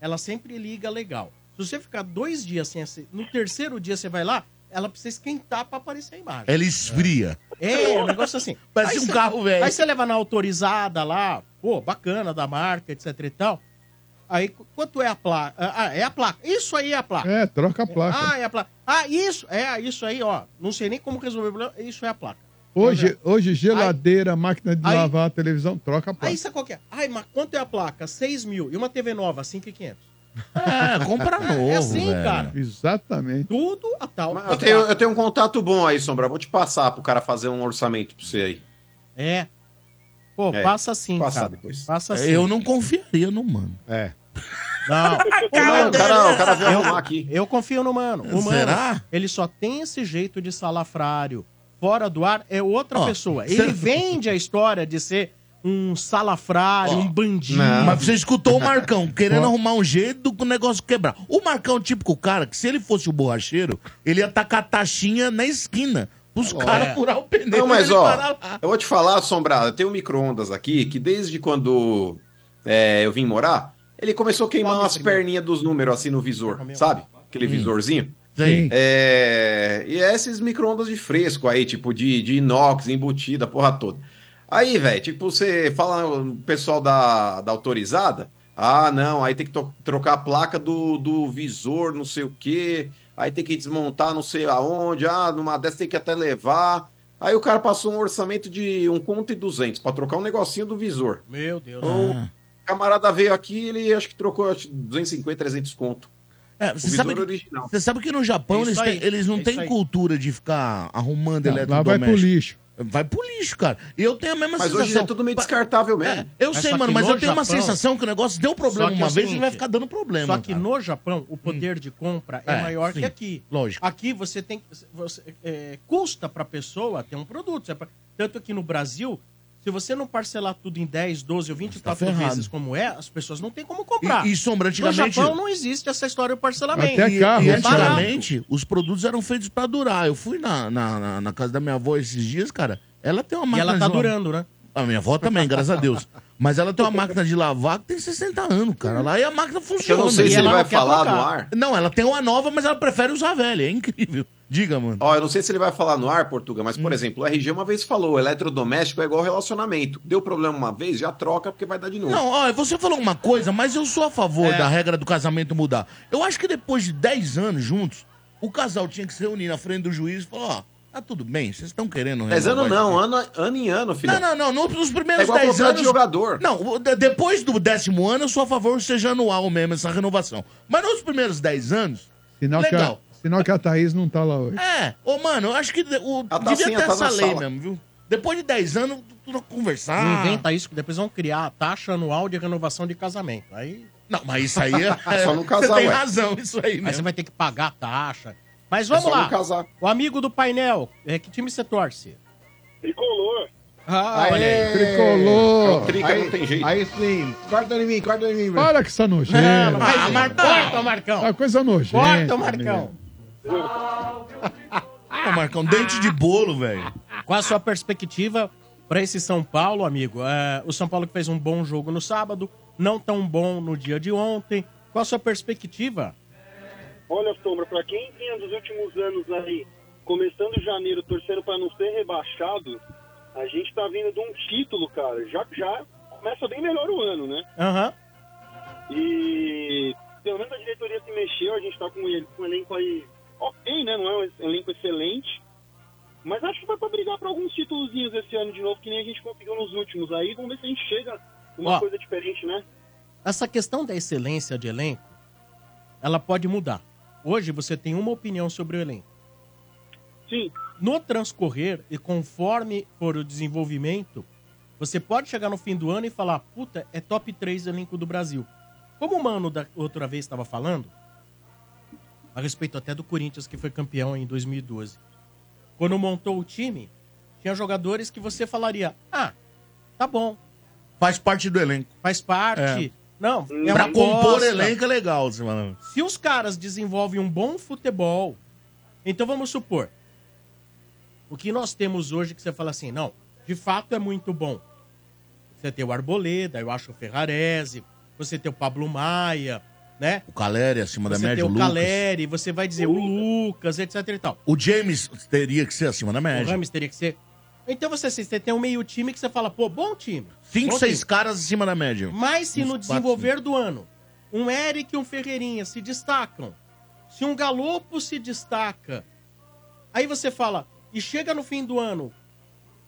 ela sempre liga legal. Se você ficar dois dias sem assistir, no terceiro dia você vai lá, ela precisa esquentar pra aparecer a imagem. Ela esfria. É, um negócio assim. Parece Aí Então, um cê- carro velho. Aí você leva na autorizada lá, pô, bacana, da marca, etc e tal. Aí, qu- quanto é a placa? Ah, é a placa. Isso aí é a placa. É, troca a placa. Ah, é a placa. Ah, isso, é, isso aí, ó. Não sei nem como resolver o problema. Isso é a placa. Hoje, hoje geladeira, máquina de aí- lavar, televisão, troca a placa. Aí isso é qualquer. Ai, mas quanto é a placa? 6 mil. E uma TV nova, 5,500. É, compra É assim, cara. Exatamente. Tudo a tá, tal. Eu tenho, eu tenho um contato bom aí, Sombra. Vou te passar pro cara fazer um orçamento pra você aí. É. Pô, É. passa sim, Passa cara. depois. Passa assim. sim. É, Eu não confiaria no mano. É. Não. Cara Não, dele. o cara veio Eu- arrumar aqui. Eu confio no mano. O mano, Será? ele só tem esse jeito de salafrário. Fora do ar é outra Ó, pessoa. cê- Ele vende a história de ser um salafrário, um bandido. Mas você escutou o Marcão querendo Ó. arrumar um jeito do negócio quebrar. O Marcão é o típico cara que, se ele fosse o borracheiro, ele ia tacar a taxinha na esquina. Os caras furar o pneu. É. Não, mas ele parar ó, lá. eu vou te falar, Sombra, eu tenho um micro-ondas aqui que desde quando é, eu vim morar, ele começou a queimar umas perninhas dos números assim no visor, sabe? Aquele visorzinho. Sim. É, e esses micro-ondas de fresco aí, tipo de, de inox, embutida, porra toda. Aí, velho, tipo, você fala o pessoal da, da autorizada, ah, não, aí tem que to- trocar a placa do, do visor, não sei o quê, aí tem que desmontar não sei aonde, ah, numa dessa tem que até levar. Aí o cara passou um orçamento de um conto e duzentos pra trocar um negocinho do visor. Então, Meu Deus. Ah. O camarada veio aqui, ele acho que trocou acho, 250, 300 conto. É, o você, visor sabe que, original. você sabe que no Japão É isso eles, aí, têm- eles não é isso têm aí. cultura de ficar arrumando Não, lá vai eletrodoméstico. pro lixo. Vai pro lixo, cara. E eu tenho a mesma Mas sensação. É, hoje é tudo meio descartável mesmo. Eu Mas sei, só mano, que mas no eu tenho uma Japão- sensação que o negócio deu Só problema que é uma o vez e seguinte, vai ficar dando problema. Só que cara. no Japão, o poder de compra é, É, maior sim, que aqui. lógico. Aqui você tem. Você, é, custa para pessoa ter um produto. Você pa- Tanto que no Brasil, se você não parcelar tudo em 10, 12 ou 24 tá ferrado. vezes, como é, as pessoas não têm como comprar. E- é e sombra, No antigamente- Japão não existe essa história do parcelamento. Até E- carro, e E é barato. antigamente, os produtos eram feitos pra durar. Eu fui na, na, na- na casa da minha avó esses dias, cara. Ela tem uma E máquina. ela tá de lavar. durando, né? A minha avó também, graças a Deus. Mas ela tem uma máquina de lavar que tem 60 anos, cara. Lá e a máquina funciona. né? Eu não sei E se ele ela vai não quer falar trocar. no ar. Não, ela tem uma nova, mas ela prefere usar a velha. É incrível. Diga, mano. Hum. Ó, eu não sei se ele vai falar no ar, Portuga, mas, por exemplo, o RG uma vez falou, eletrodoméstico é igual relacionamento. Deu problema uma vez, já troca porque vai dar de novo. Não, ó, você falou uma coisa, mas eu sou a favor É. da regra do casamento mudar. Eu acho que depois de 10 anos juntos, o casal tinha que se reunir na frente do juiz e falar, ó, tá tudo bem, vocês estão querendo Mas ano renovar isso não, aqui. ano, ano em ano, filho. Não, não, não, no- nos É primeiros igual 10 comprar anos... de jogador. Não, o- de- depois do décimo ano, eu sou a favor que seja anual mesmo essa renovação. Mas nos primeiros 10 anos, Sinal que, a, legal. sinal que a Thaís não tá lá hoje. É, ô, mano, eu acho que de- o, A devia tacinha ter tá essa na lei sala. mesmo, viu? Depois de 10 anos, tudo conversar... Não inventa isso, que depois vão criar a taxa anual de renovação de casamento. Aí, Não, mas isso aí é... Só no casal, Você tem ué. razão, isso aí aí você mesmo. vai ter que pagar a taxa. Mas vamos É só não lá. casar. O amigo do painel, é, que time você torce? Tricolor. Ah, Aê, É o Tricolor! Trica não tem jeito. Aí sim, corta em mim, corta em mim, velho. Para com essa Não, não nojenta. Ah, faz isso. Corta o Marcão. Uma coisa nojenta. Corta o Marcão. Ô, Ah, Marcão, dente de bolo, velho. Qual a sua perspectiva para esse São Paulo, amigo? É, o São Paulo que fez um bom jogo no sábado, não tão bom no dia de ontem. Qual a sua perspectiva? Olha, Sombra, pra quem vinha dos últimos anos aí, começando janeiro, torcendo pra não ser rebaixado, a gente tá vindo de um título, cara. Já, já começa bem melhor o ano, né? Aham. E pelo menos a diretoria se mexeu, a gente tá com um el- com um elenco aí ok, né? Não é um elenco excelente. Mas acho que vai pra brigar pra alguns títulozinhos esse ano de novo, que nem a gente conseguiu nos últimos aí. Vamos ver se a gente chega uma Ó. coisa diferente, né? Essa questão da excelência de elenco, ela pode mudar. Hoje você tem uma opinião sobre o elenco. Sim. No transcorrer e conforme for o desenvolvimento, você pode chegar no fim do ano e falar: puta, é top 3 elenco do Brasil. Como o Mano da outra vez estava falando, a respeito até do Corinthians, que foi campeão em 2012. Quando montou o time, tinha jogadores que você falaria: ah, tá bom, Faz parte do elenco. Faz parte. Não, é pra uma compor aposta. elenco é legal, esse malandro. se os caras desenvolvem um bom futebol, então vamos supor, o que nós temos hoje que você fala assim, não, de fato é muito bom. Você tem o Arboleda, eu acho o Ferrarese, você tem o Pablo Maia, né? O Caleri acima da Você média, tem o o é Lucas. Caleri, você vai dizer o Lucas, etc e tal. O James teria que ser acima da O média. Rames teria que ser... Então você, assim, você tem um meio time que você fala, pô, bom time. Cinco, bom seis time. caras acima da média. Mas se Uns no quatro, desenvolver do ano, um Eric e um Ferreirinha se destacam, se um Galopo se destaca, aí você fala, e chega no fim do ano,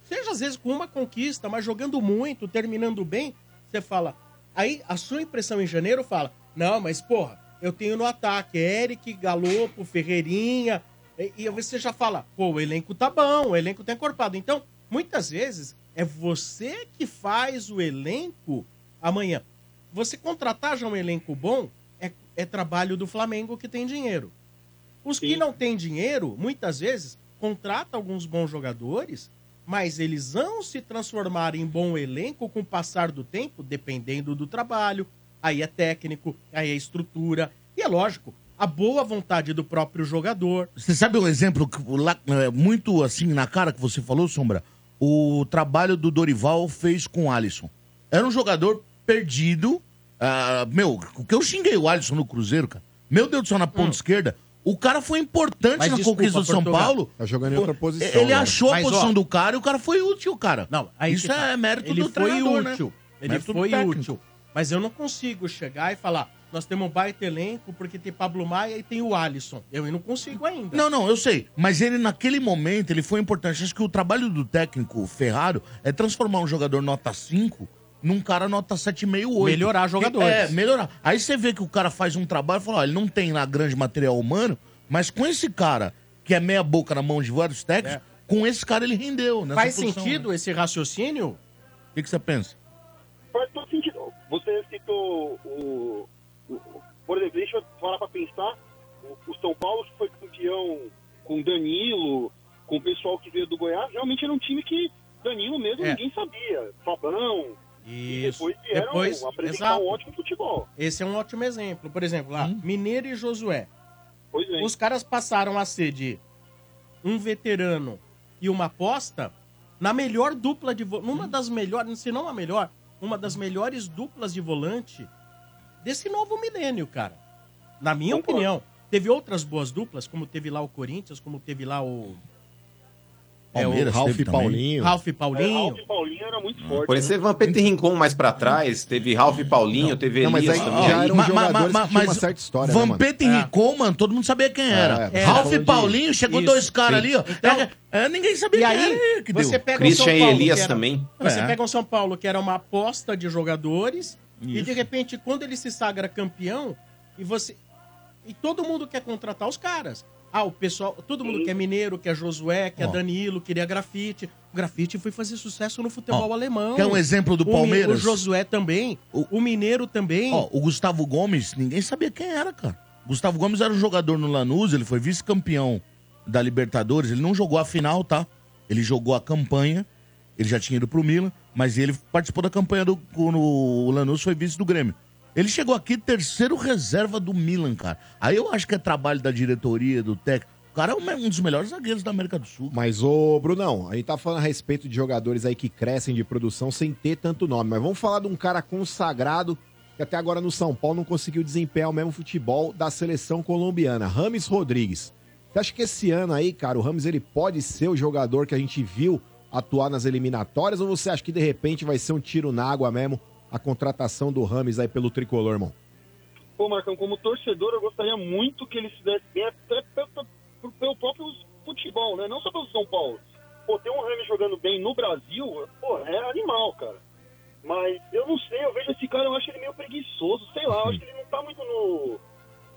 seja às vezes com uma conquista, mas jogando muito, terminando bem, você fala, aí a sua impressão em janeiro fala, não, mas porra, eu tenho no ataque Eric, Galopo, Ferreirinha, e, e aí você já fala, pô, o elenco tá bom, o elenco tá encorpado. Então, muitas vezes, é você que faz o elenco amanhã. Você contratar já um elenco bom é, é trabalho do Flamengo que tem dinheiro. Os que não têm dinheiro, muitas vezes, contratam alguns bons jogadores, mas eles vão se transformar em bom elenco com o passar do tempo, dependendo do trabalho. Aí é técnico, aí é estrutura. E é lógico, a boa vontade do próprio jogador. Você sabe um exemplo que lá- é, muito assim na cara que você falou, Sombra? O trabalho do Dorival fez com o Alisson. Era um jogador perdido. ah, meu, o que eu xinguei o Alisson no Cruzeiro, cara? Meu Deus do céu, na ponta esquerda. O cara foi importante Mas na desculpa, conquista do São Portugal. Paulo. é, Tá jogando em outra posição Ele agora. achou a Mas, posição ó, do cara e o cara foi útil, cara. Não, aí Isso que tá. é mérito Ele do foi treinador, né? útil. Ele Mérito do foi técnico. útil. Mas eu não consigo chegar e falar, nós temos um baita elenco porque tem Pablo Maia e tem o Alisson. Eu não consigo ainda. Não, não, eu sei. Mas ele, naquele momento, ele foi importante. Acho que o trabalho do técnico Ferraro é transformar um jogador nota 5 num cara nota 7,5, 8. Melhorar jogadores. É, melhorar. Aí você vê que o cara faz um trabalho e fala, ó, ele não tem lá grande material humano, mas com esse cara, que é meia boca na mão de vários técnicos, com esse cara ele rendeu. nessa É. Faz posição, sentido né? esse raciocínio? O que, que você pensa? Faz todo sentido. Você citou o. o- por exemplo, deixa eu parar pra pensar. O, o São Paulo que foi campeão com Danilo, com o pessoal que veio do Goiás, realmente era um time que Danilo mesmo É. ninguém sabia. Fabão. E Isso. depois vieram Depois, apresentar exato. um ótimo futebol. Esse é um ótimo exemplo. Por exemplo, lá, Mineiro e Josué. Pois é. Os caras passaram a ser de um veterano e uma aposta na melhor dupla de vo- numa das melhores, se não a melhor, uma das melhores duplas de volante desse novo milênio, cara. Na minha opinião, teve outras boas duplas, como teve lá o Corinthians, como teve lá o Palmeiras É Ralph teve também. Ralph Paulinho. É, Ralph Paulinho era muito Por Porém, teve Vampeta e Rincon mais pra trás, teve Ralph e Paulinho, teve Não, Elias mas aí também. já um eram Ma- ma- jogadores ma- que tinham mas uma certa história, né, Vampeta mano? e Rincon, mano, todo mundo sabia quem era. É, Ralf falando e É. de- Paulinho, chegou Isso, dois caras ali, sim. ó. Então- É, é, ninguém sabia E quem aí, era. que você deu. pega o Christian São Paulo, Elias que era- também. Você É. pega o São Paulo, que era uma aposta de jogadores, e Isso. de repente, quando ele se sagra campeão, e você. E todo mundo quer contratar os caras. Ah, o pessoal. Todo mundo quer Mineiro, quer Josué, quer Ó. Danilo, queria grafite. O grafite foi fazer sucesso no futebol Ó, alemão. quer um exemplo do O Mi- Palmeiras? O Josué também. O, Mineiro também. Ó, o Gustavo Gomes, ninguém sabia quem era, cara. Gustavo Gomes era um jogador no Lanús, ele foi vice-campeão da Libertadores, ele não jogou a final, tá? Ele jogou a campanha, ele já tinha ido pro Milan, mas ele participou da campanha do quando o Lanús foi vice do Grêmio. Ele chegou aqui terceiro reserva do Milan, cara. Aí eu acho que é trabalho da diretoria, do técnico. O cara é um um dos melhores zagueiros da América do Sul. Mas, ô, Brunão, a gente tá falando a respeito de jogadores aí que crescem de produção sem ter tanto nome. Mas vamos falar de um cara consagrado que até agora no São Paulo não conseguiu desempenhar o mesmo futebol da seleção colombiana, Rames Rodrigues. Você acha que esse ano aí, cara, o Rames ele pode ser o jogador que a gente viu atuar nas eliminatórias ou você acha que de repente vai ser um tiro na água mesmo a contratação do Rames aí pelo tricolor, irmão? Pô, Marcão, como torcedor, eu gostaria muito que ele se desse bem até pe- pe- pe- pelo próprio futebol, né? Não só pelo São Paulo. Pô, ter um Remy jogando bem no Brasil, pô, é animal, cara. Mas eu não sei, eu vejo esse cara, eu acho ele meio preguiçoso, sei lá, eu acho que ele não tá muito no.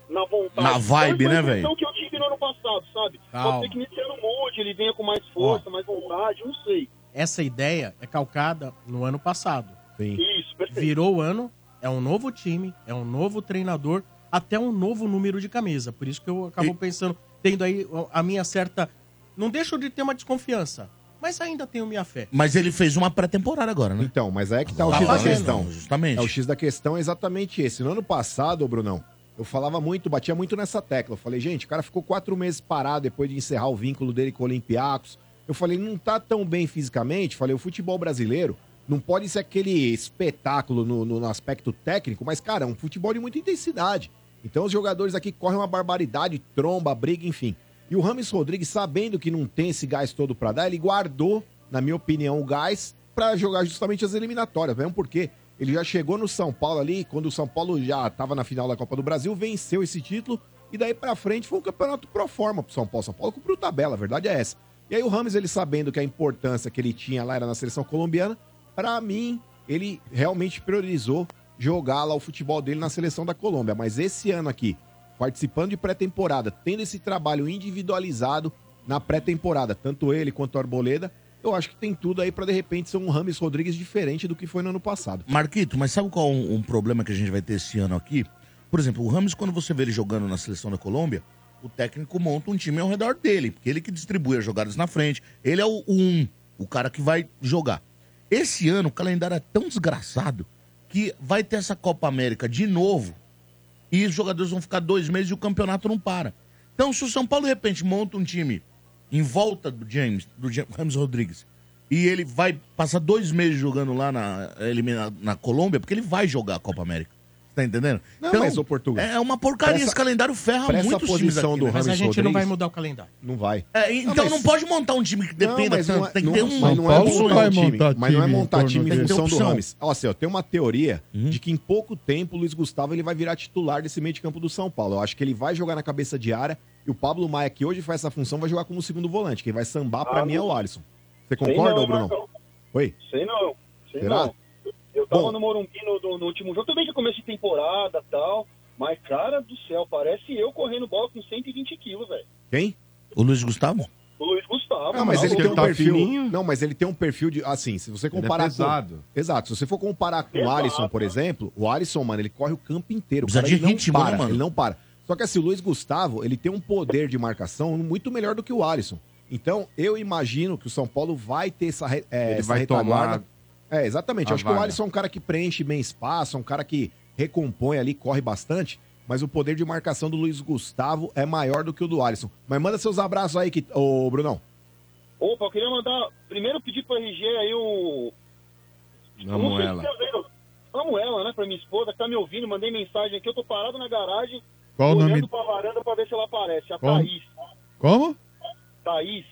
Na vontade. Na vibe, Foi uma né, velho? impressão que eu tive no ano passado, sabe? Calma. Pode ser que nesse ano mude, ele venha com mais força, mais vontade, eu não sei. Essa ideia é calcada no ano passado. Sim. Isso, perfeito. Virou o ano, é um novo time, é um novo treinador, até um novo número de camisa. Por isso que eu acabo pensando, tendo aí a minha certa. Não deixo de ter uma desconfiança, mas ainda tenho minha fé. Mas ele fez uma pré-temporada agora, né? É. Então, mas é que tá o X da questão. Justamente. É, o X da questão é exatamente esse. No ano passado, ô, Brunão, eu falava muito, batia muito nessa tecla. Eu falei, gente, o cara ficou quatro meses parado depois de encerrar o vínculo dele com o Olympiacos. Eu falei, não tá tão bem fisicamente. Falei, o futebol brasileiro não pode ser aquele espetáculo no, no- no aspecto técnico, mas, cara, é um futebol de muita intensidade. Então os jogadores aqui correm uma barbaridade, tromba, briga, enfim. E o Rames Rodrigues, sabendo que não tem esse gás todo pra dar, ele guardou, na minha opinião, o gás pra jogar justamente as eliminatórias, mesmo porque ele já chegou no São Paulo ali, quando o São Paulo já tava na final da Copa do Brasil, venceu esse título e daí pra frente foi um campeonato pro forma pro São Paulo. São Paulo cumpriu tabela, a verdade é essa. E aí o Rames, ele sabendo que a importância que ele tinha lá era na seleção colombiana, pra mim, ele realmente priorizou jogar lá o futebol dele na seleção da Colômbia. Mas esse ano aqui, participando de pré-temporada, tendo esse trabalho individualizado na pré-temporada, tanto ele quanto o Arboleda, eu acho que tem tudo aí pra de repente ser um Rames Rodrigues diferente do que foi no ano passado. Marquito, mas sabe qual é um, um problema que a gente vai ter esse ano aqui? Por exemplo, o Ramos, quando você vê ele jogando na seleção da Colômbia, o técnico monta um time ao redor dele, porque ele que distribui as jogadas na frente, ele é o, o um, o cara que vai jogar. Esse ano o calendário é tão desgraçado que vai ter essa Copa América de novo e os jogadores vão ficar dois meses e o campeonato não para. Então, se o São Paulo de repente monta um time em volta do James, do Ja- James Rodrigues, e ele vai passar dois meses jogando lá na, elimina- na Colômbia, porque ele vai jogar a Copa América. Tá entendendo? Não, mas, ô, Portugal, É uma porcaria, pra essa- esse calendário ferra pra essa muito os times posição aqui, do né? Mas a gente não vai mudar o calendário. Não vai. É, então não, mas- pode montar um time que dependa mas tanto. não é- tem que não- ter um. mas não é um montar sonho. time, mas não é montar time em Tem que ter função do opção. Uhum. Rames. Ó, assim, ó, tem uma teoria de que em pouco tempo o Luiz Gustavo ele vai virar titular desse meio de campo do São Paulo. Eu acho que ele vai jogar na cabeça de área e o Pablo Maia, que hoje faz essa função, vai jogar como segundo volante. Quem vai sambar pra Ah, mim é o Alisson. Você Sei concorda, não, ô, Bruno? Marcão. Oi? Sei não, sei Será? não. Eu tava Bom. no Morumbi no, no- no último jogo, também já começo de temporada e tal, mas cara do céu, parece eu correndo bola com 120 quilos, velho. Quem? O Luiz Gustavo? O Luiz Gustavo. Não, mas ele tem um tá perfil. fininho. Não, mas ele tem um perfil de. Assim, se você comparar. é pesado. Com, exato. Se você for comparar com o Pesado. Alisson, por exemplo, o Alisson, mano, ele corre o campo inteiro. O Precisa cara, de ele não ritmo, né, para, mano? Ele não para. Só que assim, o Luiz Gustavo, ele tem um poder de marcação muito melhor do que o Alisson. Então, eu imagino que o São Paulo vai ter essa, re- é, Ele essa vai retaguarda. tomar É, exatamente. a Acho que o vaga. Alisson é um cara que preenche bem espaço, é um cara que recompõe ali, corre bastante. Mas o poder de marcação do Luiz Gustavo é maior do que o do Alisson. Mas manda seus abraços aí, que... ô, Brunão. Opa, eu queria mandar. Primeiro pedir pro RG aí um. Na não sei se moela. tá vendo. Uma moela, né? Pra minha esposa, que tá me ouvindo, mandei mensagem aqui, eu tô parado na garagem, Qual o olhando nome? pra varanda pra ver se ela aparece. A Qual? Thaís. Como? Thaís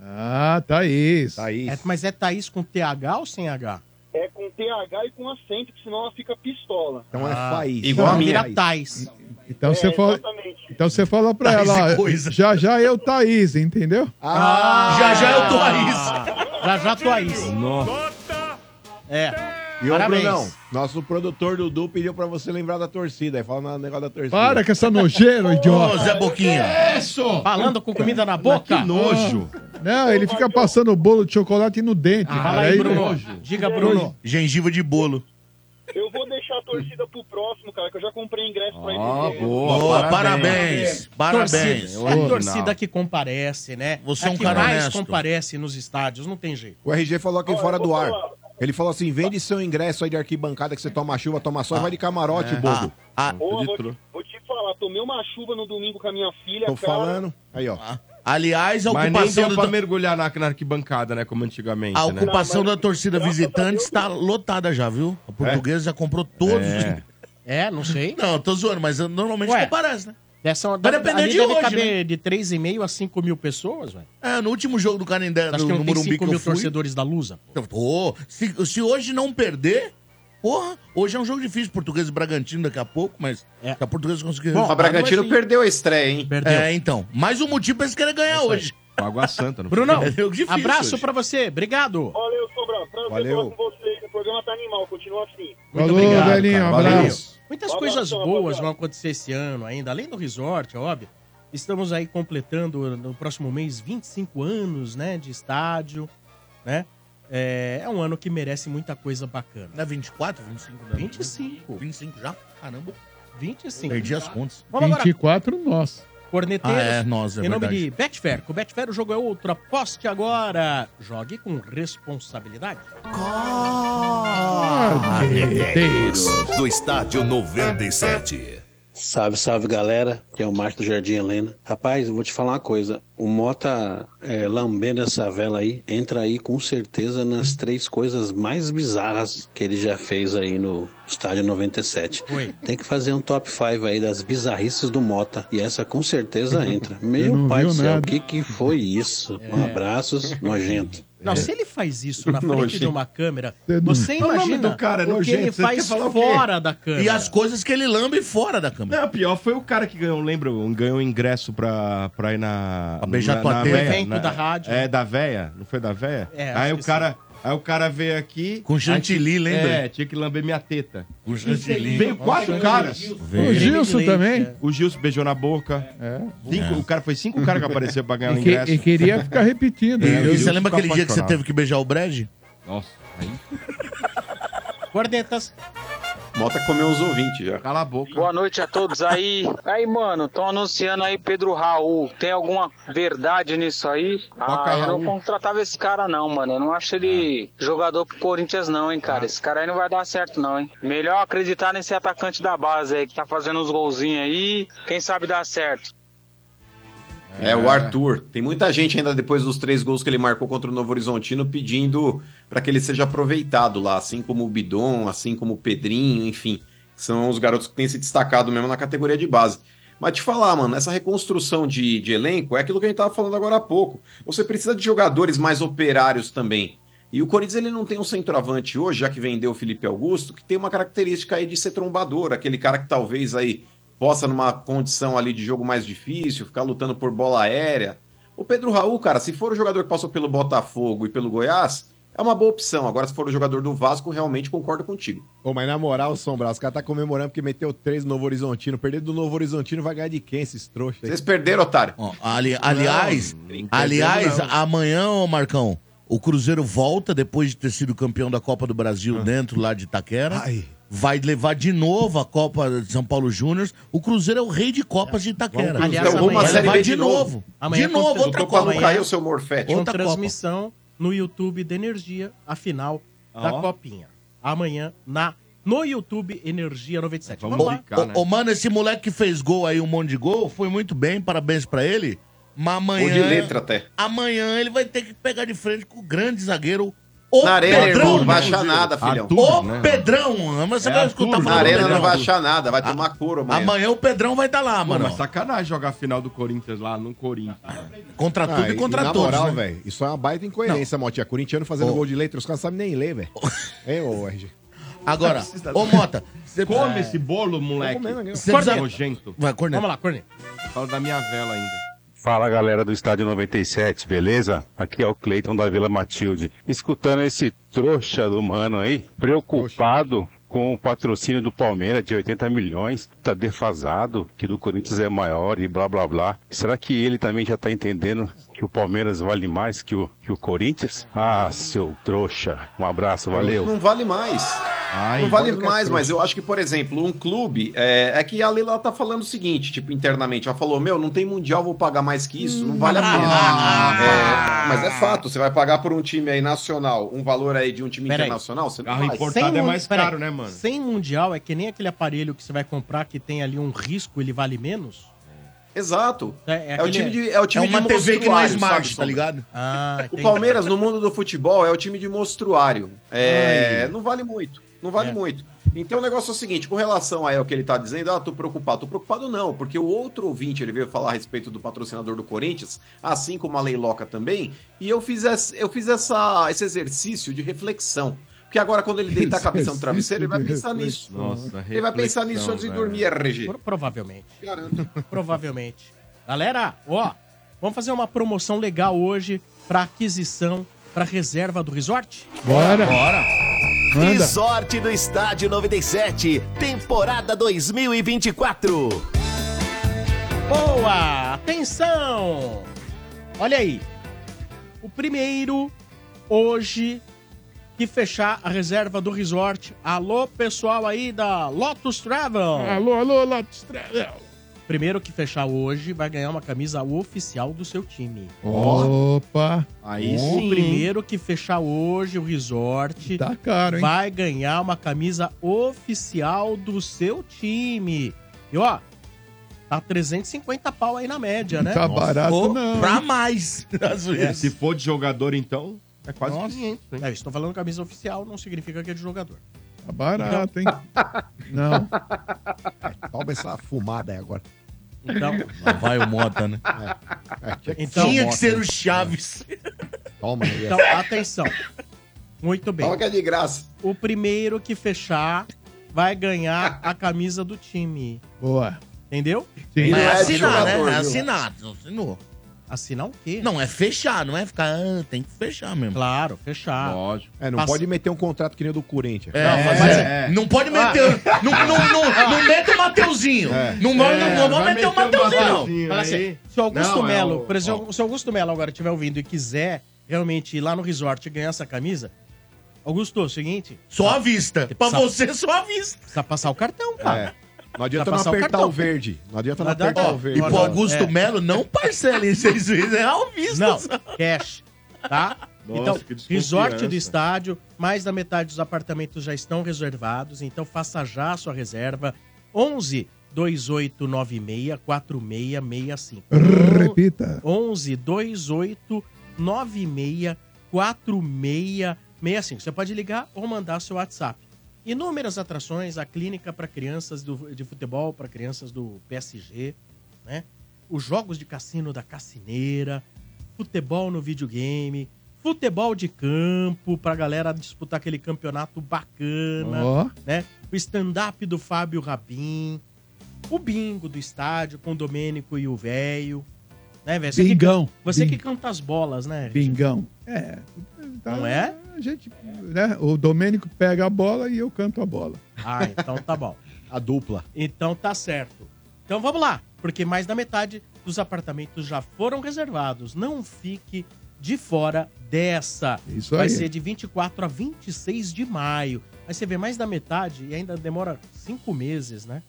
Ah, tá Thaís. Thaís. É, mas é Thaís com TH ou sem H? é com TH e com acento, que senão ela fica pistola. Então é Ah, Faís. igual a Faís. Mira Thais. Então você é, fala, Exatamente. então você fala pra Thaís ela, é ó, coisa. já já eu Thaís, entendeu? Ah, Já já eu tô aí. Já já é Thaís. É. e o Parabéns. Brunão, nosso produtor Dudu pediu pra você lembrar da torcida. Aí fala no negócio da torcida. Para com essa nojeira, Ô, idiota. Zé Boquinha. Falando com comida na boca. Nojo. Não, ele fica passando bolo de chocolate no dente. Ah, Fala cara. é aí, Aí- Bruno. Diga, Bruno. Gengiva de bolo. Eu vou deixar a torcida pro próximo, cara, que eu já comprei ingresso pra Ó, esse jogo. Ah, boa. Boa, parabês. Parabéns. Torcida. É a torcida que comparece, né? Você é é um que cara mais honesto. comparece nos estádios, não tem jeito. O RG falou aqui Olha, fora eu vou do ar. falar. Ele falou assim: vende seu ingresso aí de arquibancada que você toma chuva, toma sol, e vai de camarote, bobo. Ah, Ô, vou, né? Tro- te, vou te falar, tomei uma chuva no domingo com a minha filha, Tô cara. falando. Aí, ó. ah, aliás, a Mas nem ocupação, deu do, pra mergulhar na, na arquibancada, né? Como antigamente, a né? ocupação Não, mas- da torcida Graças a visitante Deus. está lotada já, viu? A portuguesa já comprou todos os. É. É, não sei. Não, eu tô zoando, mas eu- normalmente Ué, comparece, né? Dessa, Vai depender ali de deve hoje, caber né? de 3,5 a 5 mil pessoas, velho. É, no último jogo do Canindé, Acho do, que é não no tem Morumbi 5 que eu mil fui... torcedores da Lusa. Então, Pô, se, se hoje não perder, porra, hoje é um jogo difícil. Português e Bragantino daqui a pouco, mas É. se a Portuguesa conseguir... Bom, a resultado, Bragantino vai ser- perdeu a estreia, hein? Perdeu. É É, então. Mais um motivo pra eles querem ganhar hoje. Com Água Santa. no Brunão, É jogo difícil abraço hoje. pra você. Obrigado. Valeu, Sombra. Prazer Valeu. falar com você. O programa tá animal, continua assim. Falou, velhinho, cara. abraço. Valeu. Muitas Abraço, coisas abraço. boas vão acontecer esse ano ainda, além do resort, é óbvio. Estamos aí completando no próximo mês 25 anos, né, de estádio, né? É, é um ano que merece muita coisa bacana. Não é 24, 25? Não. 25. 25 já? Caramba. 25. Perdi as contas. Vamos agora, 24 nós. corneteiros. Ah, é, nós, é em nome verdade. de Betfair. Com Betfair o jogo é outro. Aposte agora. Jogue com responsabilidade. Ah, Ah, do estádio 97. Salve, salve galera, que é o Márcio do Jardim Helena. Rapaz, eu vou te falar uma coisa: o Mota é, lambendo essa vela aí, entra aí com certeza nas três coisas mais bizarras que ele já fez aí no estádio 97. Oi. Tem que fazer um top 5 aí das bizarrices do Mota, e essa com certeza entra. Meu não pai do viu céu, o nada. que, que foi isso? Um abraço, nojento. É. Não, se ele faz isso na frente de uma câmera, Você não- você o nome imagina do cara é o que nojento, ele você faz quer falar o quê? fora da câmera. E as coisas que ele lambe fora da câmera. Não, a pior foi o cara que ganhou, lembra? Ganhou ingresso pra, pra ir na. Pra beijar na, tua na teta. véia, Evento da rádio. É, da véia. Não foi da véia? É, acho aí o que cara. Aí o cara veio aqui. Com chantilly, aí- lembra? É, tinha que lamber minha teta. O chantilly. Veio quatro caras. O Gilson também. É. O Gilson beijou na boca. Cinco- O cara foi cinco caras que apareceram pra ganhar o E, que- ingresso. É, e queria ficar repetindo. E né? você lembra fica aquele dia que você apaixonado. teve que beijar o Brad? Nossa, aí. tá? Cornetas. Mota comeu uns ouvintes já. Cala a boca. Boa noite a todos aí. Aí, mano, estão anunciando aí Pedro Raul. Tem alguma verdade nisso aí? Toca, Ah, eu não Raul. contratava esse cara não, mano. Eu não acho ele jogador pro Corinthians não, hein, Ah. cara. Esse cara aí não vai dar certo não, hein. Melhor acreditar nesse atacante da base aí que tá fazendo uns golzinhos aí. Quem sabe dar certo. É, o Arthur. Tem muita gente ainda depois dos três gols que ele marcou contra o Novo Horizontino pedindo para que ele seja aproveitado lá, assim como o Bidon, assim como o Pedrinho, enfim. São os garotos que têm se destacado mesmo na categoria de base. Mas te falar, mano, essa reconstrução de, de elenco é aquilo que a gente tava falando agora há pouco. Você precisa de jogadores mais operários também. E o Corinthians ele não tem um centroavante hoje, já que vendeu o Felipe Augusto, que tem uma característica aí de ser trombador, aquele cara que talvez aí possa numa condição ali de jogo mais difícil, ficar lutando por bola aérea. O Pedro Raul, cara, se for o jogador que passou pelo Botafogo e pelo Goiás, é uma boa opção. Agora, se for o jogador do Vasco, realmente concordo contigo. Ô, mas na moral, Sombra, os caras tá comemorando porque meteu três no Novo Horizontino. Perder do Novo Horizontino vai ganhar de quem esses trouxas aí? Vocês perderam, otário. Ó, ali- aliás, brincadeira aliás, não. amanhã, ô Marcão, o Cruzeiro volta depois de ter sido campeão da Copa do Brasil dentro lá de Itaquera. Vai levar de novo a Copa de São Paulo Júnior. O Cruzeiro é o rei de Copas de Itaquera. Aliás, Então, rumo à amanhã- vai Série levar B de novo. Amanhã é de novo, acontece- outra Lutou pra Copa. não cair o seu Morfete. com Outra transmissão no YouTube da Energia, a final da Ó. Copinha. Amanhã na no YouTube Energia 97. Vamos Vamos, Ô, lá. brincar, ô, né? ô, mano, esse moleque que fez gol aí, um monte de gol, foi muito bem, parabéns pra ele. Mas amanhã. Ou de letra até. Amanhã ele vai ter que pegar de frente com o grande zagueiro. O Na arena, irmão, não né? vai achar nada, filhão. Arthur, O né? Pedrão! Mas você É vai Arthur, escutar Na falar do arena não Pedrão. vai achar nada, vai tomar couro amanhã. Amanhã o Pedrão vai estar lá, Pô, mano. mas sacanagem jogar a final do Corinthians lá no Corinthians. Contra Ah, tudo e e- contra e na todos. moral, né? velho, isso é uma baita incoerência, Motinha. Corintiano fazendo Ô. gol de letra, os caras não sabem nem ler, velho. Hein, ô, RG? Agora, ô Mota, você Come esse bolo, moleque. comendo aqui, ó. Você precisa- Nojento. Vai, Cornel. Vamos lá, Corneta. Fala da minha vela ainda. Fala galera do Estádio 97, beleza? Aqui é o Cleiton da Vila Matilde. Escutando esse trouxa do mano aí, preocupado com o patrocínio do Palmeiras de 80 milhões, tá defasado, que do Corinthians é maior e blá blá blá. Será que ele também já tá entendendo que o Palmeiras vale mais que o, que o Corinthians? Ah, seu trouxa. Um abraço, valeu. Não vale mais. Ai, não vale olha que mais, trouxa. mas eu acho que, por exemplo, um clube. É, é que a Leila tá falando o seguinte, tipo, internamente. Ela falou: Meu, não tem mundial, vou pagar mais que isso, não vale a pena. É, mas é fato, você vai pagar por um time aí nacional, um valor aí de um time Peraí. internacional, você não Carro faz. import- Importado é mun- mais peraí, caro, né, mano? Sem mundial é que nem aquele aparelho que você vai comprar que tem ali um risco, ele vale menos. Exato. É, É, aquele- o time de. É, o É time uma de TV que não é monstruário, smart, sabe, tá Sombra? ligado? Ah, O entendi. Palmeiras, no mundo do futebol, é o time de monstruário. É, não vale muito. Não vale É. muito. Então o negócio é o seguinte, com relação aí ao que ele tá dizendo, ah, tô preocupado. Tô preocupado não, porque o outro ouvinte, ele veio falar a respeito do patrocinador do Corinthians, assim como a Leiloca também, e eu fiz, essa, eu fiz essa, esse exercício de reflexão. Porque agora quando ele deitar a cabeça no travesseiro, ele vai pensar nisso. Nossa, ele vai pensar nisso antes de dormir, RG. Pro- Provavelmente. Provavelmente. Galera, ó, vamos fazer uma promoção legal hoje para aquisição, para reserva do resort? Bora. Bora. Manda. Resort do Estádio 97, temporada 2024. Boa! Atenção! Olha aí. O primeiro hoje que fechar a reserva do resort. Alô, pessoal aí da Lotus Travel. Alô, alô, Lotus Travel. Primeiro que fechar hoje vai ganhar uma camisa oficial do seu time. Opa. Aí sim. O primeiro que fechar hoje o resort Tá caro, hein? vai ganhar uma camisa oficial do seu time. E ó, tá 350 pau aí na média, né? Tá barato, Ô, não. Pra mais, Tá às É, vezes. se for de jogador, então, é quase Nossa. 500, hein? É, estou falando camisa oficial, não significa que é de jogador. Tá barato, hein? Não. Toma essa fumada aí agora. Então, Lá vai o Mota, né? Então- Tinha que Mota, ser né? o Chaves. Toma aí. Então, atenção. Muito bem. Fala que é de graça. O primeiro que fechar vai ganhar a camisa do time. Boa. Entendeu? Sim. Mas é assinar, né? É assinar, assinado assinou. Assinar o quê? Não, é fechar, não é ficar. ah, tem que fechar mesmo. Claro, fechar. Lógico. É, não pode meter um contrato que nem o do Corinthians. É, não, mas é, não pode meter. Não, não, não, não mete o Mateuzinho. Não, mo- É, não, não vai meter um o meter o Mateuzinho, Mateuzinho não. Fala assim, se o Augusto é Melo, por exemplo, se o Augusto Melo agora estiver ouvindo e quiser realmente ir lá no resort e ganhar essa camisa, Augusto, é o seguinte. Só à vista. Pra você, só É, à vista. Precisa passar o cartão, cara. é. Não adianta Pra não passar o apertar cartão. o verde. Não adianta não Mas dá- apertar ó, o verde. é. e pro Augusto Melo não parcela em seis vezes, é ao visto. Não, cash, tá? Nossa, então, que desconfiança. resort do estádio, mais da metade dos apartamentos já estão reservados, então faça já a sua reserva. 11 2896 4665. Repita. 11 28 96 4665. Você pode ligar ou mandar seu WhatsApp. Inúmeras atrações, a clínica para crianças do- de futebol, para crianças do PSG, né? Os jogos de cassino da Cassineira, futebol no videogame, futebol de campo para galera disputar aquele campeonato bacana, Ó. né? O stand-up do Fábio Rabin, o bingo do estádio com o Domênico e o Velho, né, velho? Você que- Bingão. você que Bing- canta as bolas, né? Bingão. É. Não é? A gente, né? O Domênico pega a bola e eu canto a bola. Ah, então tá bom. A dupla. Então tá certo. Então vamos lá, porque mais da metade dos apartamentos já foram reservados. Não fique de fora dessa. Isso Vai aí. ser de 24 a 26 de maio. Aí você vê mais da metade e ainda demora cinco meses, né?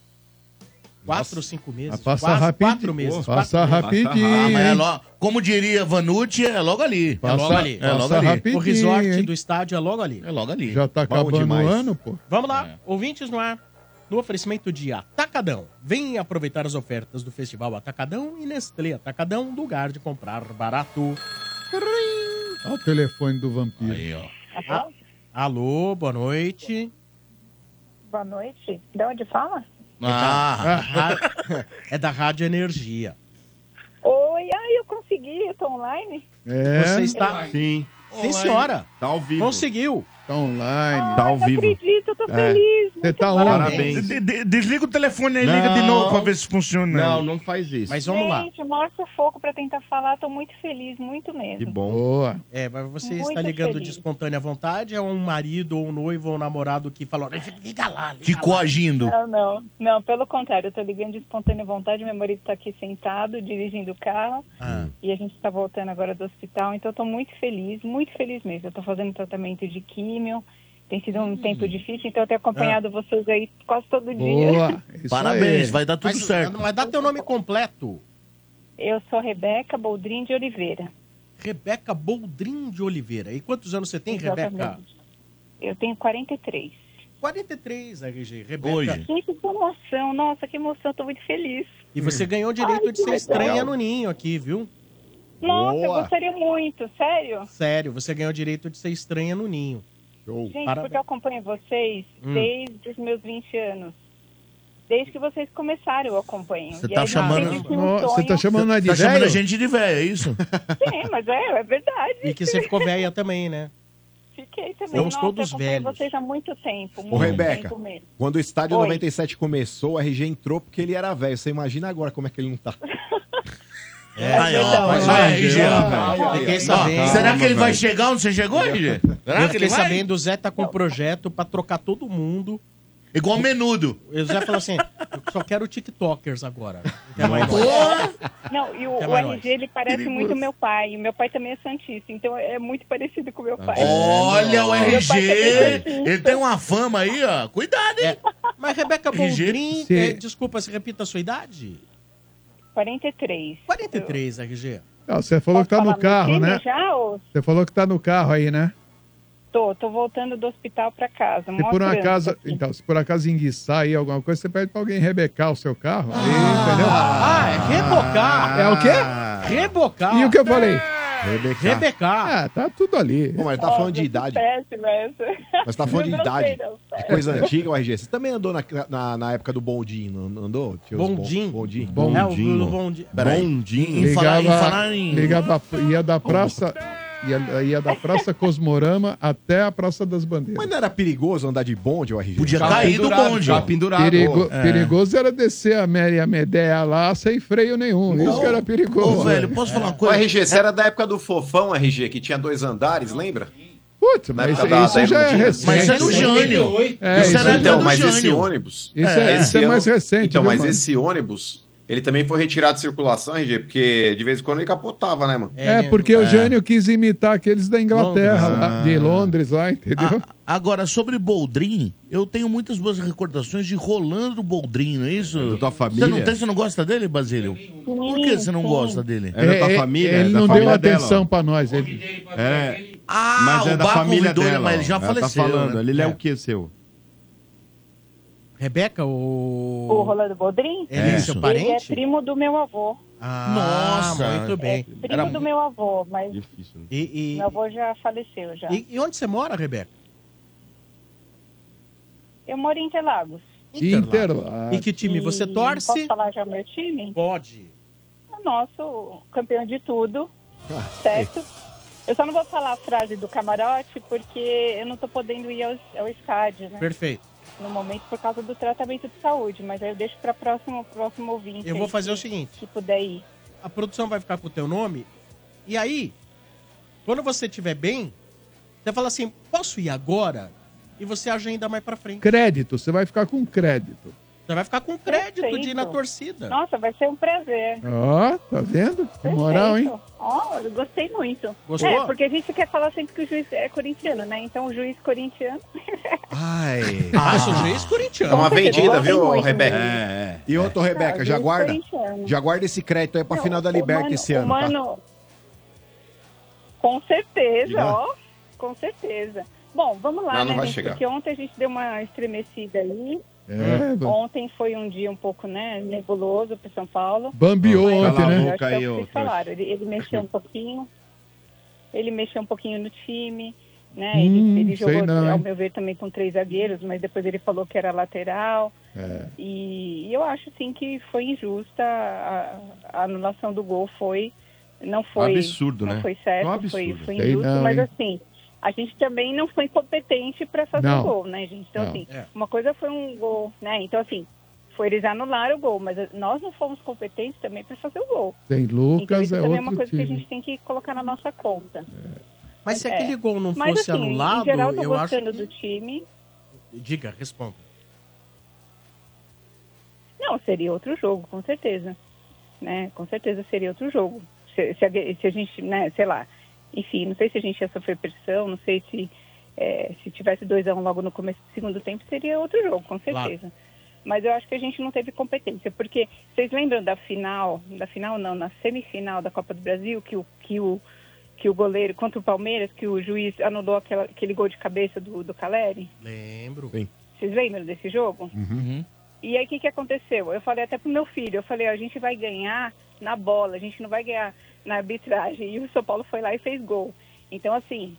Quatro, cinco meses. Ah, passa quase rapidinho. Quatro meses. Pô, passa quatro meses. rapidinho, Ah, mas é logo- como diria Vanucci, é logo ali. É logo ali. É logo ali. O resort do estádio é logo ali. É logo ali. Já tá acabando o ano, pô. Vamos É. lá, ouvintes no ar. No oferecimento de Atacadão. Vem aproveitar as ofertas do Festival Atacadão e Nestlé Atacadão, lugar de comprar barato. Olha o telefone do vampiro. Aí, ó. Tá Ah, Alô, boa noite. Boa noite. De onde fala? Ah. É, da, é da Rádio Energia. Oi, ai, eu consegui, eu tô online. É? Você está. Sim. Sim, senhora. Tá ao vivo. Conseguiu. Tá online. Tá ao Não acredito, eu tô feliz. Você tá bom. online. Parabéns. De- de- desliga o telefone aí, Não. liga de novo pra ver se funciona. Não, não faz isso. Mas vamos lá. Gente, o maior sufoco pra tentar falar, tô muito feliz, muito mesmo. bom. Boa. É, mas você Muito está ligando feliz. de espontânea vontade? É um marido, ou um noivo, ou um namorado que falou. Liga lá, liga Te lá." coagindo. Não, Ah, não, não, pelo contrário, eu tô ligando de espontânea vontade, meu marido tá aqui sentado, dirigindo o carro, Ah. Hum. e a gente tá voltando agora do hospital, então eu tô muito feliz, muito feliz mesmo. Eu tô fazendo tratamento de químio, tem sido Hum. um tempo difícil, então eu tenho acompanhado Ah. vocês aí quase todo dia. Boa. Parabéns, vai dar tudo Mas- certo. Mas dá teu nome completo. Eu sou Rebeca Boldrin de Oliveira. Rebeca Boldrin de Oliveira. E quantos anos você tem, Rebeca? Exatamente. Eu tenho 43. 43, RG. Rebeca. Hoje. Gente, que emoção, nossa, que emoção, tô muito feliz. E você ganhou o direito Ai, de que ser legal. estranha no ninho aqui, viu? Nossa, eu Boa. gostaria muito, sério. Sério, você ganhou o direito de ser estranha no ninho. Gente, porque eu Parabéns. acompanho vocês Hum. desde os meus 20 anos. Desde que vocês começaram, eu acompanho. Você E tá aí, chamando. sempre tinha um sonho- nós de Tá chamando velho? a gente de velho, é isso? Sim, mas é, é verdade. E que você ficou velha também, né? Fiquei também. Estamos Nossa, todos eu acompanho velhos. vocês há muito tempo. Muito Ô, Rebeca, tempo mesmo. quando o estádio Oi. 97 começou, o RG entrou porque ele era velho. Você imagina agora como é que ele não tá. É, Aí, ó, mas ó, é, RG, ó, Fiquei ó, sabendo. será que ele vai velho. chegar onde você chegou, RG? Será eu que fiquei ele vai? sabendo, o Zé tá com um projeto pra trocar todo mundo. Igual menudo. O Zé falou assim: eu só quero TikTokers agora. Não quer mais Nossa. nós. Não, e o, Até o é mais RG, ele parece muito meu pai. E meu pai também é santista, então é muito parecido com meu Tá pai. Olha o É, Meu RG! pai também é Ele tem uma fama aí, ó. Cuidado, hein? É, Mas Rebeca RG, Boldrin, você- eh, desculpa, se repita a sua idade? 43. 43, RG. Ah, você falou que tá no carro, Filho, né? Já ou Você falou que tá no carro aí, né? tô? Tô voltando do hospital pra casa. Se Mó por um trânsito. acaso, então, se por acaso enguiçar aí alguma coisa, você pede pra alguém rebecar o seu carro, aí, entendeu? Ah, é rebocar. É o quê? Rebocar. E o que eu falei? Rebecar. Rebecar. Ah, tá tudo ali. Bom, mas tá falando de idade. Péssima essa. Mas tá falando de Eu não idade. sei, não. De coisa antiga, o RG. Você também andou na, na, na época do bondinho, não andou? Tinha os bon- Bondinho? Bondinho. É, o do bondinho. Peraí. Bondinho. Ligava, falar em- ligava, ia da praça, ia, ia da praça Cosmorama até a Praça das Bandeiras. Mas não era perigoso andar de bonde, o RG? Podia cair do bonde. Perigo- É. Perigoso era descer a Mary a Medea lá sem freio nenhum. Isso que era é perigoso. né? Ô, velho, posso falar uma O RG, você era da época do Fofão, RG, que tinha dois andares, lembra? Putz, Na mas época da- isso da já é Erundina. recente. Mas isso é do Jânio. É, Isso isso era é então, do mas Jânio. esse ônibus. Isso é- isso é mais ano- recente, Então, viu, mas mano? esse ônibus, ele também foi retirado de circulação, RG, porque de vez em quando ele capotava, né, mano? É, porque o Jânio quis imitar aqueles da Inglaterra, lá, Ah, de Londres lá, entendeu? Ah. Agora, sobre Boldrin, eu tenho muitas boas recordações de Rolando Boldrin, não é isso? Da tua Você não, família? tem, você não gosta dele, Basílio? Por que você não gosta dele? É da tua É, é, família? Ele é da não deu família dela, atenção ó. pra nós. Ele... É, Ah, mas é o da Baco família convidou ele, dela. mas ele já ó. Ela faleceu, Tá falando, né? ele é. É. o que seu? Rebeca, o. O Rolando Bodrin? É É. seu Ele é parente? primo do meu avô. Nossa, Ah, muito bem. É, Primo do meu avô, mas E, e- meu avô já faleceu já. e- e onde você mora, Rebeca? Eu moro em Interlagos. Interlagos. E que time você E torce? Posso falar já o meu time? Pode. O nosso campeão de tudo, Ah, certo? Eu só não vou falar a frase do camarote porque eu não tô podendo ir ao, ao estádio, né? Perfeito. No momento por causa do tratamento de saúde, mas aí eu deixo para próximo próximo ouvinte. Eu vou aí, fazer o seguinte. se puder ir. A produção vai ficar com o teu nome. E aí, quando você estiver bem, você fala assim, posso ir agora? E você agenda mais pra frente. Crédito, você vai ficar com crédito. Você vai ficar com crédito de ir na Perfeito. torcida. Nossa, vai ser um prazer. Ó, tá vendo? Que moral, hein? Perfeito. Ó, eu gostei muito. Gostou? É, porque a gente quer falar sempre que o juiz é corintiano, né? Então o juiz corintiano. Ai. Ah, eu sou juiz corintiano. É uma vendida, viu, Muito. Rebeca? É, é. E outro, Rebeca, Não, já juiz guarda. corintiano. Já guarda esse crédito é aí pra Não, final da o Liberta Mano- esse o ano. tá? Mano, com certeza, Irá? ó. Com certeza. Bom, vamos lá, Não, não né, vai gente? chegar. Porque ontem a gente deu uma estremecida aí. Hum. É, bom. ontem foi um dia um pouco, né, nebuloso para São Paulo. Bambiou Mas, ontem, eu né? acho que Cala a boca é o aí, que ô, vocês trouxa. falaram. Ele, ele mexeu um pouquinho. Ele mexeu um pouquinho no time, né? Ele, Hum, ele sei jogou, não, ao hein? meu ver, também com três zagueiros, mas depois ele falou que era lateral. É. E, e eu acho sim que foi injusta a, a anulação do gol foi não foi Absurdo, não né? foi certo, É um absurdo. foi, foi Sei injusto, não, mas hein? assim a gente também não foi competente para fazer Não. o gol, né, gente? Então Não. assim, É. uma coisa foi um gol, né? Então assim, foi eles anularam o gol, mas nós não fomos competentes também para fazer o gol. Tem então Lucas, isso é também é uma outro coisa que a time. gente tem que colocar na nossa conta. Mas se É. aquele gol não Mas, fosse assim, anulado, em geral, eu tô eu acho gostando que- do time. Diga, responda. Não, seria outro jogo, com certeza. Né? Com certeza seria outro jogo. Se, se a, se a gente, né, sei lá, enfim, não sei se a gente ia sofrer pressão, não sei se é, se tivesse 2 a 1 um logo no começo do segundo tempo, seria outro jogo, com certeza. Mas eu acho que a gente não teve competência, porque vocês lembram da final, da final não, na semifinal da Copa do Brasil, que o, que o, que o goleiro, contra o Palmeiras, que o juiz anulou aquela- aquele gol de cabeça do, do Caleri? Lembro. Vocês lembram desse jogo? E aí o que, que aconteceu? Eu falei até pro meu filho, eu falei, ó, a gente vai ganhar na bola, a gente não vai ganhar na arbitragem. E o São Paulo foi lá e fez gol. Então, assim,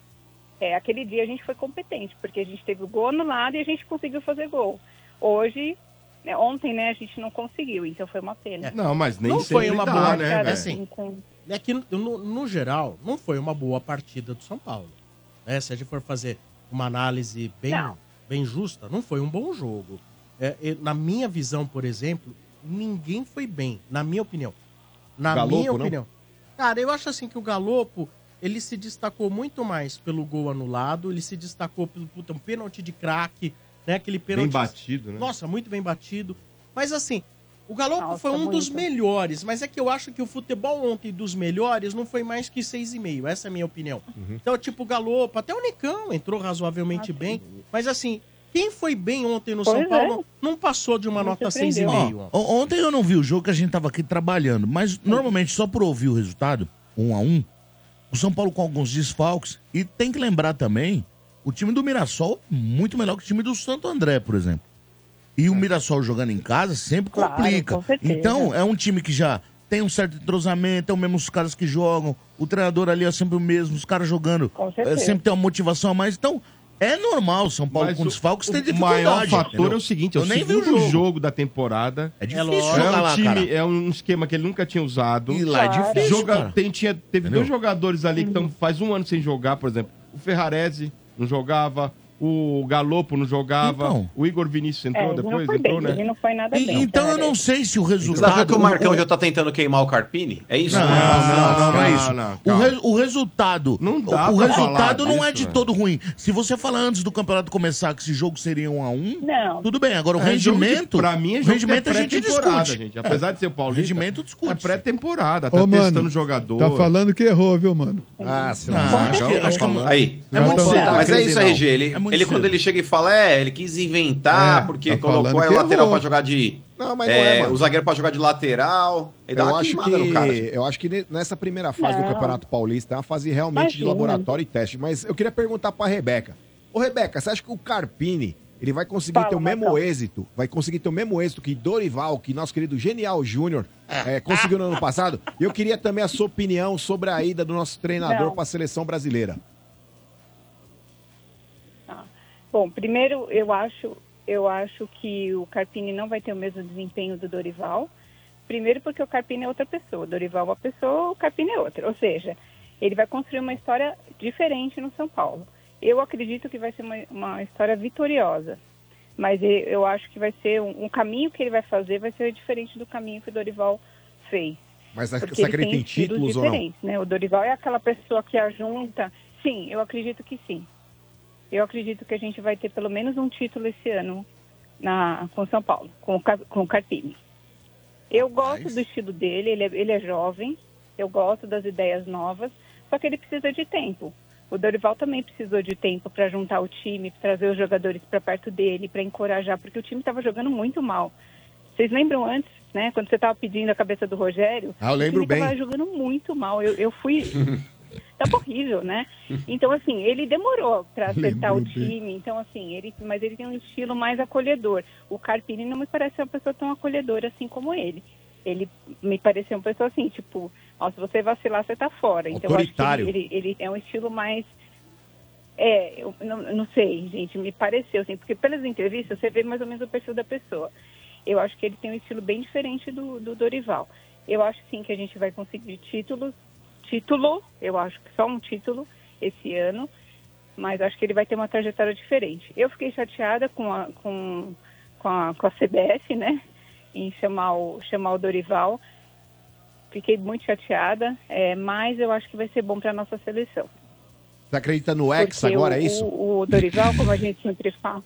É, aquele dia a gente foi competente, porque a gente teve o gol anulado e a gente conseguiu fazer gol. Hoje, né, ontem, né, a gente não conseguiu, então foi uma pena. Então, Não, mas nem não foi sempre uma dá, boa, né, né? velho? Assim, é que no, no geral não foi uma boa partida do São Paulo. né? Se a gente for fazer uma análise bem, Não. bem justa, não foi um bom jogo. É, e na minha visão, por exemplo, ninguém foi bem, na minha opinião. Na Galopo, minha não? opinião. Cara, eu acho assim que o Galopo, ele se destacou muito mais pelo gol anulado, ele se destacou pelo puta, um pênalti de craque, né? Aquele pênalti. batido, né? Nossa, muito bem batido. Mas assim, o Galopo Nossa, foi um dos muito. melhores, mas é que eu acho que o futebol ontem dos melhores não foi mais que 6,5. Essa é a minha opinião. Uhum. Então, tipo, o Galopo, até o Nicão entrou Ah, razoavelmente bem. Mas assim, quem foi bem ontem no Pois São é. Paulo não passou de uma nota 6,5. Ó, o- ontem eu não vi o jogo que a gente tava aqui trabalhando, mas normalmente só por ouvir o resultado, um a um, o São Paulo com alguns desfalques, e tem que lembrar também, o time do Mirassol é muito melhor que o time do Santo André, por exemplo. E o Mirassol jogando em casa sempre É. Claro, complica. com certeza. então, é um time que já tem um certo entrosamento, é o mesmo os caras que jogam, o treinador ali é sempre o mesmo, os caras jogando, certeza. é, sempre tem uma motivação a mais. Então, é normal o São Paulo Mas com o- desfalques ter O dificuldade. maior fator entendeu? é o seguinte, é o eu nem vi o segundo jogo. jogo. da temporada. É difícil é jogar um lá, time, cara. É um esquema que ele nunca tinha usado. E lá é Claro. difícil, Joga- cara. tem- tinha, teve Entendeu? dois jogadores ali que estão faz um ano sem jogar, por exemplo. O Ferrarese não jogava, o Galopo não jogava, o Igor Vinícius É, entrou ele não depois, foi bem, entrou, né? ele não foi nada É bem. então eu não sei se o Você achou resultado. que o Marcão já tá tentando queimar o Carpini? É isso? Não, não, não, não é isso. o, calma. re- o resultado. dá o pra resultado falar não é disso, de velho. todo ruim. Se você falar antes do campeonato começar que esse jogo seria um a um, Não. tudo bem. Agora o É jogo de- rendimento. pra mim, é o jogo rendimento que é a gente pré-temporada, discute. gente. Apesar de ser o Paulista, rendimento discute. É pré-temporada, tá Ô, mano, testando jogador. Tá falando que errou, viu, mano? Ah, não sabe. Aí. É muito Pô, cedo. mas é isso, Não. RG. Ele, É muito ele cedo. quando ele chega e fala, é, ele quis inventar, É, porque tá colocou falando aí o que lateral errou. pra jogar de. Não, mas não é, mano. O zagueiro pra jogar de lateral. Ele dá Eu uma acho, queimada no cara. que, eu acho que ne- nessa primeira fase Não. do Campeonato Paulista é uma fase realmente de Imagina. laboratório e teste. Mas eu queria perguntar pra Rebeca. Ô, Rebeca, você acha que o Carpini ele vai conseguir ter o mesmo êxito? Vai conseguir ter o mesmo êxito que Dorival, que nosso querido Genial Júnior Ah. eh, conseguiu no ano passado? E Eu queria também a sua opinião sobre a ida do nosso treinador Não. pra seleção brasileira. tá. Bom, primeiro eu acho, eu acho que o Carpini não vai ter o mesmo desempenho do Dorival. Primeiro porque o Carpini é outra pessoa, o Dorival é uma pessoa, o Carpini é outra. Ou seja, ele vai construir uma história diferente no São Paulo. Eu acredito que vai ser uma, uma história vitoriosa, mas e- eu acho que vai ser um, um caminho que ele vai fazer vai ser diferente do caminho que o Dorival fez. Mas Porque você ele acredita tem em estilos títulos ou não? diferentes, né? O Dorival é aquela pessoa que ajunta. Sim, eu acredito que sim. Eu acredito que a gente vai ter pelo menos um título esse ano na, com São Paulo, com, o Ca- com o Carpini. Eu gosto do estilo dele, ele é, ele é jovem, eu gosto das ideias novas, só que ele precisa de tempo. O Dorival também precisou de tempo para juntar o time, pra trazer os jogadores para perto dele, para encorajar, porque o time estava jogando muito mal. Vocês lembram antes, né? Quando você estava pedindo a cabeça do Rogério, Ah, eu lembro o time bem. estava jogando muito mal. Eu, eu fui Tava horrível, né? Então, assim, ele demorou para acertar o Lembro bem. time. Então, assim, ele, mas ele tem um estilo mais acolhedor. O Carpini não me parece uma pessoa tão acolhedora assim como ele. Ele me pareceu uma pessoa assim, tipo, ó, se você vacilar, você tá fora. Então, eu acho que Autoritário. ele, ele- ele é um estilo mais. É, eu não, eu não sei, gente, me pareceu, assim, porque pelas entrevistas você vê mais ou menos o perfil da pessoa. Eu acho que ele tem um estilo bem diferente do, do Dorival. Eu acho sim que a gente vai conseguir títulos título, eu acho que só um título esse ano, mas acho que ele vai ter uma trajetória diferente. Eu fiquei chateada com a, com, com a, com a CBF, né, em chamar o, chamar o Dorival. Fiquei muito chateada, é, mas eu acho que vai ser bom para nossa seleção. Você acredita no Hexa Porque agora, o, é isso? O, o Dorival, como a gente sempre fala.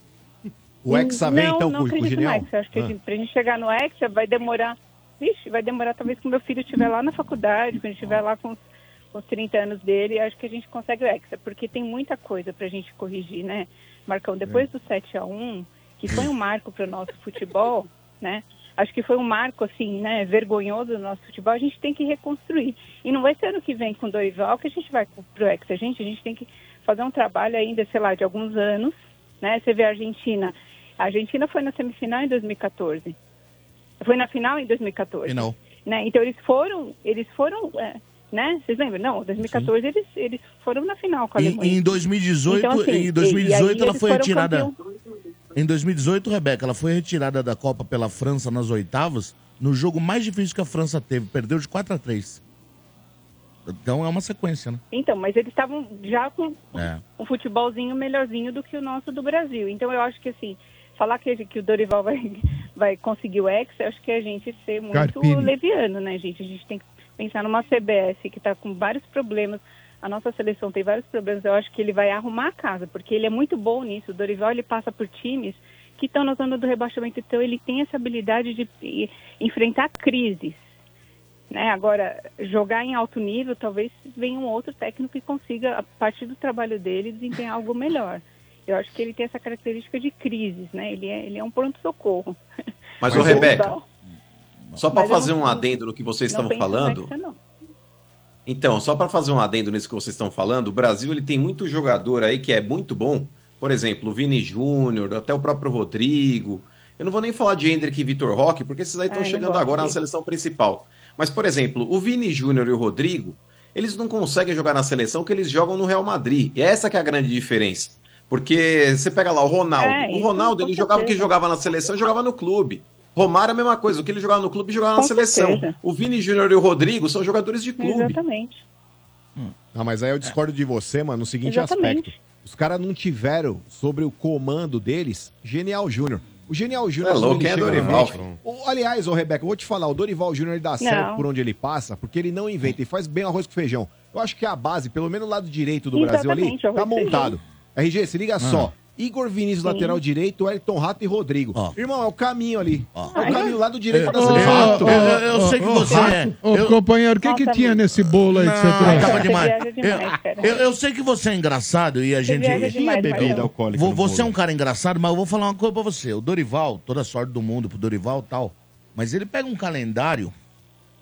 O Hexa vem, não, então, não com- com o acredito no Genial? Hexa. Acho que a Ah. gente, pra gente chegar no Hexa vai demorar. Vixe, vai demorar talvez quando meu filho estiver lá na faculdade, quando estiver lá com os, com os 30 anos dele, acho que a gente consegue o Hexa, porque tem muita coisa pra gente corrigir, né? Marcão, depois É. do 7 a 1 que foi um marco para o nosso futebol, né? Acho que foi um marco, assim, né, vergonhoso do nosso futebol, a gente tem que reconstruir. E não vai ser ano que vem com Dorival que a gente vai pro Hexa, gente. A gente tem que fazer um trabalho ainda, sei lá, de alguns anos, né? Você vê a Argentina. A Argentina foi na semifinal em 2014. Foi na final em 2014. E não. Né? Então eles foram, eles foram é, né? Vocês lembram? Não, 2014 eles, eles foram na final com a E, Alemanha. e em 2018, Então, assim, em e- e 2018 aí ela eles foi foram retirada. campeão. Em 2018, Rebeca, ela foi retirada da Copa pela França nas oitavas, no jogo mais difícil que a França teve, perdeu de 4 a 3. Então é uma sequência, né? Então, mas eles estavam já com É. um futebolzinho melhorzinho do que o nosso do Brasil. Então eu acho que assim, falar que, que o Dorival vai, vai conseguir o ex, eu acho que é a gente ser muito Carpini. leviano, né, gente? A gente tem que pensar numa CBF que está com vários problemas. A nossa seleção tem vários problemas. Eu acho que ele vai arrumar a casa, porque ele é muito bom nisso. O Dorival ele passa por times que estão na zona do rebaixamento, então ele tem essa habilidade de eh, enfrentar crises né? Agora, jogar em alto nível, talvez venha um outro técnico que consiga, a partir do trabalho dele, desempenhar algo melhor. Eu acho que ele tem essa característica de crises, né? Ele é, ele é um pronto-socorro. Mas, ô, Rebeca, Não, só pra Mas eu fazer não- um adendo no que vocês não estavam pensa falando, nessa, não. Então, só para fazer um adendo nisso que vocês estão falando, o Brasil ele tem muito jogador aí que é muito bom. Por exemplo, o Vini Júnior, até o próprio Rodrigo. Eu não vou nem falar de Hendrick e Vitor Roque, porque esses aí Ah, eu estão não chegando gosto agora na dele. seleção principal. Mas, por exemplo, o Vini Júnior e o Rodrigo, eles não conseguem jogar na seleção que eles jogam no Real Madrid. E essa que é a grande diferença. Porque você pega lá o Ronaldo. É, o isso, Ronaldo, com ele jogava o que certeza. jogava na seleção, jogava no clube. Romário, é a mesma coisa. O que ele jogava no clube, jogava na Com seleção. certeza. O Vini Júnior e o Rodrigo são jogadores de clube. Exatamente. Ah, mas aí eu discordo de você, mano, no seguinte Exatamente. aspecto. Os caras não tiveram sobre o comando deles Genial Júnior. O Genial Júnior É louco, ele é chega Dorival, na frente- filho. O- aliás, ô Rebeca, eu vou te falar, o Dorival Júnior ele dá certo por onde ele passa, porque ele não inventa e faz bem o arroz com feijão. Eu acho que a base, pelo menos o lado direito do Brasil ali, Exatamente, arroz tá com feijão. montado. RG, se liga Ah. só. Igor Vinícius, Sim. lateral direito, Elton Rato e Rodrigo. Irmão, é o caminho ali. É o caminho, o lado direito Ô, da seleção. ô, ô, ô, Ô, companheiro, o que, que tinha nesse bolo aí que você trouxe? é. Acaba demais. Eu, eu- eu sei que você é engraçado e a gente. viaja demais, Ih, é Marcão. Vou- você é um cara engraçado, mas eu vou falar uma coisa pra você. O Dorival, toda a sorte do mundo pro Dorival e tal. Mas ele pega um calendário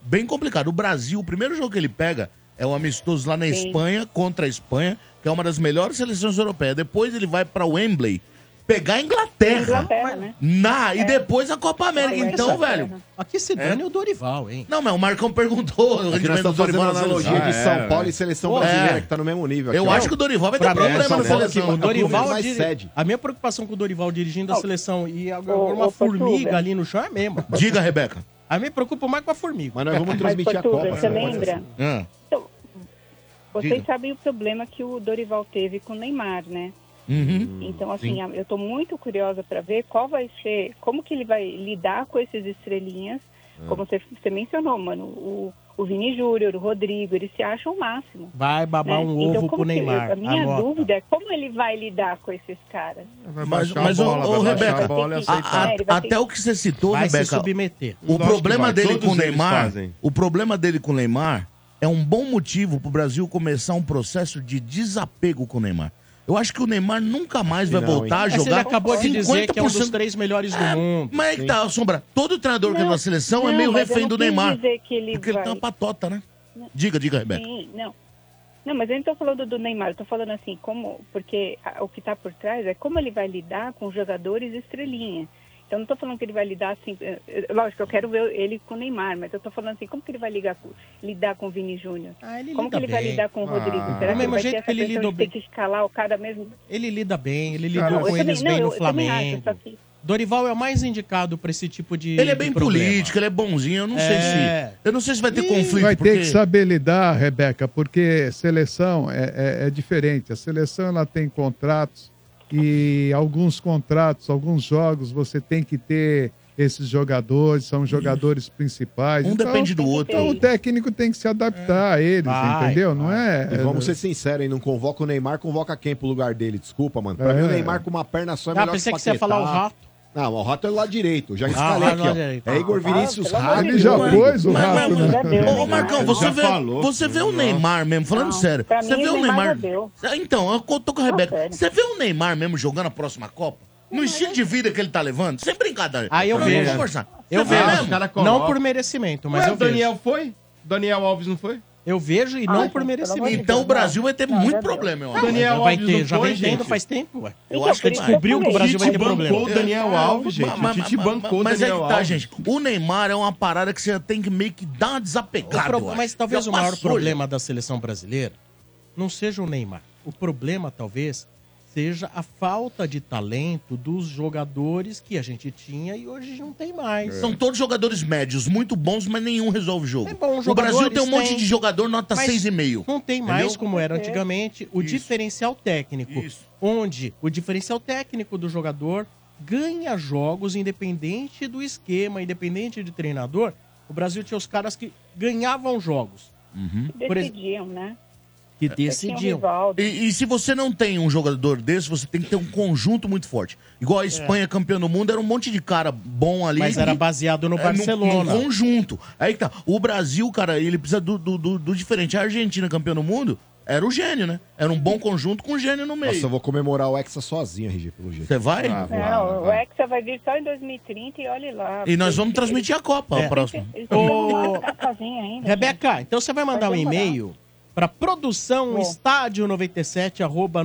bem complicado. O Brasil, o primeiro jogo que ele pega é o amistoso lá na Sim. Espanha, contra a Espanha, que é uma das melhores seleções europeias. Depois ele vai pra Wembley pegar a Inglaterra. Inglaterra, né? Na, É. e depois a Copa América. Olha, então, essa- velho. É. Aqui se dane o Dorival, hein? Não, mas o Marcão perguntou. o É que rendimento nós do estamos fazendo uma Dorival na analogia seleção. de Ah, São é, Paulo é. e seleção É. brasileira, que tá no mesmo nível. Eu acho que o Dorival vai ter Pra mim, problema São na Paulo é seleção. que O manda pro Dorival mais diri- sede. A minha preocupação com o Dorival dirigindo a seleção e agora Ô, uma ô, Portuga. formiga ali no chão é mesmo. Diga, Rebeca. A mim preocupa mais com a formiga. Mas nós vamos Mas, Portuga, você lembra? Ah. Então, vocês Diga. sabem o problema que o Dorival teve com o Neymar, né? Hum, Uhum. Então, assim, a- eu estou muito curiosa para ver qual vai ser, como que ele vai lidar com esses estrelinhas, É. Ah. como você, você mencionou, mano, o, o Vini Júnior, o Rodrigo, eles se acham o máximo. Vai babar né? um Então, como ovo pro que- Neymar. a minha Anota. dúvida é como ele vai lidar com esses caras. Mas, baixar a mas ô, bola, ô, vai baixar Rebeca, a bola e a- aceitar. Ah, a- É, ele vai ter até o que você citou, Vai se Rebeca, submeter. o Lógico problema que vai, dele todos com o eles Neymar, fazem. o problema dele com o Neymar é um bom motivo pro Brasil começar um processo de desapego com o Neymar. Eu acho que o Neymar nunca mais vai Não, voltar a hein? Mas jogar. Ele acabou de dizer que é um dos 50%. três melhores do mundo. Mas é que tá, Sombra, todo treinador que Não, é da seleção é não, meio mas eu refém não do quis Neymar. dizer que ele porque ele vai- tem uma patota, né? Diga, diga, Rebeca. Sim, não. Não, mas eu não tô falando do Neymar, eu tô falando assim, como. Porque a- o que tá por trás é como ele vai lidar com os jogadores estrelinha. Então não tô falando que ele vai lidar assim. eh, eh, Lógico, eu quero ver ele com o Neymar, mas eu tô falando assim, como que ele vai ligar com- lidar com o Vini Júnior? como que lida ele vai Ah, bem. lidar com o Rodrigo? Ah. Será Do que ele mesmo vai jeito ter essa que ele pressão lidou de bem. ter que escalar o cara mesmo? Ele lida bem, ele Não, lidou eu com também- eles não, bem eu- no eu também acho, Flamengo. só que- Dorival é o mais indicado pra esse tipo de. Ele é de bem problema. político, ele é bonzinho, eu não É. sei se. Eu não sei se vai ter conflito. Vai ter porque- que saber lidar, Rebeca, porque seleção é, é- é diferente. A seleção ela tem contratos e alguns contratos, alguns jogos você tem que ter esses jogadores, são os jogadores principais. Um depende do outro. Então o técnico tem que se adaptar a eles, Ah, Vai, entendeu? então. Não é. E vamos ser sinceros, hein? Não convoca o Neymar, convoca quem pro lugar dele? Desculpa, mano. Pra É. mim, o Neymar com uma perna só é Ah, melhor pensei o que você ia Paquetá. falar o Rato. Não, o Rato é do lado direito. Já Ah, escalei Rato é do lado aqui, direito. ó. É Igor Ah, Vinícius, pelo amor Rato. de Deus. Já pôs o Mas, Rato, mas, né? já deu, Ô, ô, Marcão, você Já vê, falou, você vê o não. Neymar mesmo, falando Não, sério. pra Você mim, vê o o Neymar Neymar. já deu. Ah, Então, eu tô com a Rebeca. Você vê o Neymar mesmo jogando a próxima Copa? No estilo de vida que ele tá levando? Sem brincadeira. Aí eu Não, vamos vejo. conversar. Eu Você vê vejo. mesmo? Não por merecimento, mas Ué, eu o Daniel vejo. foi? Daniel Alves não foi? Eu vejo e Ah, não gente, por pelo merecimento. amor de Então o Deus, Brasil vai ter não. muito Não, já deu. problema, eu acho. Daniel Vai Alves ter, não já foi, vem gente. tendo faz tempo, ué. Eu Então, acho que descobriu que o Brasil vai ter problema. o É, mas- mas- mas- Mas é que tá, gente. O Neymar é uma parada que você tem que meio que dar uma O desapegada. pro- eu acho. É Mas talvez Já o maior passou, problema da seleção brasileira não seja o Neymar. O problema, talvez, seja a falta de talento dos jogadores que a gente tinha e hoje não tem mais. É. São todos jogadores médios, muito bons, mas nenhum resolve o jogo. o É jogadores Brasil tem um monte têm, de jogador nota mas 6,5. Não tem mais como É. era antigamente o diferencial técnico, onde o diferencial técnico do jogador ganha jogos independente do esquema, independente de treinador. O Brasil tinha os caras que ganhavam jogos, Por ex- Decidiam, né? que Tinha um decidiam. rival. E, e se você não tem um jogador desse, você tem que ter um conjunto muito forte. Igual É. a Espanha, campeã do mundo, era um monte de cara bom ali. Mas era baseado no É, Barcelona. Num conjunto. Aí que tá. O Brasil, cara, ele precisa do, do- do- do diferente. A Argentina, campeã do mundo, era o gênio, né? Era um bom conjunto com gênio no meio. Nossa, eu vou comemorar o Hexa sozinho, RG, pelo jeito. Você vai? Ah, vou. Não, o Hexa vai vir só em 2030 e olhe lá. E nós vamos transmitir a Copa, É. a próxima. Eles Ô, estão lá na casinha ainda. Rebeca, então você vai mandar um Vai demorar. e-mail para produção estádio 97 arroba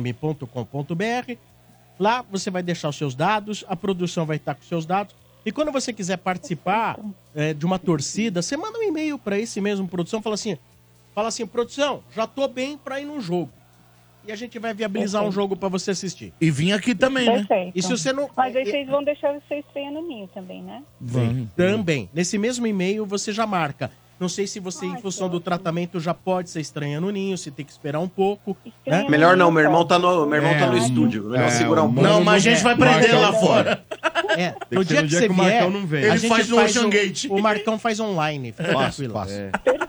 97fm.com.br. Lá você vai deixar os seus dados, a produção vai estar com os seus dados. E quando você quiser participar é, de uma torcida, você manda um e-mail para esse mesmo produção, fala assim, fala assim, produção, já tô bem para ir num jogo. E a gente vai viabilizar um Perfeito. jogo para você assistir. E vim aqui também, né? Perfeito. E se você não É, Mas aí vocês vão deixar vocês estreando no ninho também, né? Vem. Também. Nesse mesmo e-mail você já marca. Não sei se você, em função do tratamento, já pode ser estranha no ninho, se tem que esperar um pouco. né? É? Melhor não, meu irmão tá no, meu irmão tá no É. estúdio. Melhor É, segurar um o pouco. mano não quer. Marcão não É, que no ser no dia que dia você que o vier, Marcão não vem. a Ele gente faz no faz Ocean o- Gate. O Marcão faz online, fica Faço, tranquilo. faço. É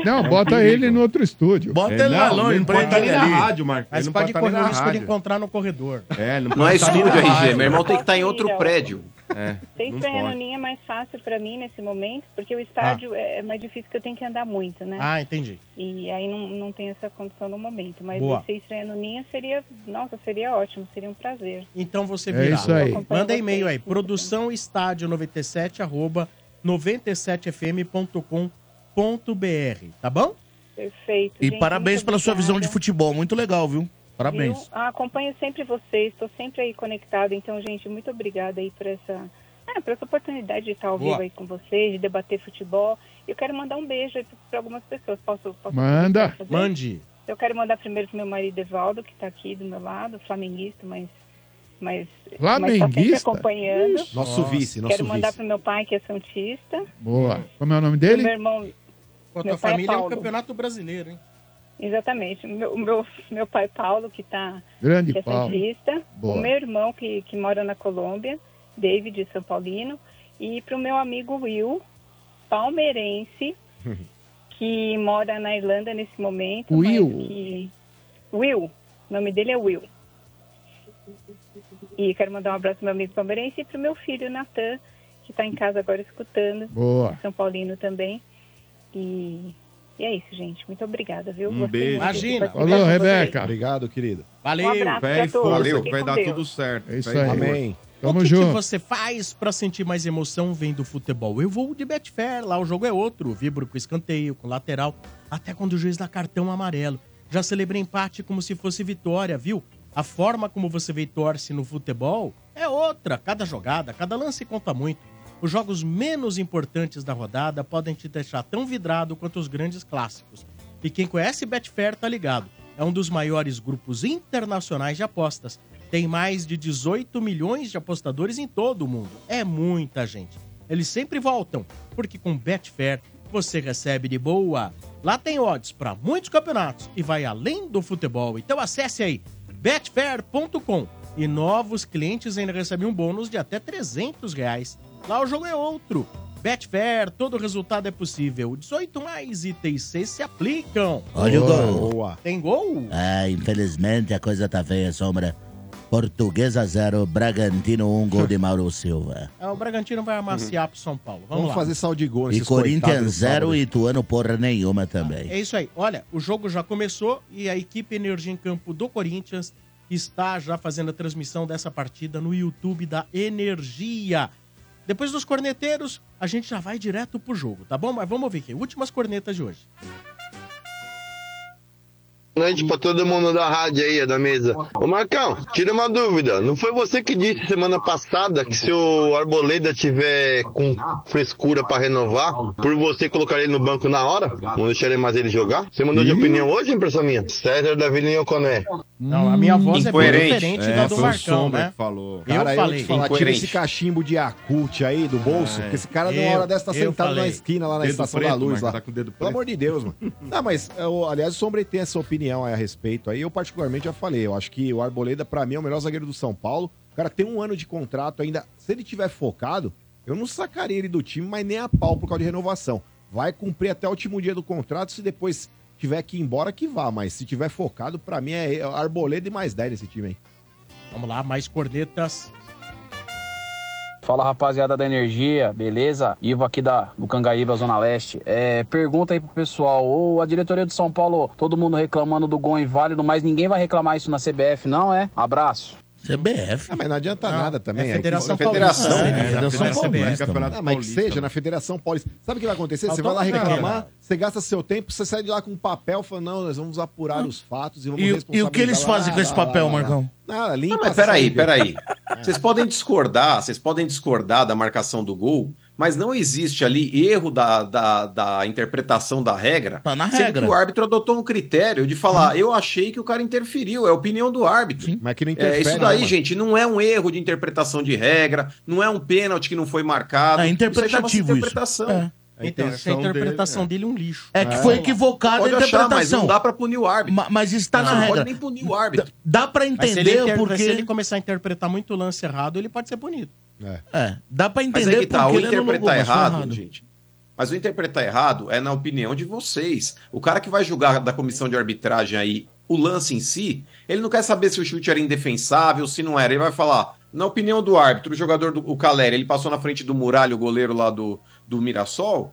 um Não, bota ele no outro estúdio. Bota ele lá longe, ele é um põe ele ali na rádio, Marcão. Mas Ele não pode pode estar correr nem o na risco de rádio. encontrar no corredor. É, ele Não é pode estar nem estúdio, na RG. rádio. Meu irmão tem que estar em outro Não. prédio. É. Ser estreando no ninho é mais fácil pra mim nesse momento, porque o Ah. estádio é é mais difícil que eu tenho que andar muito, né? Ah, entendi. E aí não, não tem essa condição no momento. Mas Boa. você estreando no ninho seria, nossa, seria ótimo, seria um prazer. Então você É virá. isso aí. Manda e-mail aí, produção estádio 97 arroba 97fm.com.br, tá bom? Perfeito. E gente, parabéns muito pela sua visão de futebol. Muito legal, viu? Viu? Parabéns. Ah, acompanho sempre vocês, estou sempre aí conectado. Então, gente, muito obrigada aí por essa, ah, por essa oportunidade de estar ao Boa. vivo aí com vocês, de debater futebol. Eu quero mandar um beijo aí para algumas pessoas. Posso, posso Manda. posso fazer? Mande. Eu quero mandar primeiro pro meu marido Evaldo, que está aqui do meu lado, flamenguista, mas. Mas, mas tá sempre Flamenguista? acompanhando. Ixi. Nosso vice, nosso Quero mandar vice. pro meu pai, que é santista. Boa. Como é o nome dele? Meu irmão. Com a meu tua pai família é o Paulo. campeonato brasileiro, hein? Exatamente. Meu, meu, meu pai Paulo, que tá Grande que é Paulo. santista. Boa. O meu irmão, que, que mora na Colômbia, David, de São Paulino. E pro meu amigo Will, palmeirense, que mora na Irlanda nesse momento. mas Will. que- Will. O nome dele é Will. E quero mandar um abraço pro meu amigo palmeirense e pro meu filho, Natan, que tá em casa agora escutando. Boa. São Paulino também. E, e é isso, gente. Muito obrigada, viu? Um Gostei beijo. muito de participar. Falou, Rebeca. Obrigado, querida. Valeu. Tá Um abraço Fé pra e força, todos. que vai Fiquem dar com tudo Deus. certo. É isso Fé e aí. força. Amém. o Tamo que, que junto. você faz pra sentir mais emoção vendo futebol? Eu vou de Betfair, lá o jogo é outro. Vibro com escanteio, com lateral, até quando o juiz dá cartão amarelo. Já celebrei empate como se fosse vitória, viu? A forma como você vê e torce no futebol é outra. Cada jogada, cada lance conta muito. Os jogos menos importantes da rodada podem te deixar tão vidrado quanto os grandes clássicos. E quem conhece Betfair tá ligado. É um dos maiores grupos internacionais de apostas. Tem mais de 18 milhões de apostadores em todo o mundo. É muita gente. Eles sempre voltam, porque com Betfair você recebe de boa. Lá tem odds para muitos campeonatos e vai além do futebol. Então acesse aí betfair.com e novos clientes ainda recebem um bônus de até 300 reais. Lá o jogo é outro. Betfair, todo resultado é possível. 18 mais itens 6 se aplicam. Olha o gol. Boa. Tem gol? Ah, infelizmente a coisa tá feia, Sombra. Portuguesa 0, Bragantino 1, um, gol de Mauro Silva. Ah, o Bragantino vai amaciar pro São Paulo. Vamos, lá. sal de gol E nesses Corinthians é coitados do 0 Paulo. e Ituano porra nenhuma também. É isso aí. Olha, o jogo já começou e a equipe Energia em Campo do Corinthians está já fazendo a transmissão dessa partida no YouTube da Energia. Depois dos corneteiros, a gente já vai direto pro jogo, tá bom? Mas vamos ver aqui. Últimas cornetas de hoje. Boa noite pra todo mundo da rádio aí, da mesa. Ô Marcão, tira uma dúvida. Não foi você que disse semana passada que se o Arboleda tiver com frescura pra renovar, por você colocar ele no banco na hora? Não deixarei mais ele jogar? Você mandou de opinião hoje, impressão minha? César da Vila Inhoconé. Não, a minha voz é bem Incoerente. diferente É, da do foi o Marcão, Sombra né? que falou. Eu Cara, eu, falei. te falar, tira Incoerente. esse cachimbo de Yakult aí do bolso, Ai, porque esse cara É, eu- na hora dessa tá eu sentado falei. na esquina lá na Dedo Estação preto, da Luz Marcos, lá. tá com o dedo Pelo preto. amor de Deus, mano. Não, mas, eu- aliás, o Sombre tem essa opinião aí a respeito aí. Eu particularmente já falei, eu acho que o Arboleda, pra mim, é o melhor zagueiro do São Paulo. O cara tem um ano de contrato ainda. Se ele tiver focado, eu não sacaria ele do time, mas nem a pau por causa de renovação. Vai cumprir até o último dia do contrato, se depois tiver que ir embora, que vá. Mas se tiver focado, pra mim é Arboleda e mais 10 nesse time aí. Vamos lá, mais cornetas. Fala rapaziada da energia, beleza? Ivo aqui da do Cangaíba, Zona Leste. É, pergunta aí pro pessoal: ô, a diretoria do São Paulo, todo mundo reclamando do gol inválido, mas ninguém vai reclamar isso na CBF, não é? Abraço. CBF. Ah, mas não adianta nada também. é É Federação que- Federação, Paulista, né? né? Federação Federação Paulista. Paulista, mano. Ah, mas que seja na Federação Paulista. Sabe o que vai acontecer? Ah, Você vai lá Automático, reclamar, cara. você gasta seu tempo, você sai de lá com um papel falando, não, nós vamos apurar os fatos e E vamos o- e o responsabilizar Ah, que eles lá, fazem com lá, esse lá, papel, lá, lá. Marcão? Nada, limpa. Ah, É. Mas peraí, sangue. peraí. Vocês podem discordar, vocês podem discordar da marcação do gol, mas não existe ali erro da, da, da interpretação da regra. Tá na sendo regra. Uhum. que o árbitro adotou um critério de falar, eu achei que o cara interferiu, é a opinião do árbitro. Mas que não É, interfere, isso daí, né, gente, não é um erro de interpretação de regra, não é um pênalti que não foi marcado. É Isso aí interpretativo Tá, chama-se isso. interpretação. É. A Então, essa intenção interpretação dele é um lixo. É que foi equivocada a Pode interpretação. achar, mas não dá pra punir o árbitro. Ma- mas isso tá Você na não regra. pode nem punir o árbitro. D- Dá pra Mas se ele, entender inter- porque... se ele começar a interpretar muito lance errado, ele pode ser punido. É, dá pra Mas entender é que tá, o porque ele interpretar anulou o gol, mas foi errado, gente. Mas o interpretar errado é na opinião de vocês. O cara que vai julgar da comissão de arbitragem aí o lance em si, ele não quer saber se o chute era indefensável, se não era. Ele vai falar, na opinião do árbitro, o jogador do o Caleri, ele passou na frente do Muralha, o goleiro lá do, do Mirassol.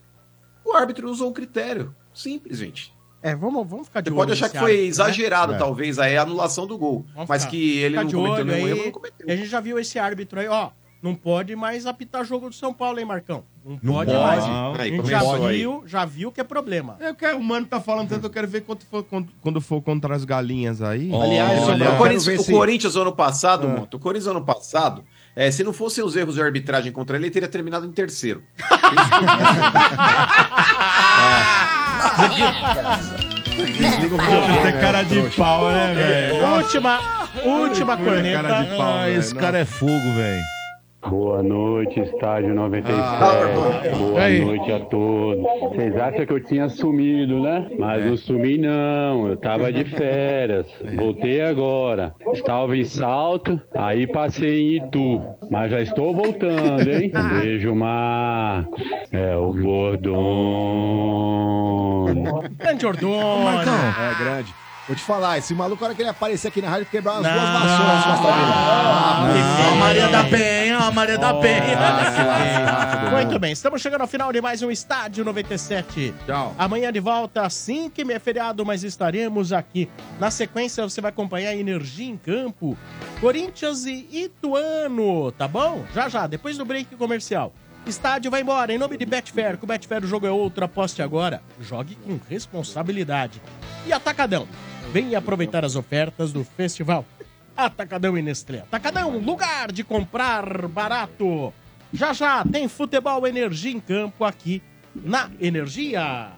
O árbitro usou o critério. Simples, gente. É, vamos, vamos ficar de Você olho. pode achar nesse que foi árbitro, né? exagerado, É. talvez, aí a anulação do gol. Vamos mas ficar- que ele ficar não de cometeu olho nenhum aí. erro, não cometeu. E a gente já viu esse árbitro aí, ó. Não pode mais apitar jogo do São Paulo, hein, Marcão? Não Não pode pode. mais. Não. a Aí, gente já começou aí. viu, já viu que é problema. É, eu quero- o mano tá falando tanto, eu quero ver quando for, quando, quando for contra as galinhas aí. Aliás, Olha, o, Corinthians, o Corinthians ano passado, É. Ah. Moto, o Corinthians ano passado, eh, se não fossem os erros de arbitragem contra ele, ele teria terminado em terceiro. Ah, Desliga o videogame, Você é cara de pau, né, velho? É, Última, última corneta. Ah, esse cara é fogo, velho. Boa noite, estádio 97. Boa noite a todos. Vocês acham que eu tinha sumido, né? Mas não sumi, não. Eu tava de férias. Voltei agora. Estava em salto, aí passei em Itu. Mas já estou voltando, hein? Um Beijo, Marcos. É o Gordon. Grande Ordon. Marcão. É, grande. Vou te falar, esse maluco, a hora que ele aparecer aqui na rádio, quebrar as Não, duas vassouras nas costas dele. Ah, Ó, a Maria da Penha, ó, a Maria da Penha. Muito bem, estamos chegando ao final de mais um Estádio 97. Tchau. Amanhã de volta, às 5 h feriado, mas estaremos aqui. Na sequência, você vai acompanhar a Energia em Campo, Corinthians e Ituano, tá bom? Já já, depois do break comercial. Estádio vai embora, em nome de Betfair. Com Betfair o jogo é outro, aposte agora. Jogue com responsabilidade. E Atacadão, venha aproveitar as ofertas do festival. Atacadão e Nestlé. Atacadão, um lugar de comprar barato. Já já tem futebol Energia em campo aqui na Energia.